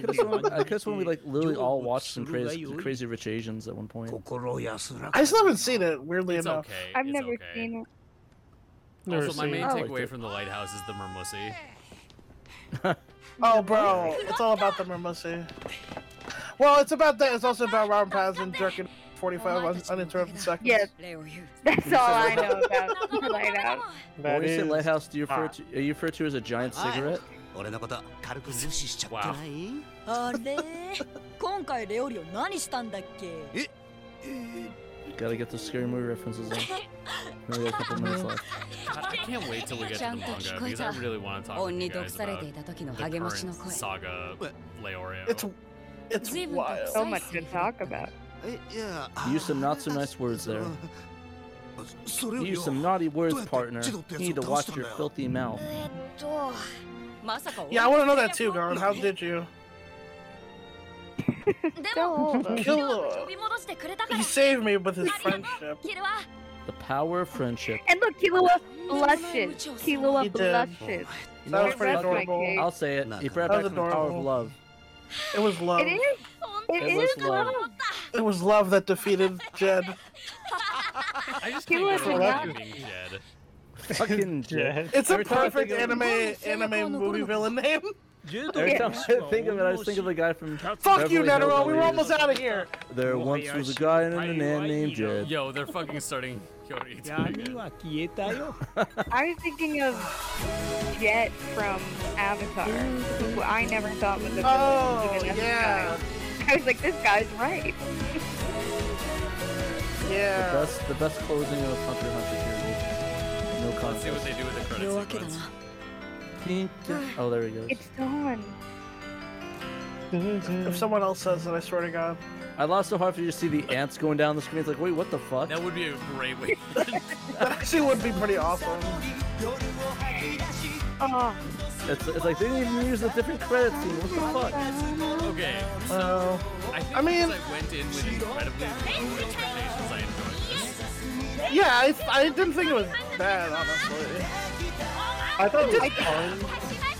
could have sworn, I could have sworn we like literally all watched some crazy, crazy rich Asians at one point. I still haven't seen it, weirdly enough. Okay, I've it's never okay. seen Oh, it. <laughs> Also, my main I liked takeaway it. from the lighthouse is the Mermussy. Oh, bro, it's all about the Mermussy. Well, it's about that. It's also about Robin Pattinson jerking 45 un- uninterrupted seconds. Yeah, <laughs> that's all I know about Lighthouse. When you say is- lighthouse, do you refer Ah. to are you refer to it as a giant cigarette? 俺のこと軽く無視しちゃってないあれ今回レオリオ何したんだっけ Gotta get the scary movie references in. <laughs> We got a couple minutes left. God, I can't wait till we get to ちゃ the んと manga 聞こえ because た I really want to talk 恩 with you に毒 guys されてい about た the 時の励ましの current 声 saga Leorio. It's Oh 随分と So much to talk about. Yeah. You used some not so nice words there. You used some naughty words, partner. You need to watch your filthy mouth. えっとまさか Yeah, I want to know that too, Garon. How did you? <laughs> でも old. キルアが呼び戻してくれたから <laughs> He saved me with his friendship. キルア The power of friendship. And look, Kilua blushes. Kilua blushes. You That know was what? pretty Fuck it. adorable. I'll say it. He brought That back was the power adorable. of love. It was love. It is. It It is was love. love. It was love that <laughs> defeated Jed. I just Kilua can't is get over not- you being Jed. <laughs> <laughs> Fucking Jed. It's a Every time I perfect think of- anime anime movie villain name. <laughs> Every time I think of it, I just think of the guy from. Fuck you, Beverly Hills Netero. We were Warriors. almost out of here. There once was a guy and a man named Jed. Yo, they're fucking starting Kyori again. I was thinking of Jet from Avatar, who I never thought was a villain. Oh, even as a yeah. child. I was like, this guy's right. The Yeah. best, the best closing of Hunter x Hunter series. No Let's see what contest. they do with the credits sequence. <sighs> Pink. Oh, there he goes. It's Dawn. If someone else says it, I swear to God. <laughs> I lost so hard for you to see the ants going down the screen. It's like, wait, what the fuck? That would be a great way. That actually would be pretty awesome. Oh, It's, it's like they didn't even use the different credits. Scene. What the fuck? Okay, so I think I mean- since I went in with incredibly low expectations, I enjoyed this. Yeah, I, I didn't think it was bad, honestly. I thought it was I- fun.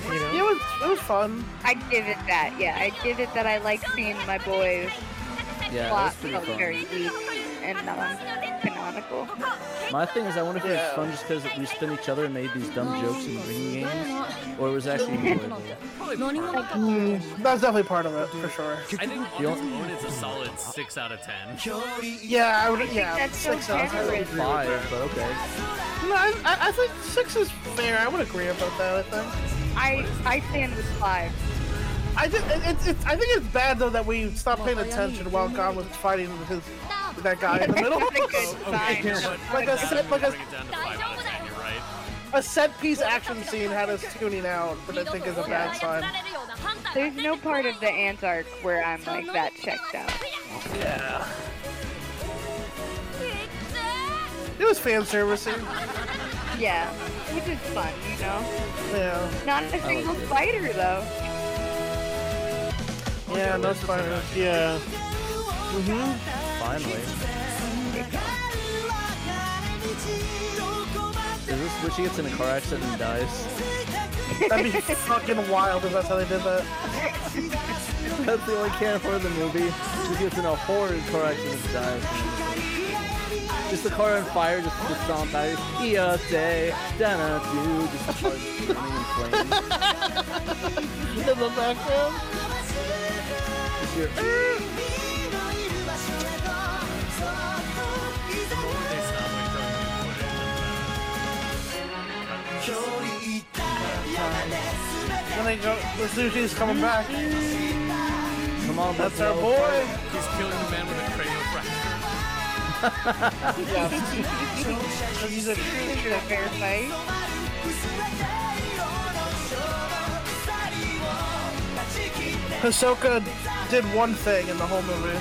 You know? Yeah, it was, it was fun. I give it that. Yeah, I give it that. I like seeing my boys Yeah, plot that's pretty felt fun. very weak and non-canonical. My thing is, I wonder if it was fun just because we spin each other and made these dumb jokes in the ring games, or it was actually enjoyable. Mm, that's definitely part of it, for sure. I think on its own, it's a solid six out of ten. Yeah, I would. Yeah, that's so six sounds I would generous. agree with Five, but okay. that. No, I, I- I think six is fair. I would agree about that. I think. I I stand with five. I think it's, it's. I think it's bad though that we stopped paying attention while Gon was fighting with his with that guy in the middle. <laughs> That's a good sign. You know what? Like a set, like a, Bring it down to five out of ten. You're right. a set piece action scene had us tuning out, but I think is a bad sign. There's no part of the Antark where I'm like that checked out. Yeah. It was fan servicing. Yeah, which is fun, you know. Yeah. Not a single spider though. Yeah, no spiders. Yeah. Mm-hmm. Finally. Is this when she gets in a car accident and dies? That'd be fucking wild if that's how they did that. That's the only can for the movie. She gets in a horrid car accident and dies. Just the car on fire, just the song by ESA, Dana, dude, just the car burning in <laughs> flames. In the background. Just hear, It's not like throwing new footage. When they go, the sushi's coming back. Come on, That's let's our go. boy. He's killing the man with a cranial fracture. Yeah. He's a true This is a fair fight. Hisoka did one thing in the whole movie.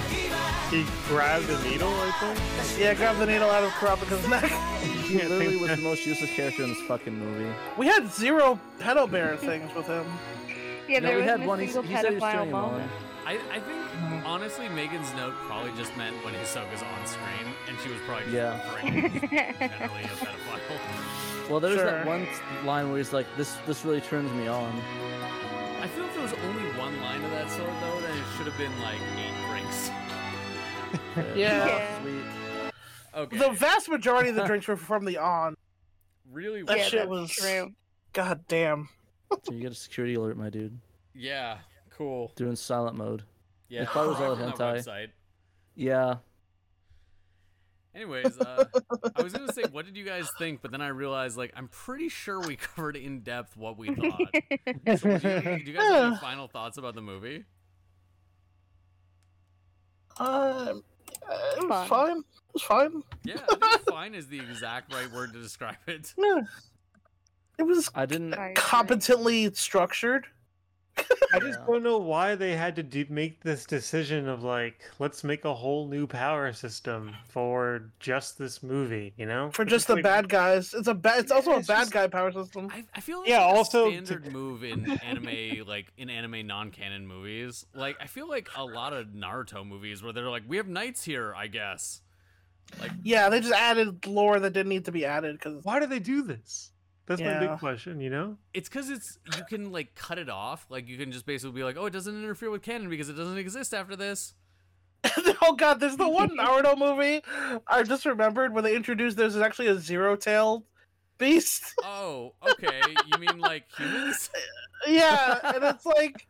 He grabbed a needle, I Yeah, grabbed the needle out of <laughs> Kurapika's neck. think. He literally was the most useless character in this fucking movie. We had zero pedo bear things with him. Yeah, no, there we wasn't had a one. He, he single said he was pedophile turning him moment. on. I, I think, honestly, Megan's note probably just meant when Hisoka's on screen, and she was probably just Yeah. referring to generally a pedophile. <laughs> Well, there's Sure. that one s- line where he's like, "This, this really turns me <laughs> on." I feel like there was only one line of that sort, though, and it should have been like eight drinks. <laughs> Yeah. Yeah. "Oh, Sweet. Okay. The vast majority of the drinks were from the on. really That yeah, weird. shit that's was- true. <laughs> God damn. So you get a security alert, my dude. Yeah, cool. Doing silent mode. Yeah, <laughs> If I was all from that hentai. website. Yeah. Anyways, uh, I was gonna say, what did you guys think? But then I realized, like, I'm pretty sure we <laughs> covered in depth what we <laughs> thought. so would you, do you guys have any final thoughts about the movie? Uh, it was fine. It was fine. Yeah, I <laughs> think fine is the exact right word to describe it. Yeah. It was I didn't competently structured. I just don't know why they had to do, make this decision of like, let's make a whole new power system for just this movie, you know? For just the bad guys. It's a bad. It's also a bad guy power system. I, I feel like Yeah, it's a also- standard move in anime, like in anime non-canon movies. Like I feel like a lot of Naruto movies where they're like, we have knights here, I guess. Yeah, they just added lore that didn't need to be added because why do they do this? That's my Yeah. big question, you know? It's because it's you can like cut it off. Like you can just basically be like, oh, it doesn't interfere with canon because it doesn't exist after this. <laughs> oh god, there's the one Naruto movie I just remembered when they introduced there's actually a zero-tailed beast. <laughs> Oh, okay. You mean like humans? yeah, and it's like,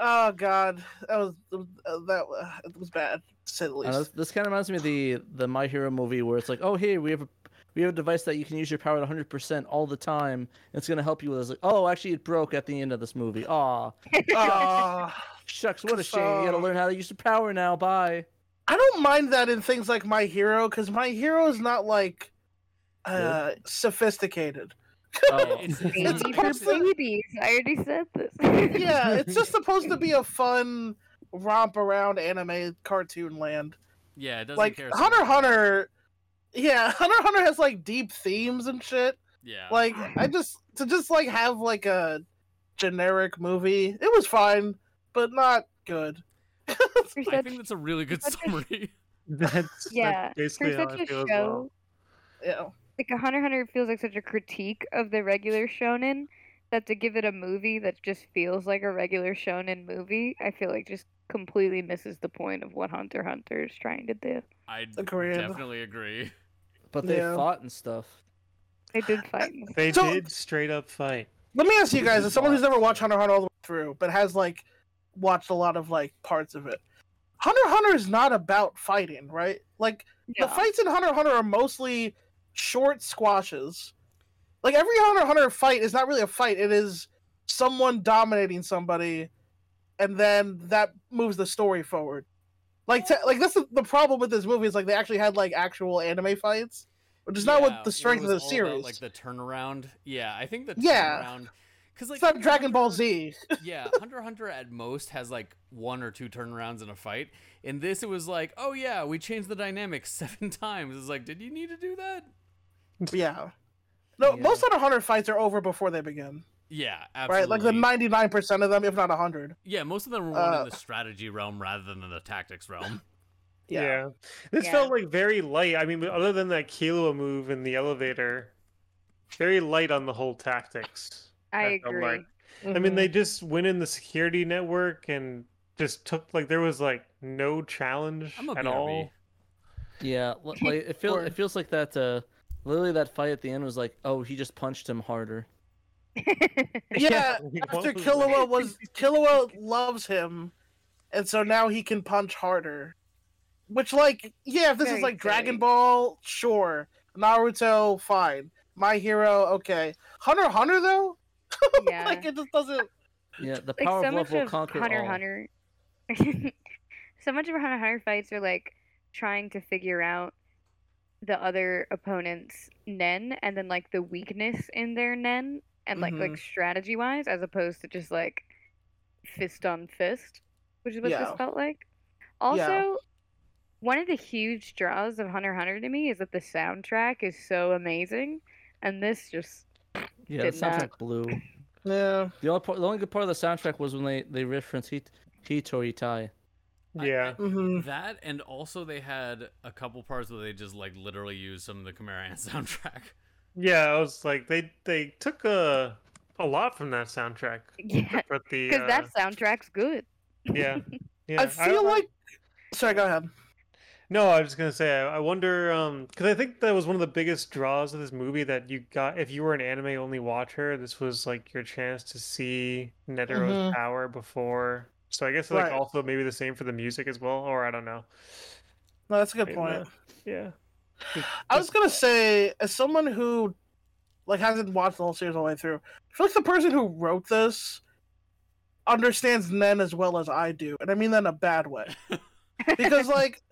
oh god, that was uh, that it was bad. to Say the I know, least. this- this kind of reminds me of the the My Hero movie where it's like, oh hey, we have a we have a device that you can use your power at 100% all the time. and It's gonna help you with this. Like, oh, actually, it broke at the end of this movie. Aw, Aw. shucks, what a shame. You gotta learn how to use the power now. Bye. I don't mind that in things like My Hero because My Hero is not like uh, sophisticated. Babies are babies. I already said this. <laughs> yeah, it's just supposed to be a fun romp around anime cartoon land. Yeah, it doesn't like care. so Hunter much. Hunter, yeah, <laughs> Hunter x Hunter has like deep themes and shit. Yeah. Like I just to just like have like a generic movie. It was fine, but not good. I think that's a really good summary. <laughs> <laughs> That's yeah, basically for how such I a feel show, as well. Yeah. like a Hunter x Hunter feels like such a critique of the regular shonen that to give it a movie that just feels like a regular shonen movie, I feel like just completely misses the point of what Hunter x Hunter is trying to do. I Agreed. definitely agree. But they Yeah. fought and stuff. They did fight. in the They So- did straight up fight. Let me ask you guys, as someone who's never watched Hunter x Hunter all the way through, but has like watched a lot of like parts of it, Hunter x Hunter is not about fighting, right? Like the fights in Hunter x Hunter are mostly short squashes. Like every Hunter x Hunter fight is not really a fight; it is someone dominating somebody, and then that moves the story forward. Like, te- like that's the, the problem with this movie is like they actually had like actual anime fights, which is not Yeah, what the it strength of was the all about, series. like the turnaround. Yeah, I think the Yeah. turnaround. Because like it's not Dragon Ball Z. <laughs> yeah, Hunter x Hunter at most has like one or two turnarounds in a fight. In this, it was like, oh yeah, we changed the dynamic <laughs> seven times. It's like, did you need to do that? <laughs> Yeah. No, most Hunter x Hunter fights are over before they begin. Yeah, absolutely. Right? Like the ninety nine percent of them, if not hundred. yeah, most of them were one uh, in the strategy realm rather than the tactics <laughs> realm. Yeah. This felt like very light. I mean, other than that Killua move in the elevator, very light on the whole tactics. I felt agree. like. I mean, Mm-hmm. they just went in the security network and just took like there was like no challenge I'm a at BRB. all. Yeah, l- like it feels it feels like that. Uh, literally, that fight at the end was like, oh, he just punched him harder. <laughs> Mm-hmm. <laughs> <laughs> Yeah. what after was Killua was Killua loves him, and so now he can punch harder. Which, like, yeah, if this Very is like Dragon Ball, sure. Naruto, fine. My Hero, okay. Hunter x Hunter though, <laughs> Yeah. like it just doesn't. Yeah, the like power so of much love will of conquer Hunter x all. Hunter. <laughs> so much of Hunter x Hunter fights are like trying to figure out the other opponent's nen and then like the weakness in their nen and like Mhm. like strategy wise as opposed to just like fist on fist, which is what Yeah. this felt like. Yeah. Also, one of the huge draws of Hunter x Hunter to me is that the soundtrack is so amazing, and this just <laughs> Yeah, the did not. soundtrack blew. Yeah. The only part, the only good part of the soundtrack was when they they referenced he he Tori Tai. Yeah. mm-hmm. Mm. That and also they had a couple parts where they just like literally used some of the Khmer Ant <laughs> soundtrack. Yeah, I was like they they took a a lot from that soundtrack. Yeah, but <laughs> the because uh, that soundtrack's good. yeah, <laughs> yeah. I feel like. Sorry, go ahead. No, I was just gonna say, I I wonder, um, because I think that was one of the biggest draws of this movie that you got if you were an anime only watcher. This was like your chance to see Netero's Mhm. power before. So I guess like Right. also maybe the same for the music as well, or I don't know. No, that's a good Maybe point. not. Yeah. I was gonna say, as someone who like hasn't watched the whole series all the way through, I feel like the person who wrote this understands Nen as well as I do, and I mean that in a bad way. because like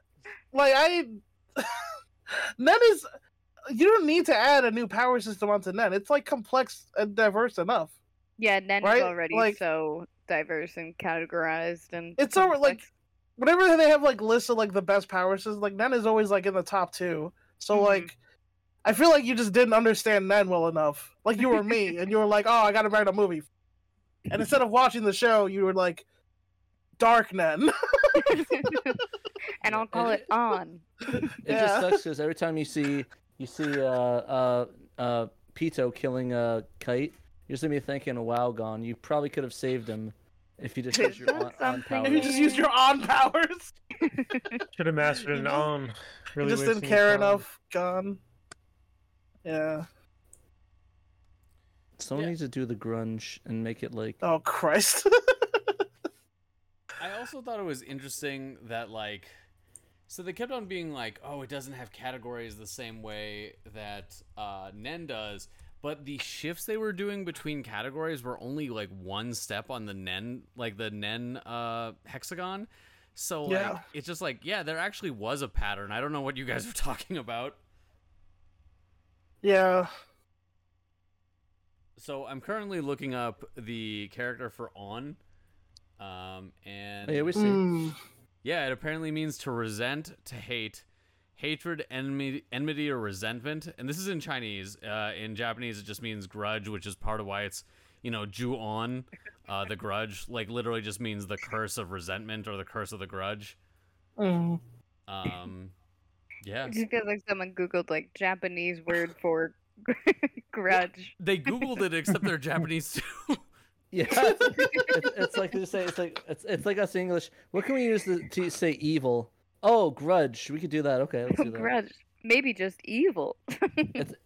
like I <laughs> Nen is you don't need to add a new power system onto Nen. It's like complex and diverse enough. Yeah, Nen Right? is already Like- so diverse and categorized and It's always like whenever they have like lists of like the best power systems, like Nen is always like in the top two. So Mm-hmm. like I feel like you just didn't understand Nen well enough. Like you <laughs> were me and you were like, Oh, I gotta write a movie. And instead of watching the show, you were like Dark Nen. <laughs> <laughs> and I'll call it on. It just sucks because every time you see you see uh uh uh Pito killing a kite, you're just gonna be thinking, "Wow, gone. You probably could have saved him if you just used your on, on power." If you <laughs> just used your <laughs> on powers. Should have mastered an on. Really you just didn't wasting your care time. enough. Gone. Yeah. Someone needs to do the grunge and make it like. Oh Christ! <laughs> I also thought it was interesting that like so they kept on being like, "Oh, it doesn't have categories the same way that uh, Nen does." But the shifts they were doing between categories were only like one step on the Nen, like the Nen uh, hexagon. So like Yeah. it's just like, yeah, there actually was a pattern. I don't know what you guys <laughs> were talking about. Yeah. So I'm currently looking up the character for on, um, and Oh, yeah, we see. Yeah, it apparently means to resent, to hate, hatred, enmity, enmity or resentment. And this is in Chinese. Uh, in Japanese, it just means grudge, which is part of why it's, you know, ju on. Uh, the grudge, like, literally just means the curse of resentment or the curse of the grudge. Mm. Um, yeah. <laughs> It just feels like someone googled like Japanese word for grudge. They Googled it, except they're Japanese too. <laughs> Yeah, it's, it's like they just say it's like it's, it's like us in English. What can we use to, to say evil? Oh, grudge. We could do that. Okay, let's do that. grudge. Maybe just evil. <laughs>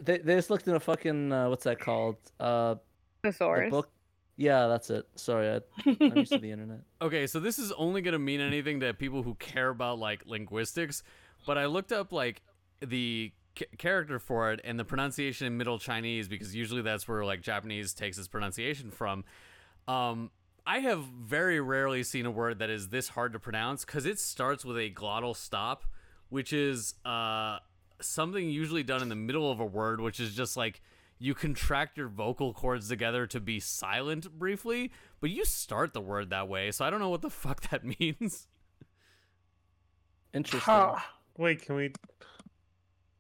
They, they just looked in a fucking uh, what's that called? Uh, the Thesaurus. book. Yeah, that's it. Sorry, I, I'm used to the internet. Okay, so this is only gonna mean anything to people who care about like linguistics, but I looked up like the c- character for it and the pronunciation in Middle Chinese because usually that's where like Japanese takes its pronunciation from. Um, I have very rarely seen a word that is this hard to pronounce because it starts with a glottal stop, which is uh something usually done in the middle of a word, which is just like you contract your vocal cords together to be silent briefly, but you start the word that way, so I don't know what the <laughs> fuck that means. Interesting. Wait, can we?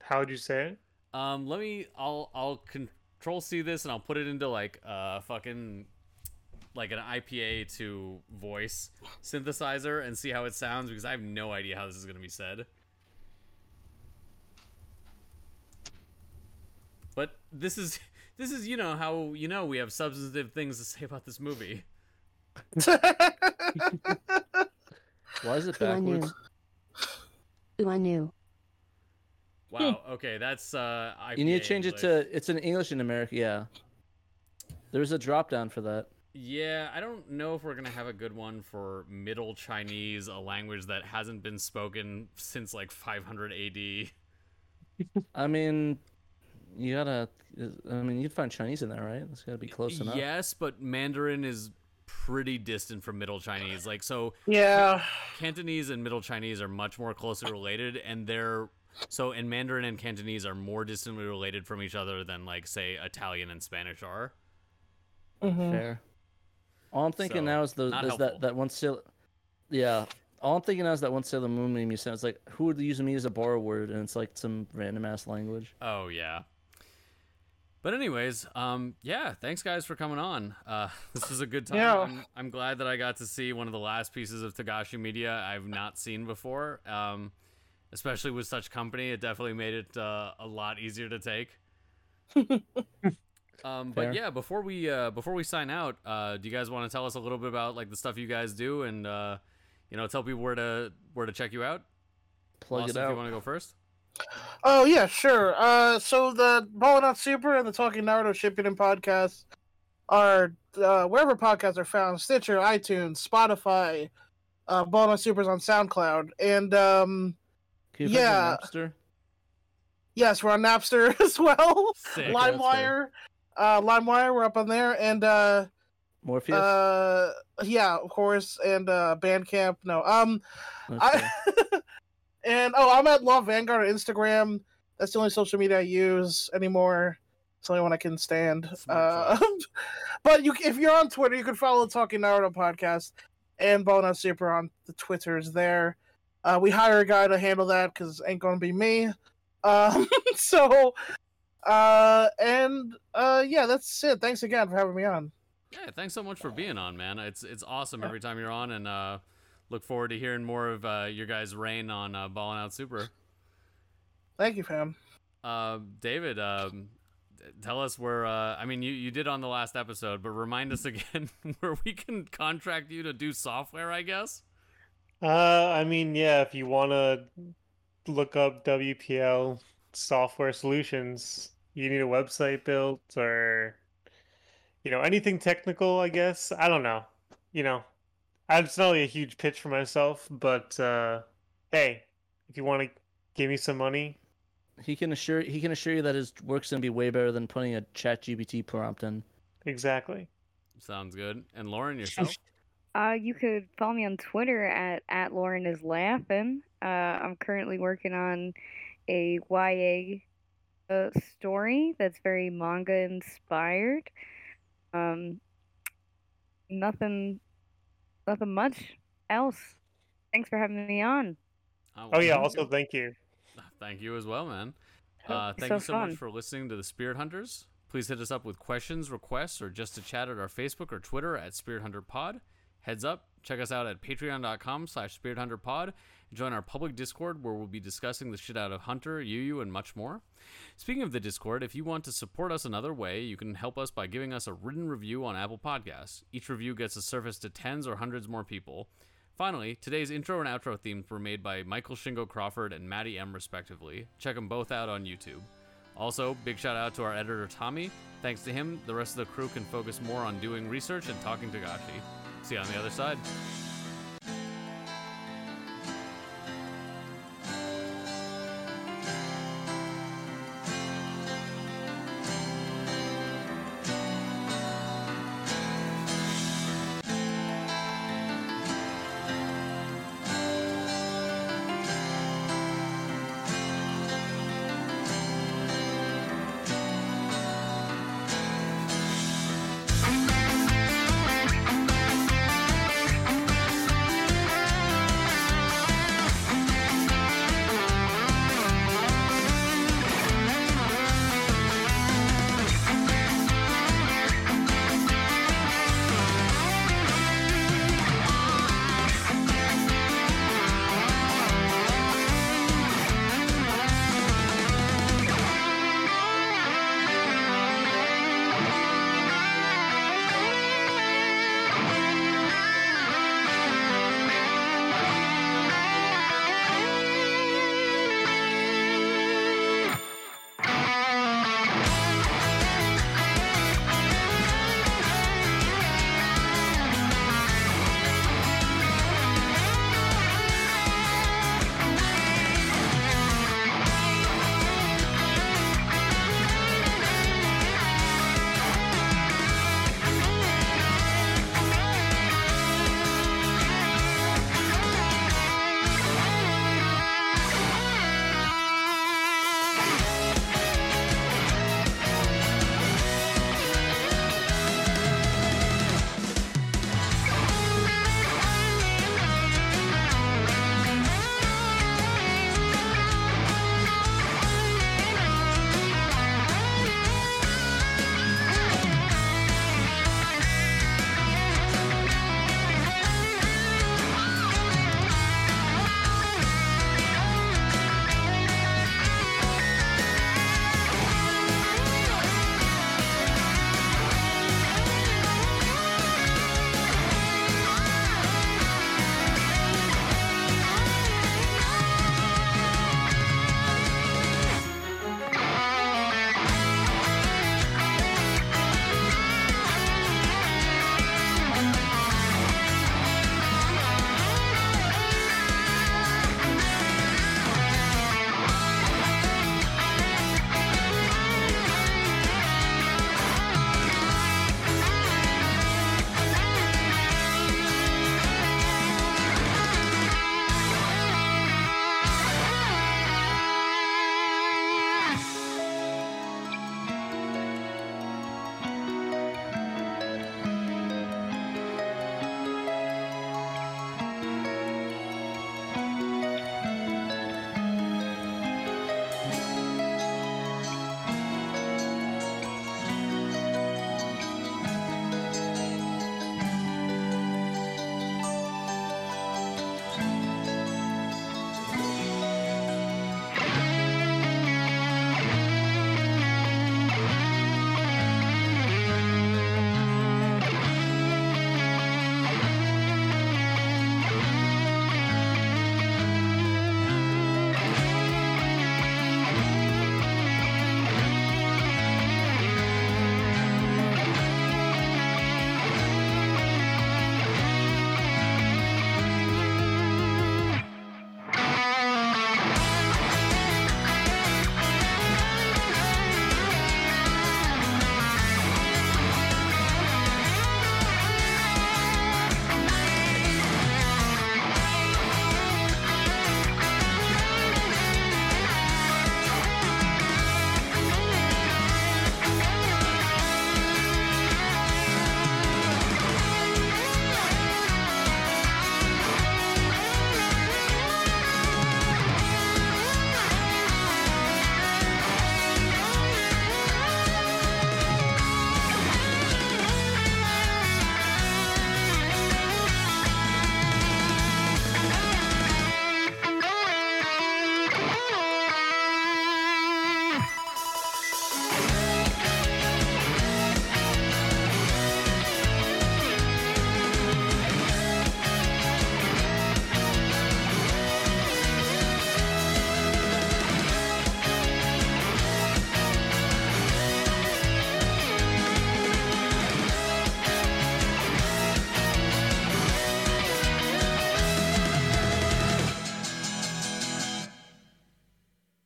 How would you say it? Um, let me. I'll I'll control C this and I'll put it into like uh fucking like an IPA to voice synthesizer and see how it sounds because I have no idea how this is gonna be said. But this is <laughs> this is you know how you know we have substantive things to say about this movie. Why is it Good on you. backwards? Wow. Okay, that's uh. IPA Hmm. You need to change it English. to it's in English in America. Yeah, there's a drop down for that. Yeah, I don't know if we're gonna have a good one for Middle Chinese, a language that hasn't been spoken since like 500 AD. I mean, you gotta. I mean, you'd find Chinese in there, right? It's gotta be close enough. Yes, but Mandarin is pretty distant from Middle Chinese. Like so, <laughs> Yeah. Cantonese and Middle Chinese are much more closely related, and they're so. And Mandarin and Cantonese are more distantly related from each other than like say Italian and Spanish are. Fair. All I'm thinking So, now is, those not is that helpful. that one Sailor. Yeah. All I'm thinking now is that one Sailor Moon meme you sent. It's like, who would use me as a borrow word? And it's like some random ass language. Oh yeah. But anyways, um, yeah, thanks guys for coming on. Uh, <laughs> this was a good time. Yeah. I'm, I'm glad that I got to see one of the last pieces of Tagashi Media I've not seen before. Um, especially with such company, it definitely made it uh, a lot easier to <laughs> take. um, Fair. but yeah, before we uh, before we sign out, uh, do you guys want to tell us a little bit about like the stuff you guys do and uh, you know tell people where to where to check you out? Plug it Lawson, If out. you want to go first? Oh yeah, sure. Uh, so the Ballin' Out Super and the Talking Naruto Shippuden podcast are uh, wherever podcasts are found: Stitcher, iTunes, Spotify. Uh, Ballin' Out Super's on SoundCloud, and um, Can you find me on yeah, Napster? Yes, we're on Napster <laughs> as well. Sick, Napster. LimeWire, uh, LimeWire, we're up on there, and uh, Morpheus? Uh, yeah, of course, and uh, Bandcamp. No, um, I, and oh, I'm at Love Vanguard on Instagram. That's the only social media I use anymore. It's the only one I can stand. Uh, <laughs> but you, if you're on Twitter, you can follow the Talking Naruto podcast and Bono Super on the Twitters there. Uh, we hire a guy to handle that because ain't gonna be me. Um, <laughs> so, uh, and uh, yeah, that's it. Thanks again for having me on. Yeah, thanks so much for being on, man. It's it's awesome every time you're on, and uh, look forward to hearing more of uh, your guys' reign on uh, Ballin' Out Super. Thank you, fam. Uh, David, um, d- tell us where. Uh, I mean, you you did on the last episode, but remind us again <laughs> where we can contract you to do software. I guess. Uh, I mean, yeah, if you want to look up WPL software solutions, you need a website built or, you know, anything technical, I guess. I don't know. You know, I- it's not really a huge pitch for myself, but uh, hey, if you want to give me some money, He can assure he can assure you that his work's gonna be way better than putting a chat GBT prompt in. Exactly. Sounds good. And Lauren, yourself. Uh, you could follow me on Twitter at, at Lauren is laughing. Uh, I'm currently working on a YA uh, story that's very manga inspired. Um, nothing, nothing much else. Thanks for having me on. Oh, yeah, Mm-hmm. also thank you. Thank you as well, man. Uh, it's thank so you so fun. much for listening to the Spirit Hunters. Please hit us up with questions, requests, or just to chat at our Facebook or Twitter at Spirit Hunter Pod. Heads up, check us out at patreon.com slash Spirit Hunter Pod. Join our public Discord where we'll be discussing the shit out of Hunter, Yu and much more. Speaking of the Discord, if you want to support us another way, you can help us by giving us a written review on Apple Podcasts. Each review gets us surfaced to tens or hundreds more people. Finally, today's intro and outro themes were made by Michael Shingo Crawford and Maddie M, respectively. Check them both out on YouTube. Also, big shout out to our editor Tommy. Thanks to him, the rest of the crew can focus more on doing research and talking to Gachi. See you on the other side.